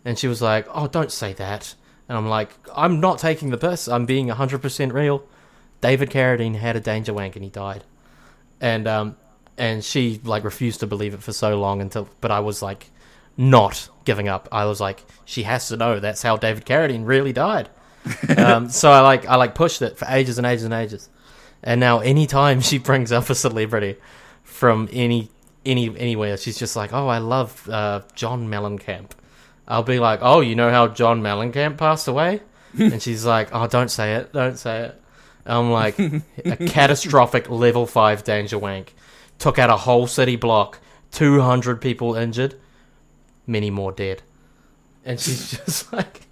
And she was like, oh, don't say that. And I'm like, I'm not taking the piss. I'm being 100% real. David Carradine had a danger wank and he died. And, um, and she like refused to believe it for so long until, but I was like, not giving up. I was like, she has to know that's how David Carradine really died. um, so I like, I like pushed it for ages and ages and ages. And now anytime she brings up a celebrity from any any anywhere, she's just like, "Oh, I love uh, John Mellencamp." I'll be like, "Oh, you know how John Mellencamp passed away?" and she's like, "Oh, don't say it, don't say it." And I'm like, a catastrophic level five danger wank took out a whole city block, two hundred people injured, many more dead, and she's just like.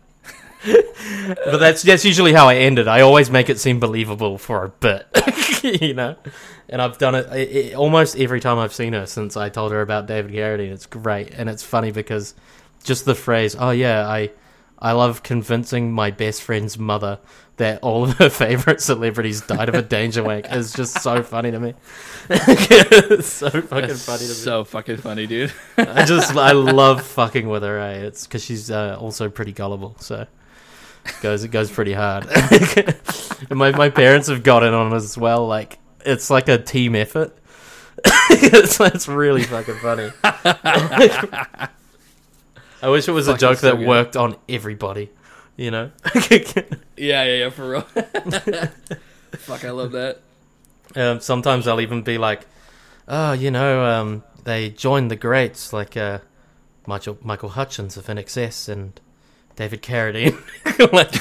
But that's that's usually how I end it. I always make it seem believable for a bit, you know. And I've done it, it, it almost every time I've seen her since I told her about David Carradine. It's great, and it's funny because just the phrase, "Oh yeah, I, I love convincing my best friend's mother that all of her favorite celebrities died of a danger wank," is just so funny to me. it's so fucking
That's
funny to me.
so fucking funny, dude.
I just I love fucking with her. Eh? It's because she's uh, also pretty gullible, so it goes it goes pretty hard. and my my parents have got in on it as well. Like it's like a team effort. it's, it's really fucking funny. I wish it was a
Fucking
joke
so
that
good.
worked on everybody. You know,
yeah, yeah, yeah, for real. Fuck, I love that.
um, sometimes I'll even be like, "Oh, you know, um, they joined the greats like uh, Michael Michael Hutchins of In Excess and David Carradine. like,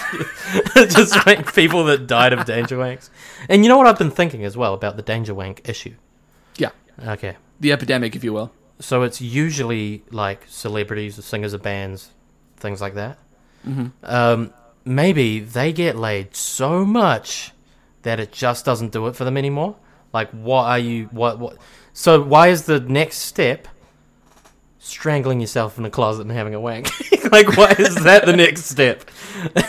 just make people that died of danger wanks. And you know what I've been thinking as well about the danger wank issue?
Yeah,
Okay.
the epidemic, if you will.
So it's usually like celebrities or singers of bands, things like that. Mm-hmm. Um, maybe they get laid so much that it just doesn't do it for them anymore. Like, what are you? What? What? So why is the next step strangling yourself in a closet and having a wank? like, why is that the next step?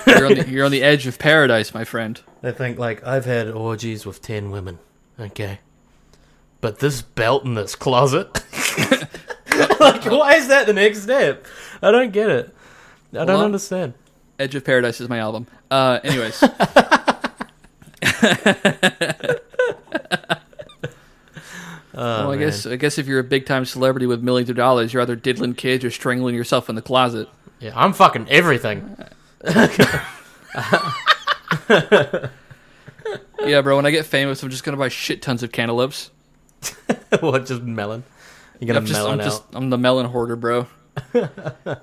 You're on the, you're on the edge of paradise, my friend.
They think like I've had orgies with ten women. Okay. But this belt in this closet Like why is that the next step? I don't get it. I don't
Well,
understand.
Edge of Paradise is my album. Uh, anyways.
Oh,
well, I
man.
guess I guess if you're a big time celebrity with millions of dollars, you're either diddling kids or strangling yourself in the closet.
Yeah, I'm fucking everything.
Yeah, bro. When I get famous, I'm just gonna buy shit tons of cantaloupes.
what just melon? You're gonna
I'm just,
melon
I'm
out.
just, I'm the melon hoarder, bro.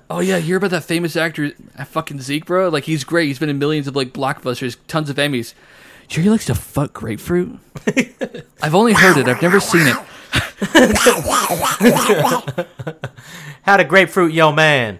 oh yeah, hear about that famous actor, uh, fucking Zeke, bro? Like he's great. He's been in millions of like blockbusters, tons of Emmys. Do you hear he likes to fuck grapefruit? I've only heard it. I've never seen it.
How to grapefruit yo man.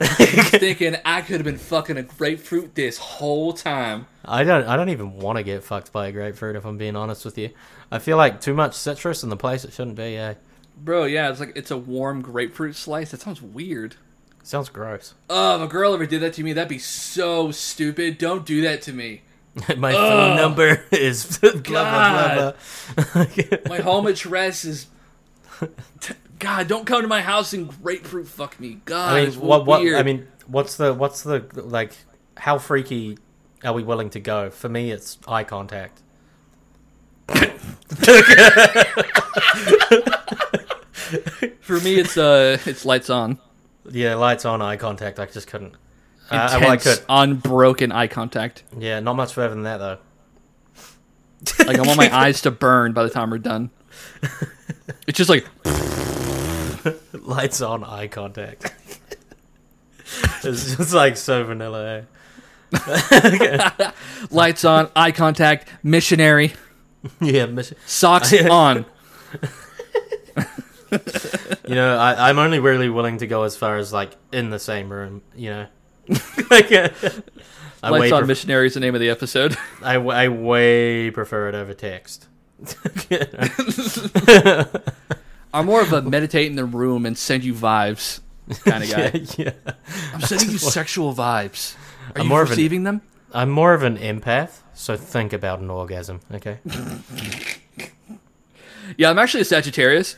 thinking I could have been fucking a grapefruit this whole time.
I don't I don't even want to get fucked by a grapefruit if I'm being honest with you. I feel like too much citrus in the place it shouldn't be, eh? yeah.
Bro, yeah, it's like it's a warm grapefruit slice. That sounds weird.
Sounds gross.
Oh, if a girl ever did that to me, that'd be so stupid. Don't do that to me.
My phone number is blah blah blah. blah.
My home address is God, don't come to my house and grapefruit fuck me. God,
I
it's
mean, what, what?
weird.
I mean, what's the what's the like? How freaky are we willing to go? For me, it's eye contact.
for me, it's uh, it's lights on,
Yeah, lights on, eye contact. I just couldn't. I- I- well, I
intense, unbroken eye contact.
could. Yeah, not much further than that though.
Like I want my eyes to burn by the time we're done. It's just like
Lights on, eye contact. it's just like so vanilla. Eh?
lights on, eye contact, missionary,
Yeah, mission.
socks on.
You know, I, I'm only really willing to go as far as like in the same room. You know, like uh, I
Lights
way
on
pref-
Missionary is the name of the episode.
I, I way prefer it over text.
I'm more of a meditate in the room and send you vibes kind of guy.
yeah.
I'm sending you sexual vibes. Are
I'm
you
more of an-
receiving them?
I'm more of an empath, so think about an orgasm, okay?
Yeah, I'm actually a Sagittarius.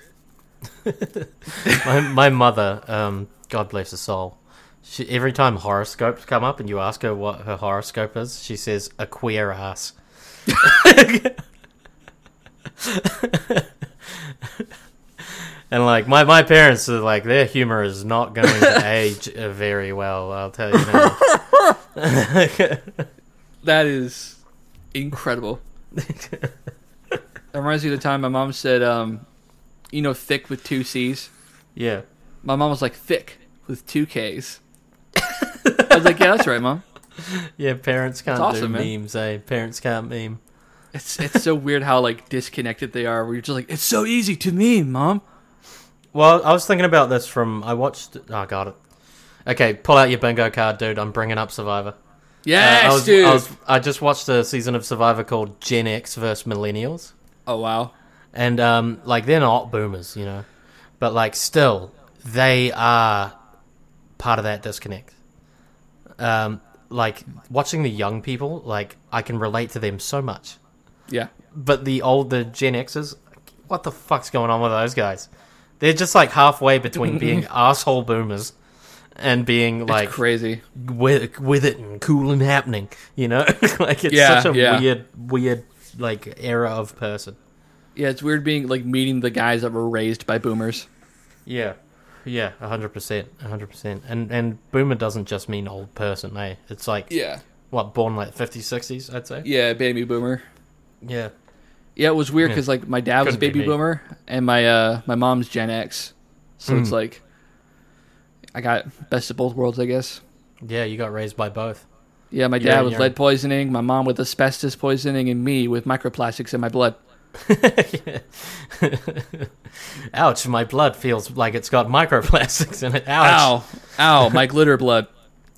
my, my mother, um, God bless her soul, she, every time horoscopes come up and you ask her what her horoscope is, she says, a queer ass. and like my, my parents are like their humor is not going to age uh, very well i'll tell you now.
That is incredible. that reminds me of the time my mom said, um, you know, thick with two C's.
yeah
My mom was like, thick with two K's. I was like, yeah, that's right, mom.
yeah parents can't
That's
do
awesome, man.
memes eh parents can't meme
It's it's so weird how like disconnected they are. Where you're just like, it's so easy to me, mom.
Well, I was thinking about this from I watched. Oh, got it. Okay, pull out your bingo card, dude. I'm bringing up Survivor. Uh,
Yes,
I was,
dude.
I, was, I just watched a season of Survivor called Gen X versus Millennials,
oh wow.
and um, like they're not boomers, you know, but like still they are part of that disconnect. Um, like watching the young people, like I can relate to them so much,
Yeah.
but the older Gen Xers, what the fuck's going on with those guys? They're just like halfway between being asshole boomers and being like
it's crazy.
with with it and cool and happening. You know, like it's
Yeah,
such a
yeah.
weird, weird like era of person.
Yeah, it's weird being like meeting the guys that were raised by boomers.
Yeah, yeah, hundred percent, hundred percent. And and boomer doesn't just mean old person, eh? It's like
Yeah.
what born like 50s, 60s, I'd say.
Yeah, baby boomer.
Yeah,
Yeah, it was weird because like my dad was
Hmm. Couldn't be
baby
me.
boomer and my uh my mom's
Hmm.
Gen X, so it's like I got best of both worlds, I guess.
Yeah, you got raised by both.
Yeah, my
You're
dad
in
with
your-
lead poisoning, my mom with asbestos poisoning, and me with microplastics in my blood.
Ouch, my blood feels like it's got microplastics in it. Ouch.
Ow, ow, my glitter blood.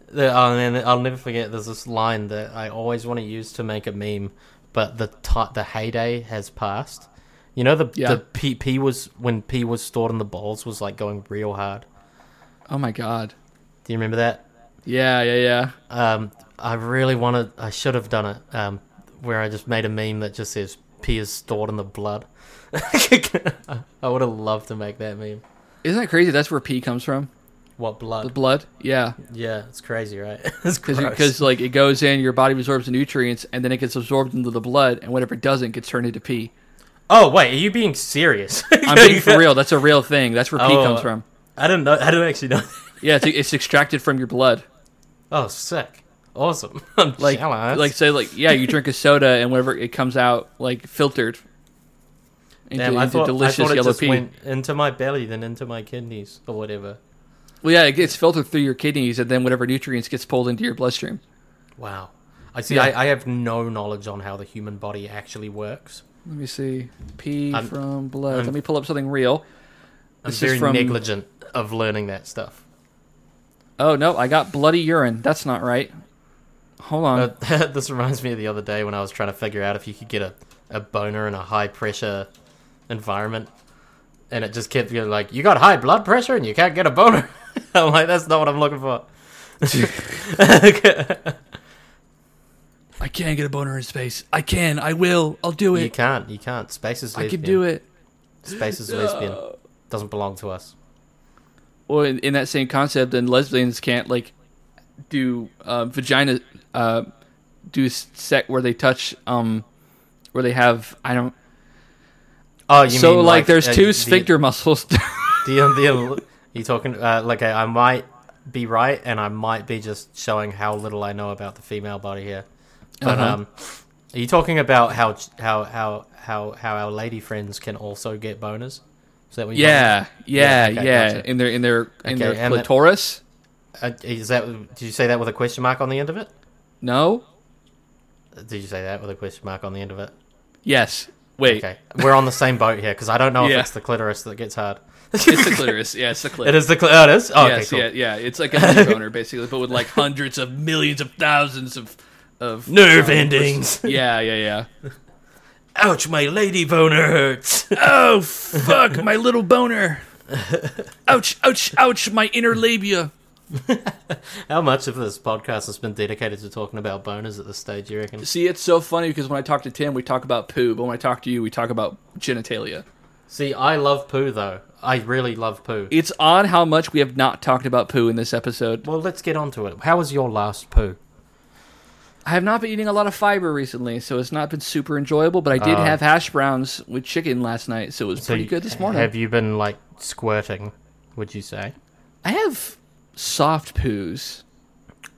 The- oh, and I'll never forget. There's this line that I always want to use to make a meme, but the ti the heyday has passed. You know the
Yeah.
the P, P was when P was stored in the balls was like going real hard.
Oh my god.
Do you remember that?
Yeah, yeah, yeah.
Um, I really wanted. I should have done it. Um, where I just made a meme that just says "P is stored in the blood." I would have loved to make that meme.
Isn't that crazy? That's where pee comes from.
What blood?
The blood. Yeah,
yeah, it's crazy, right? it's gross.
because like it goes in, your body absorbs the nutrients, and then it gets absorbed into the blood, and whatever it doesn't gets turned into pee.
oh wait, are you being serious?
I'm being for real. That's a real thing. That's where pee
Oh.
comes from.
I don't know. I don't actually know.
Yeah, it's, it's extracted from your blood.
Oh, sick. Awesome. I'm
Like,
jealous.
like say, like yeah, you drink a soda, and whenever it comes out, like filtered into,
Damn, I
into
thought,
delicious
I thought it
yellow
just
pee.
went into my belly, then into my kidneys, or whatever.
Well, yeah, it gets filtered through your kidneys, and then whatever nutrients gets pulled into your bloodstream.
Wow. I see.
Yeah.
I, I have no knowledge on how the human body actually works.
Let me see. Pee
I'm-
from blood.
I'm-
Let me pull up something real.
I'm
This is
very
from-
negligent of learning that stuff.
Oh no, I got bloody urine. That's not right. Hold on.
Uh, this reminds me of the other day when I was trying to figure out if you could get a, a boner in a high pressure environment. And it just kept being like, you got high blood pressure and you can't get a boner. I'm like, that's not what I'm looking for.
I can get a boner in space. I can. I will. I'll do
You
it.
can't. You can't. Space is
I
lesbian.
can do it.
Space is lesbian. Doesn't belong to us.
Well, in, in that same concept, then lesbians can't like do uh, vagina uh, do set where they touch um where they have I don't.
Oh, you
so
mean
like, there's
uh,
two
the-
sphincter muscles.
The, the, you talking uh, like I, I might be right, and I might be just showing how little I know about the female body here. But
Uh-huh.
um, are you talking about how how how how how our lady friends can also get boners? Is that what? you
yeah, yeah, yeah.
Yeah, okay, gotcha.
In their in their in
Okay,
their
and that-
clitoris.
Uh, is that? Did you say that with a question mark on the end of it?
No.
Did you say that with a question mark on the end of it?
Yes. Wait.
Okay, we're on the same boat here because I don't know
Yeah.
if it's the clitoris that gets hard.
It's the clitoris. Yeah, it's the
It
clitoris.
is the cl- oh, it is. Oh,
yes,
okay, cool.
yeah, yeah. It's like a mini boner, basically, but with like hundreds of millions of thousands of of
Nerve endings.
Yeah, yeah, yeah.
Ouch, my lady boner hurts.
Oh fuck, my little boner. Ouch, ouch, ouch, my inner labia.
How much of this podcast has been dedicated to talking about boners at this stage, you reckon?
See, it's so funny because when I talk to Tim, we talk about poo, but when I talk to you, we talk about genitalia.
See, I love poo, though. I really love poo.
It's odd how much we have not talked about poo in this episode.
Well, let's get on to it. How was your last poo?
I have not been eating a lot of fiber recently, so it's not been super enjoyable, but I did have hash browns with chicken last night, Uh, so it was pretty good this morning.
Have you been, like, squirting, would you say?
I have soft poos.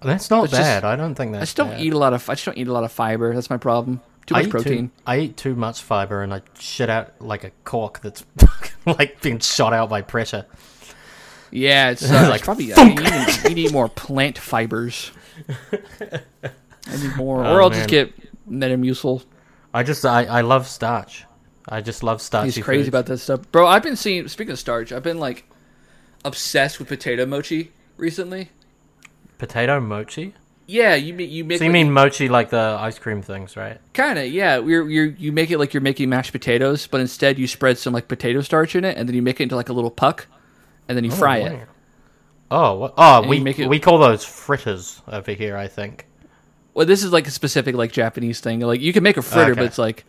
That's not
It's just-
bad. I don't think that's
I just don't
bad.
eat a lot of. I just don't eat a lot of fiber. That's my problem. Too
I
much
eat
protein.
I eat too much fiber and I shit out like a cork that's, like, being shot out by pressure.
Yeah, it's uh,
Like,
it's probably. I mean, you, need, you need more plant fibers. I need more, or I'll just
Oh,
get
man.
Metamucil.
I just, I, I love starch. I just love starchy
He's crazy
foods.
about that stuff, bro. I've been seeing. Speaking of starch, I've been like obsessed with potato mochi recently.
Potato mochi?
Yeah, you mi- you make
So you
like-
mean mochi like the ice cream things, right?
Kind of, yeah. You're, you're, you make it like you're making mashed potatoes, but instead you spread some like potato starch in it, and then you make it into like a little puck, and then you fry it.
Oh, what? oh,
you
we
make it-
we call those fritters over here. I think.
Well, this is like a specific like Japanese thing. Like you can make a fritter,
Okay.
but it's like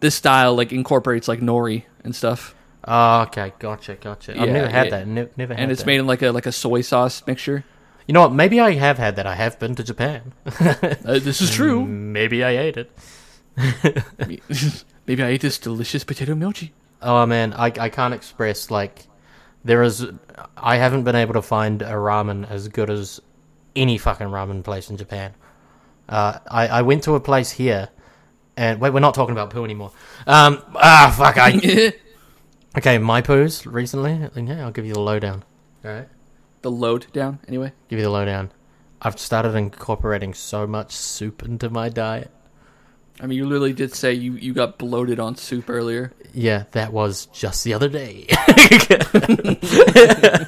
this style like incorporates like nori and stuff,
Oh, okay, gotcha, gotcha. I've
Yeah,
never had
yeah.
that. Ne- never had
and it's
that.
made in like a like a soy sauce mixture.
You know what? Maybe I have had that. I have been to Japan.
Uh, this is true.
Maybe I ate it. Mm.
Maybe I ate this delicious potato mochi.
Oh man, I I can't express like there is. I haven't been able to find a ramen as good as any fucking ramen place in Japan. Uh, I I went to a place here, and wait, we're not talking about poo anymore. Um, ah, fuck, I
the
Okay, my poos recently. Yeah, I'll give you the lowdown. All right,
load down anyway.
give you the lowdown. I've started incorporating so much soup into my diet.
I mean, you literally did say you, you got bloated on soup earlier.
Yeah, that was just the other day.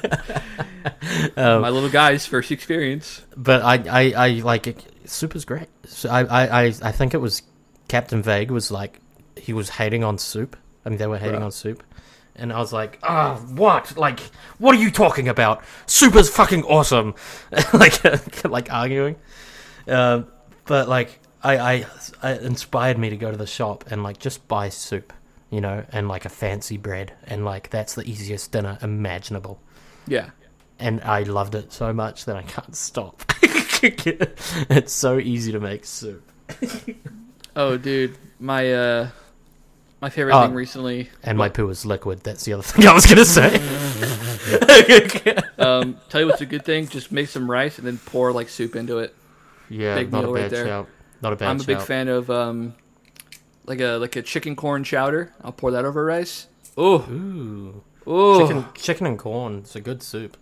Oh.
My little guy's first experience.
but I, I, I like it, soup is great. So I, I, I, I think it was Captain Vague was like he was hating on soup. I mean, they were hating on soup, and I was like, ah, what? Like, what are you talking about? Soup is fucking awesome. like, like arguing. Um, but like, I, I, I it inspired me to go to the shop and like just buy soup, you know, and like a fancy bread, and like that's the easiest dinner imaginable
Yeah.
and I loved it so much that I can't stop. it's so easy to make soup.
Oh, dude, my uh, my favorite
Oh.
thing recently.
And my poo is liquid. That's the other thing I was going to say.
Um, tell you what's a good thing. Just make some rice and then pour like soup into it.
yeah,
Big
not a
meal
bad
right there.
shout. Not a bad
I'm a big
shout.
fan of um, like a like a chicken corn chowder. I'll pour that over rice. Ooh,
Ooh,
ooh,
chicken, chicken and corn. It's a good soup.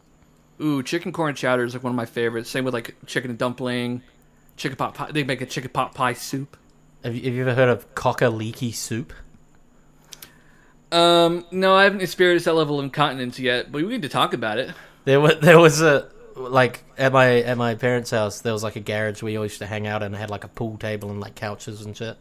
ooh, chicken corn chowder is like one of my favorites. Same with like chicken and dumpling, chicken pot pie. They make a chicken pot pie soup.
Have you, have you ever heard of cocker leaky soup?
Um, no, I haven't experienced that level of incontinence yet, but we need to talk about it.
There was there was a like at my at my parents' house. There was like a garage we all used to hang out in. It had like a pool table and like couches and shit.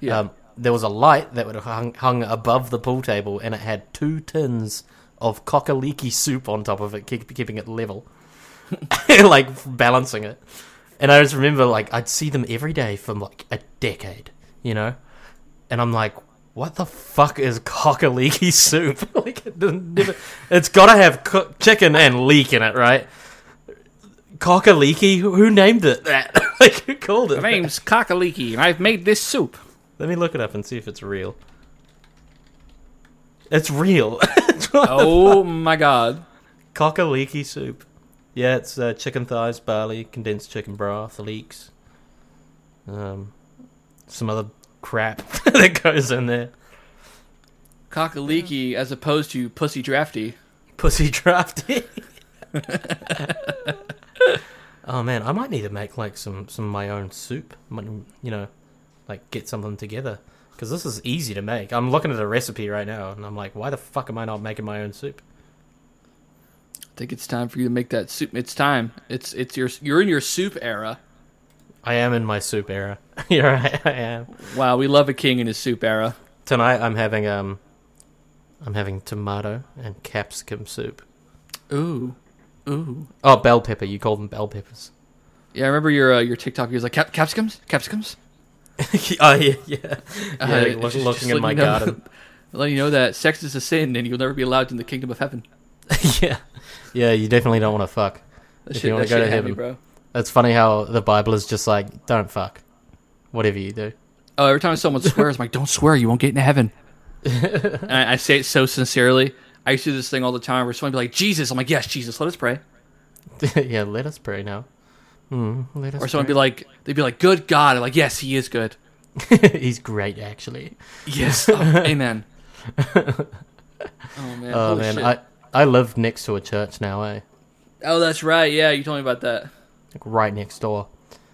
Yeah.
Um, there was a light that would have hung, hung above the pool table, and it had two tins of cockaliki soup on top of it, keep, keeping it level, like balancing it. And I just remember, like, I'd see them every day for like a decade, you know. And I'm like, what the fuck is cockaliki soup? like, it doesn't- never, it's got to have co- chicken and leek in it, right? Cockaliki? Who who named it that? like, who called it?
My
that?
name's Cockaliki, and I've made this soup.
Let me look it up and see if it's real. It's real. It's what the-
Oh my god.
Cocker leaky soup. Yeah, it's uh, chicken thighs, barley, condensed chicken broth, leeks, um, some other crap that goes in there.
Cockaliki as opposed to pussy drafty.
Pussy drafty. oh man, I might need to make like some some of my own soup. Might- You know, like get something together because this is easy to make. I'm looking at a recipe right now and I'm like, why the fuck am I not making my own soup?
I think it's time for you to make that soup. It's time. It's it's your you're in your soup era.
I am in my soup era. You're right, I am.
Wow, we love a king in his soup era.
Tonight I'm having um, I'm having tomato and capsicum soup.
Ooh, ooh.
Oh, bell pepper. You call them bell peppers.
Yeah, I remember your uh, your TikTok. You was like Cap- capsicums, capsicums.
oh yeah, yeah. yeah
Uh,
look-
just- just
looking in
letting
my
you know-
garden.
Letting you know that sex is a sin and you'll never be allowed in the kingdom of heaven.
yeah, yeah. You definitely don't want to fuck.
That
If
shit,
you wanna
that
go
shit
to
had
heaven.
me, bro.
It's funny how the Bible is just like, don't fuck, whatever you do.
Oh, every time someone swears, I'm like, don't swear, you won't get into heaven. and I, I say it so sincerely. I used to do this thing all the time where someone would be like, Jesus. I'm like, yes, Jesus, let us pray.
yeah, let us pray now. Mm, let us.
Or someone would be like, they'd be like, good God. I'm like, yes, he is good.
pray. He's great, actually.
Yes. Oh, amen. Oh, man.
Oh
Holy
man,
shit.
I I live next to a church now, eh?
Oh, that's right. Yeah, you told me about that.
Like right next door.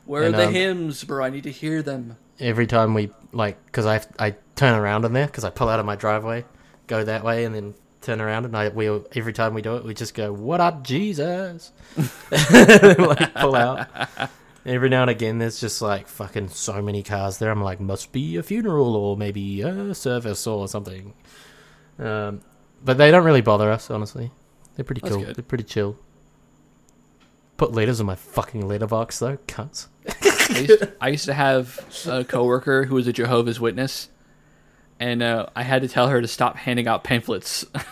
Where
And,
are the
um,
hymns, bro? I need to hear them.
every time we like because I I turn around in there because I pull out of my driveway, go that way, and then turn around, and I we every time we do it, we just go "What up, Jesus?" like pull out. Every now and again, there's just like fucking so many cars there. I'm like, must be a funeral or maybe a service or something. Um, but they don't really bother us, honestly. They're pretty
That's
cool.
good.
They're pretty chill. Put letters in my fucking letterbox though, cunts.
I used, I used to have a coworker who was a Jehovah's Witness, and uh, I had to tell her to stop handing out pamphlets at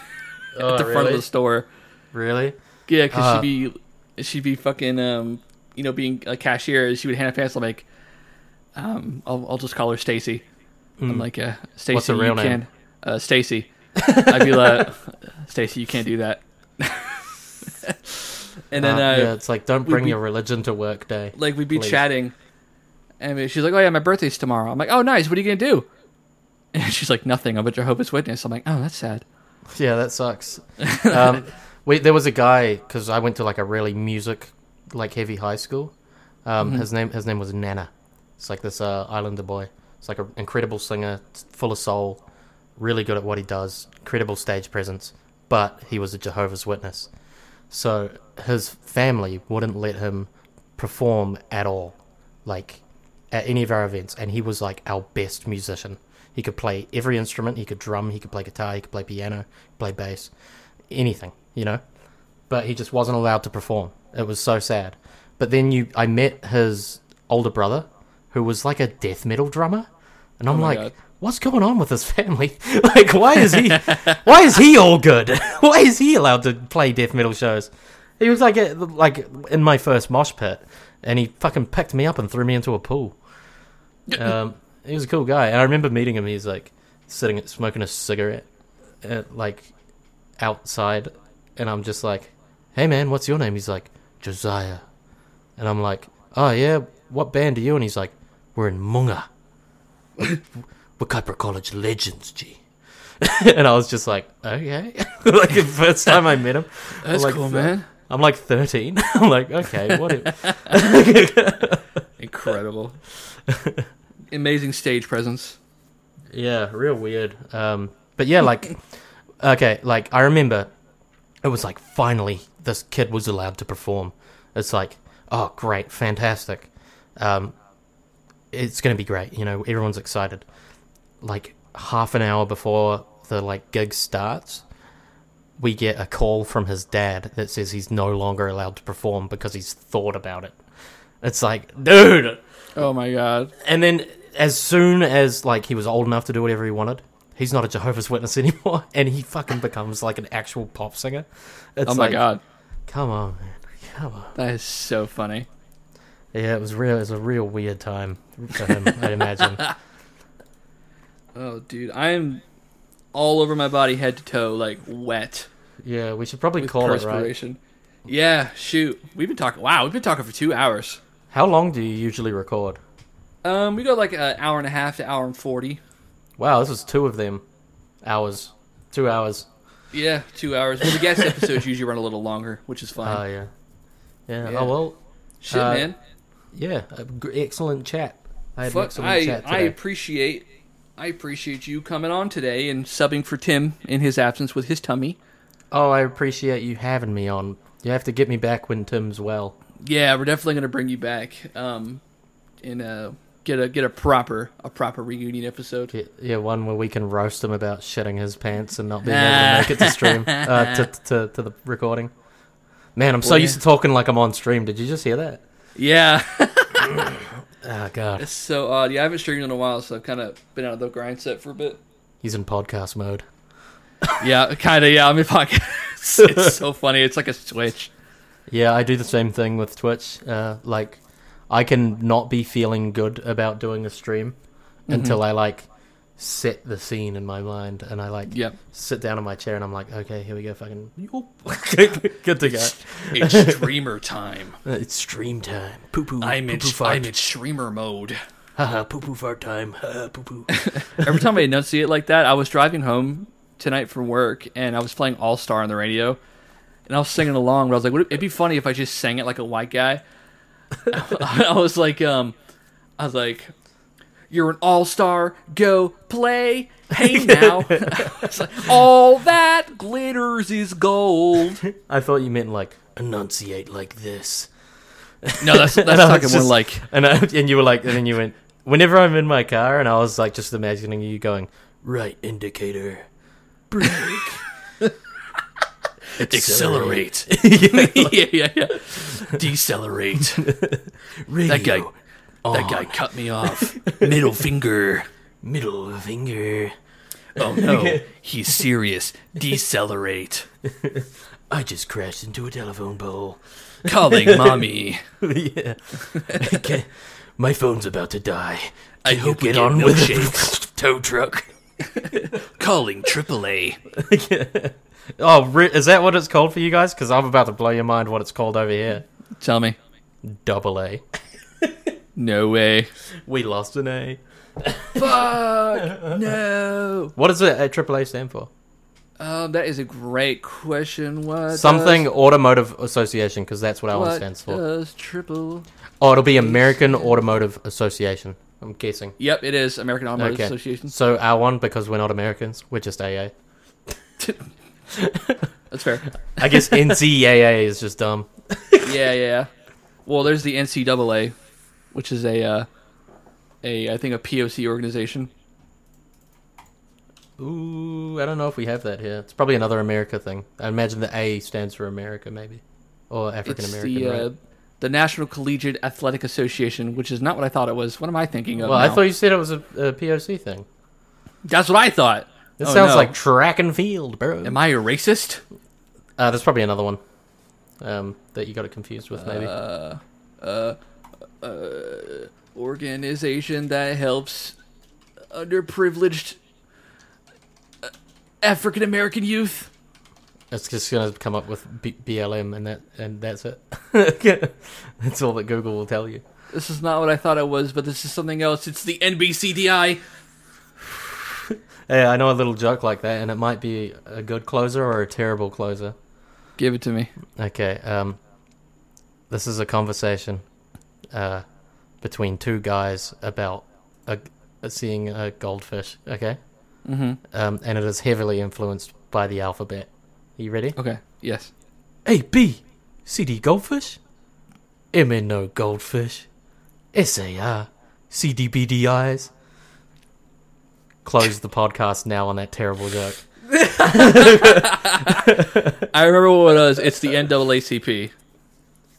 the front of the store.
Really?
Yeah, because
Oh,
she'd
Uh,
be she'd be fucking um you know being a cashier. and She would hand out pants. I'm like, um, I'll I'll just call her Stacy. I'm like, uh, Stacy,
Hmm. her real
you
name?
can uh, Stacy. I'd be like, Stacy, you can't do that. and then
Uh,
uh,
yeah, it's like don't
we'd
bring
be-
your religion to work day.
like we'd be
Please.
chatting, and she's like, "Oh yeah, my birthday's tomorrow." I'm like, "Oh nice, what are you gonna do?" And she's like, "Nothing. I'm a Jehovah's Witness." I'm like, "Oh, that's sad."
Yeah, that sucks. um, we, there was a guy because I went to like a really music like heavy high school. Um,
Mm-hmm.
His name his name was Nana. It's like this uh, Islander boy. It's like an incredible singer, t- full of soul, really good at what he does, incredible stage presence. But he was a Jehovah's Witness, so his family wouldn't let him perform at all, like at any of our events. And he was like our best musician. He could play every instrument. He could drum. He could play guitar. He could play piano. Play bass, anything. You know but he just wasn't allowed to perform. It was so sad. But then you, I met his older brother, who was like a death metal drummer, and I'm
Oh my
like,
God.
what's going on with his family? like, why is he, why is he all good? why is he allowed to play death metal shows? He was like, at- like in my first mosh pit, and he fucking picked me up and threw me into a pool. Um, he was a cool guy, and I remember meeting him. He's like sitting, smoking a cigarette, at, like outside, and I'm just like, "Hey man, what's your name?" He's like, "Josiah," and I'm like, "Oh yeah, what band are you?" And he's like, "We're in Munga. We're Kuiper College legends, G." and I was just like, "Okay." like the first time I met him, I'm
That's
like,
cool,
"Th-
man.
I'm like 13. I'm like, okay, whatever.
Incredible. Amazing stage presence.
Yeah, real weird. Um, but yeah, like, okay, like I remember, it was like finally this kid was allowed to perform. It's like, oh great, fantastic. Um, it's gonna be great. You know, everyone's excited. Like half an hour before the like gig starts, we get a call from his dad that says he's no longer allowed to perform because he's thought about it. It's like, dude,
Oh my god.
and then as soon as like he was old enough to do whatever he wanted, he's not a Jehovah's Witness anymore, and he fucking becomes like an actual pop singer. It's
Oh my
like,
god.
Come on, man. Come on.
That is so funny.
Yeah, it was real. It was a real weird time for him. I'd imagine.
Oh dude, I am all over my body head to toe like wet
Yeah, we should probably
with
call it right.
perspiration. Yeah, shoot. We've been talking wow, we've been talking for 2 hours.
How long do you usually record?
Um we go like an hour and a half to hour and 40.
Wow, this was two of them hours. Two hours.
Yeah, 2 hours. Well, the guest episodes usually run a little longer, which is fine.
Oh yeah. yeah.
Yeah.
Oh well.
Shit,
uh,
man.
Yeah. a gr- Excellent chat. I had an
Fuck,
excellent
I,
chat
I
today.
appreciate I appreciate you coming on today and subbing for Tim in his absence with his tummy.
Oh, I appreciate you having me on. You have to get me back when Tim's well.
Yeah, we're definitely gonna bring you back um, and uh, get a get a proper a proper reunion episode.
Yeah, yeah, one where we can roast him about shitting his pants and not being able to make it to stream uh, to, to to the recording. Man, I'm so
Well, yeah.
used to talking like I'm on stream. Did you just hear that?
Yeah,
Oh god,
it's so odd. Yeah, I haven't streamed in a while, so I've kind of been out of the grind set for a bit.
he's in podcast mode.
Yeah, kind of. Yeah, I'm in podcast. it's so funny. It's like a switch.
Yeah, I do the same thing with Twitch. Uh, like, I can not be feeling good about doing a stream
Mm-hmm.
until I like set the scene in my mind and I like
Yep.
sit down in my chair and I'm like, okay, here we go, fucking good to go. Uh,
It's streamer time.
It's stream time. Poo poo.
I'm in
poo
I'm
fart.
in streamer mode.
Haha, poo poo fart time. Haha, poo poo.
Every time I enunciate like that, I was driving home tonight from work and I was playing All Star on the radio and I was singing along, but I was like, would it, it'd be funny if I just sang it like a white guy. I was like, um, I was like, you're an all star, go play. Hey now. It's like, all that glitters is gold.
I thought you meant like enunciate like this.
No, that's that's
I was
talking more
just-
like
And I, and you were like, and then you went. Whenever I'm in my car, and I was like, just imagining you going right indicator, brake,
accelerate. yeah, yeah, yeah. Decelerate.
that
guy- That guy cut me off. Middle finger.
middle finger.
Oh no, he's serious. Decelerate.
I just crashed into a telephone pole.
Calling mommy.
yeah, Okay. my phone's about to die.
I
Can you
hope we
get
get
on with it?
milkshakes.
tow truck.
Calling AAA.
Oh, re- is that what it's called for you guys? Because I'm about to blow your mind what it's called over here.
Tell me.
Double A.
No way.
We lost an A.
Fuck no.
What does a, a triple A uh, stand for?
Um, that is a great question. What
Something
does,
Automotive Association, because that's what I
what uh,
one stands for.
does triple?
oh, it'll be American Automotive Association. I'm guessing.
Yep, it is American Automotive Association.
So our one because we're not Americans, we're just AA.
That's fair.
I guess NCAA is just dumb.
yeah, yeah. Well, there's the NCAA, which is a, uh, a I think a POC organization.
Ooh, I don't know if we have that here. It's probably another America thing. I imagine the A stands for America, maybe, or African
It's
American.
the uh,
right?
the National Collegiate Athletic Association, which is not what I thought it was. What am I thinking of?
Well, I
now?
thought you said it was a, a POC thing.
that's what I thought.
It
Oh,
sounds
no.
like track and field, bro.
Am I a racist?
Uh, there's probably another one um, that you got it confused with, maybe.
Uh, Organization that helps underprivileged uh, African American youth.
it's just gonna come up with B- BLM, and that and that's it. that's all that Google will tell you.
This is not what I thought it was, but this is something else. It's the NBCDI.
Hey, I know a little joke like that, and it might be a good closer or a terrible closer.
Give it to me.
Okay, um, this is a conversation uh, between two guys about a, seeing a goldfish. Okay, mm-hmm. um, and it is heavily influenced by the alphabet. You ready?
Okay. Yes.
A B C D goldfish, M N O goldfish, S A R C D B D I's. Close the podcast now on that terrible joke.
I remember what it was. It's the NAACP,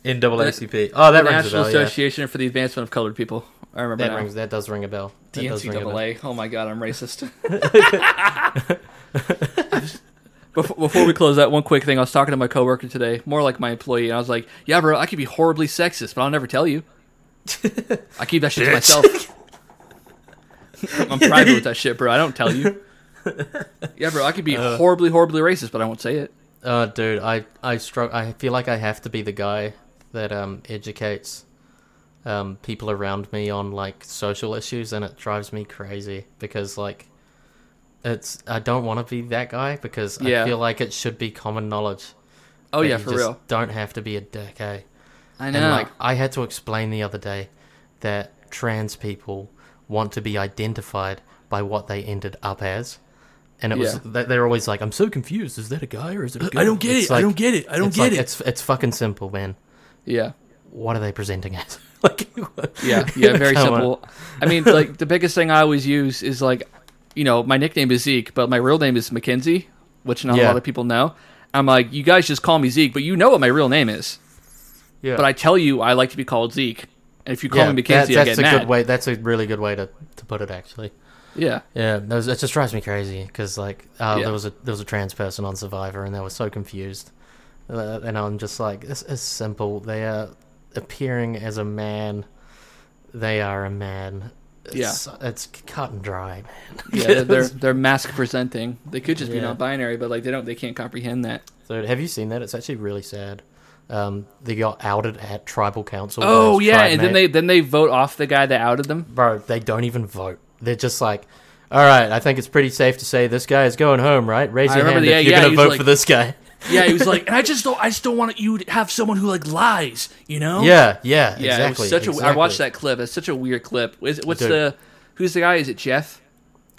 NAACP. Oh, that
the
rings a
National
bell. Yeah.
Association for the Advancement of Colored People. I remember
That
now.
rings. That does ring a bell.
the
That does ring a bell.
NCAA. Oh my god, I'm racist. before, before we close that one quick thing, I was talking to my coworker today, more like my employee, and I was like, "Yeah, bro, I could be horribly sexist, but I'll never tell you. I keep that shit to myself. I'm private with that shit, bro. I don't tell you. Yeah, bro, I could be horribly, horribly racist, but I won't say it.
Uh, dude, I I struggle. I feel like I have to be the guy that um educates um people around me on like social issues, and it drives me crazy because like it's I don't want to be that guy because
Yeah.
I feel like it should be common knowledge.
Oh
that
yeah,
you
for
just
real.
Don't have to be a dick, eh?
I know.
And like I had to explain the other day that trans people want to be identified by what they ended up as. And it was
Yeah.
they- they're always like, "I'm so confused. Is that a guy or is it a girl?
don't get
It's
it. I don't get it. I don't
it's like-
get it."
It's it's fucking simple, man.
yeah.
What are they presenting as? like,
Yeah, yeah, very
Come on.
simple. I mean, like the biggest thing I always use is like, you know, my nickname is Zeke, but my real name is Mackenzie, which not a
Yeah.
lot of people know. I'm like, you guys just call me Zeke, but you know what my real name is.
Yeah,
But I tell you, I like to be called Zeke, and if you call
Yeah,
me Mackenzie,
that-
I
that's
get
a
mad.
good way. That's a really good way to, to put it, actually.
Yeah,
Yeah, those, it just drives me crazy because like uh,
Yeah.
there was a there was a trans person on Survivor and they were so confused, uh, and I'm just like, this is simple. They are appearing as a man. They are a man.
Yeah.
It's, it's cut and dry, man.
yeah, they're they're mask presenting. They could just be
Yeah.
non-binary, but like they don't, they can't comprehend that.
Dude, have you seen that? It's actually really sad. Um, they got outed at tribal council.
Oh
as
yeah,
tribe
and then
mate.
they then they vote off the guy that outed them.
bro, they don't even vote. They're just like, all right, I think it's pretty safe to say this guy is going home, right? Raise
I
your hand
remember the-
if
yeah,
you're
yeah,
going
he
to
was
vote
like-
for this guy.
Yeah, he was like, and I just don't, I just don't want you to have someone who like lies, you know?
Yeah, yeah,
Yeah,
exactly.
it was such a. I
exactly.
watched that clip. It's such a weird clip. Is, what's
Dude.
the? Who's the guy? Is it Jeff?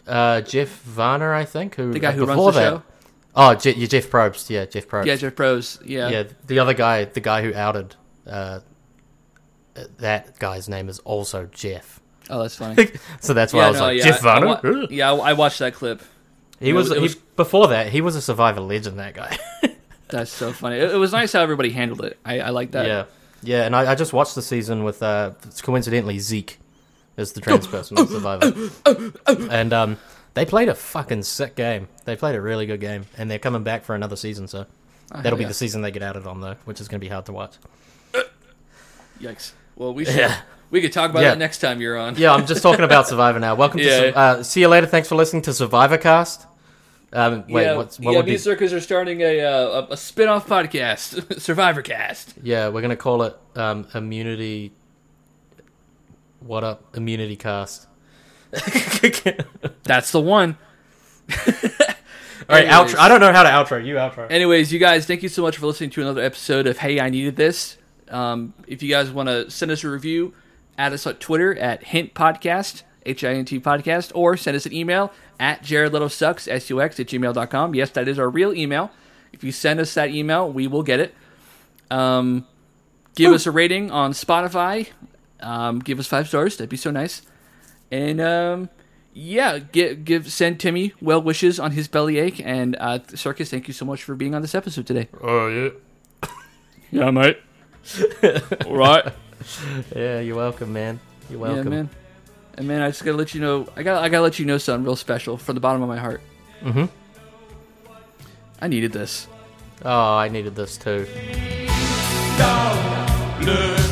Uh, Jeff Varner, I think, who uh,
The guy who runs
before
the
that.
show?
Oh, Je- yeah, Jeff Probst. Yeah, Jeff Probst.
Yeah, Jeff Pros. Yeah.
yeah. The other guy, the guy who outed, uh, that guy's name is also Jeff.
Oh, that's funny.
So that's why
yeah,
I was
no,
like
yeah,
Jeff
I- I
Varner.
wa- yeah, I I watched that clip.
he was,
it was-
he, before that. He was a Survivor legend. That guy.
That's so funny. It, it was nice how everybody handled it. I, I like that.
yeah, Uh, yeah. And I, I just watched the season with uh, it's coincidentally Zeke is the trans person on Survivor, and um, they played a fucking sick game. They played a really good game, and they're coming back for another season. So. That'll be
yeah.
the season they get outed on though, which is going to be hard to watch.
Yikes. Well, we should.
Yeah.
We could talk about
Yeah.
that next time you're on.
Yeah, I'm just talking about Survivor now. Welcome
Yeah.
to Sur- uh, see you later. Thanks for listening to Survivor Cast. Um, wait,
yeah,
what's, what
yeah
would
me
be?
and Circus are starting a uh, a, a spin-off podcast, Survivor Cast.
yeah, we're going to call it um, Immunity. What up, Immunity Cast?
That's the one.
All right,
Anyways.
outro. I don't know how to outro. You outro.
Anyways, you guys, thank you so much for listening to another episode of Hey, I Needed This. Um, if you guys want to send us a review, add us on Twitter at Hint Podcast, H I N T Podcast, or send us an email at Jared Little Sucks, S U X, at gmail.com. Yes, that is our real email. If you send us that email, we will get it. Um, give us a rating on Spotify. Um, give us five stars. That'd be so nice. And um, yeah, give, give send Timmy well wishes on his belly ache. And uh, Circus, thank you so much for being on this episode today.
Oh yeah.
Yeah, mate. All right.
Yeah, you're welcome, man. You're
Yeah,
welcome.
man. And man, I just gotta let you know. I gotta, I gotta let you know something real special from the bottom of my heart. Mm-hmm. I needed this.
Oh, I needed this too.
Le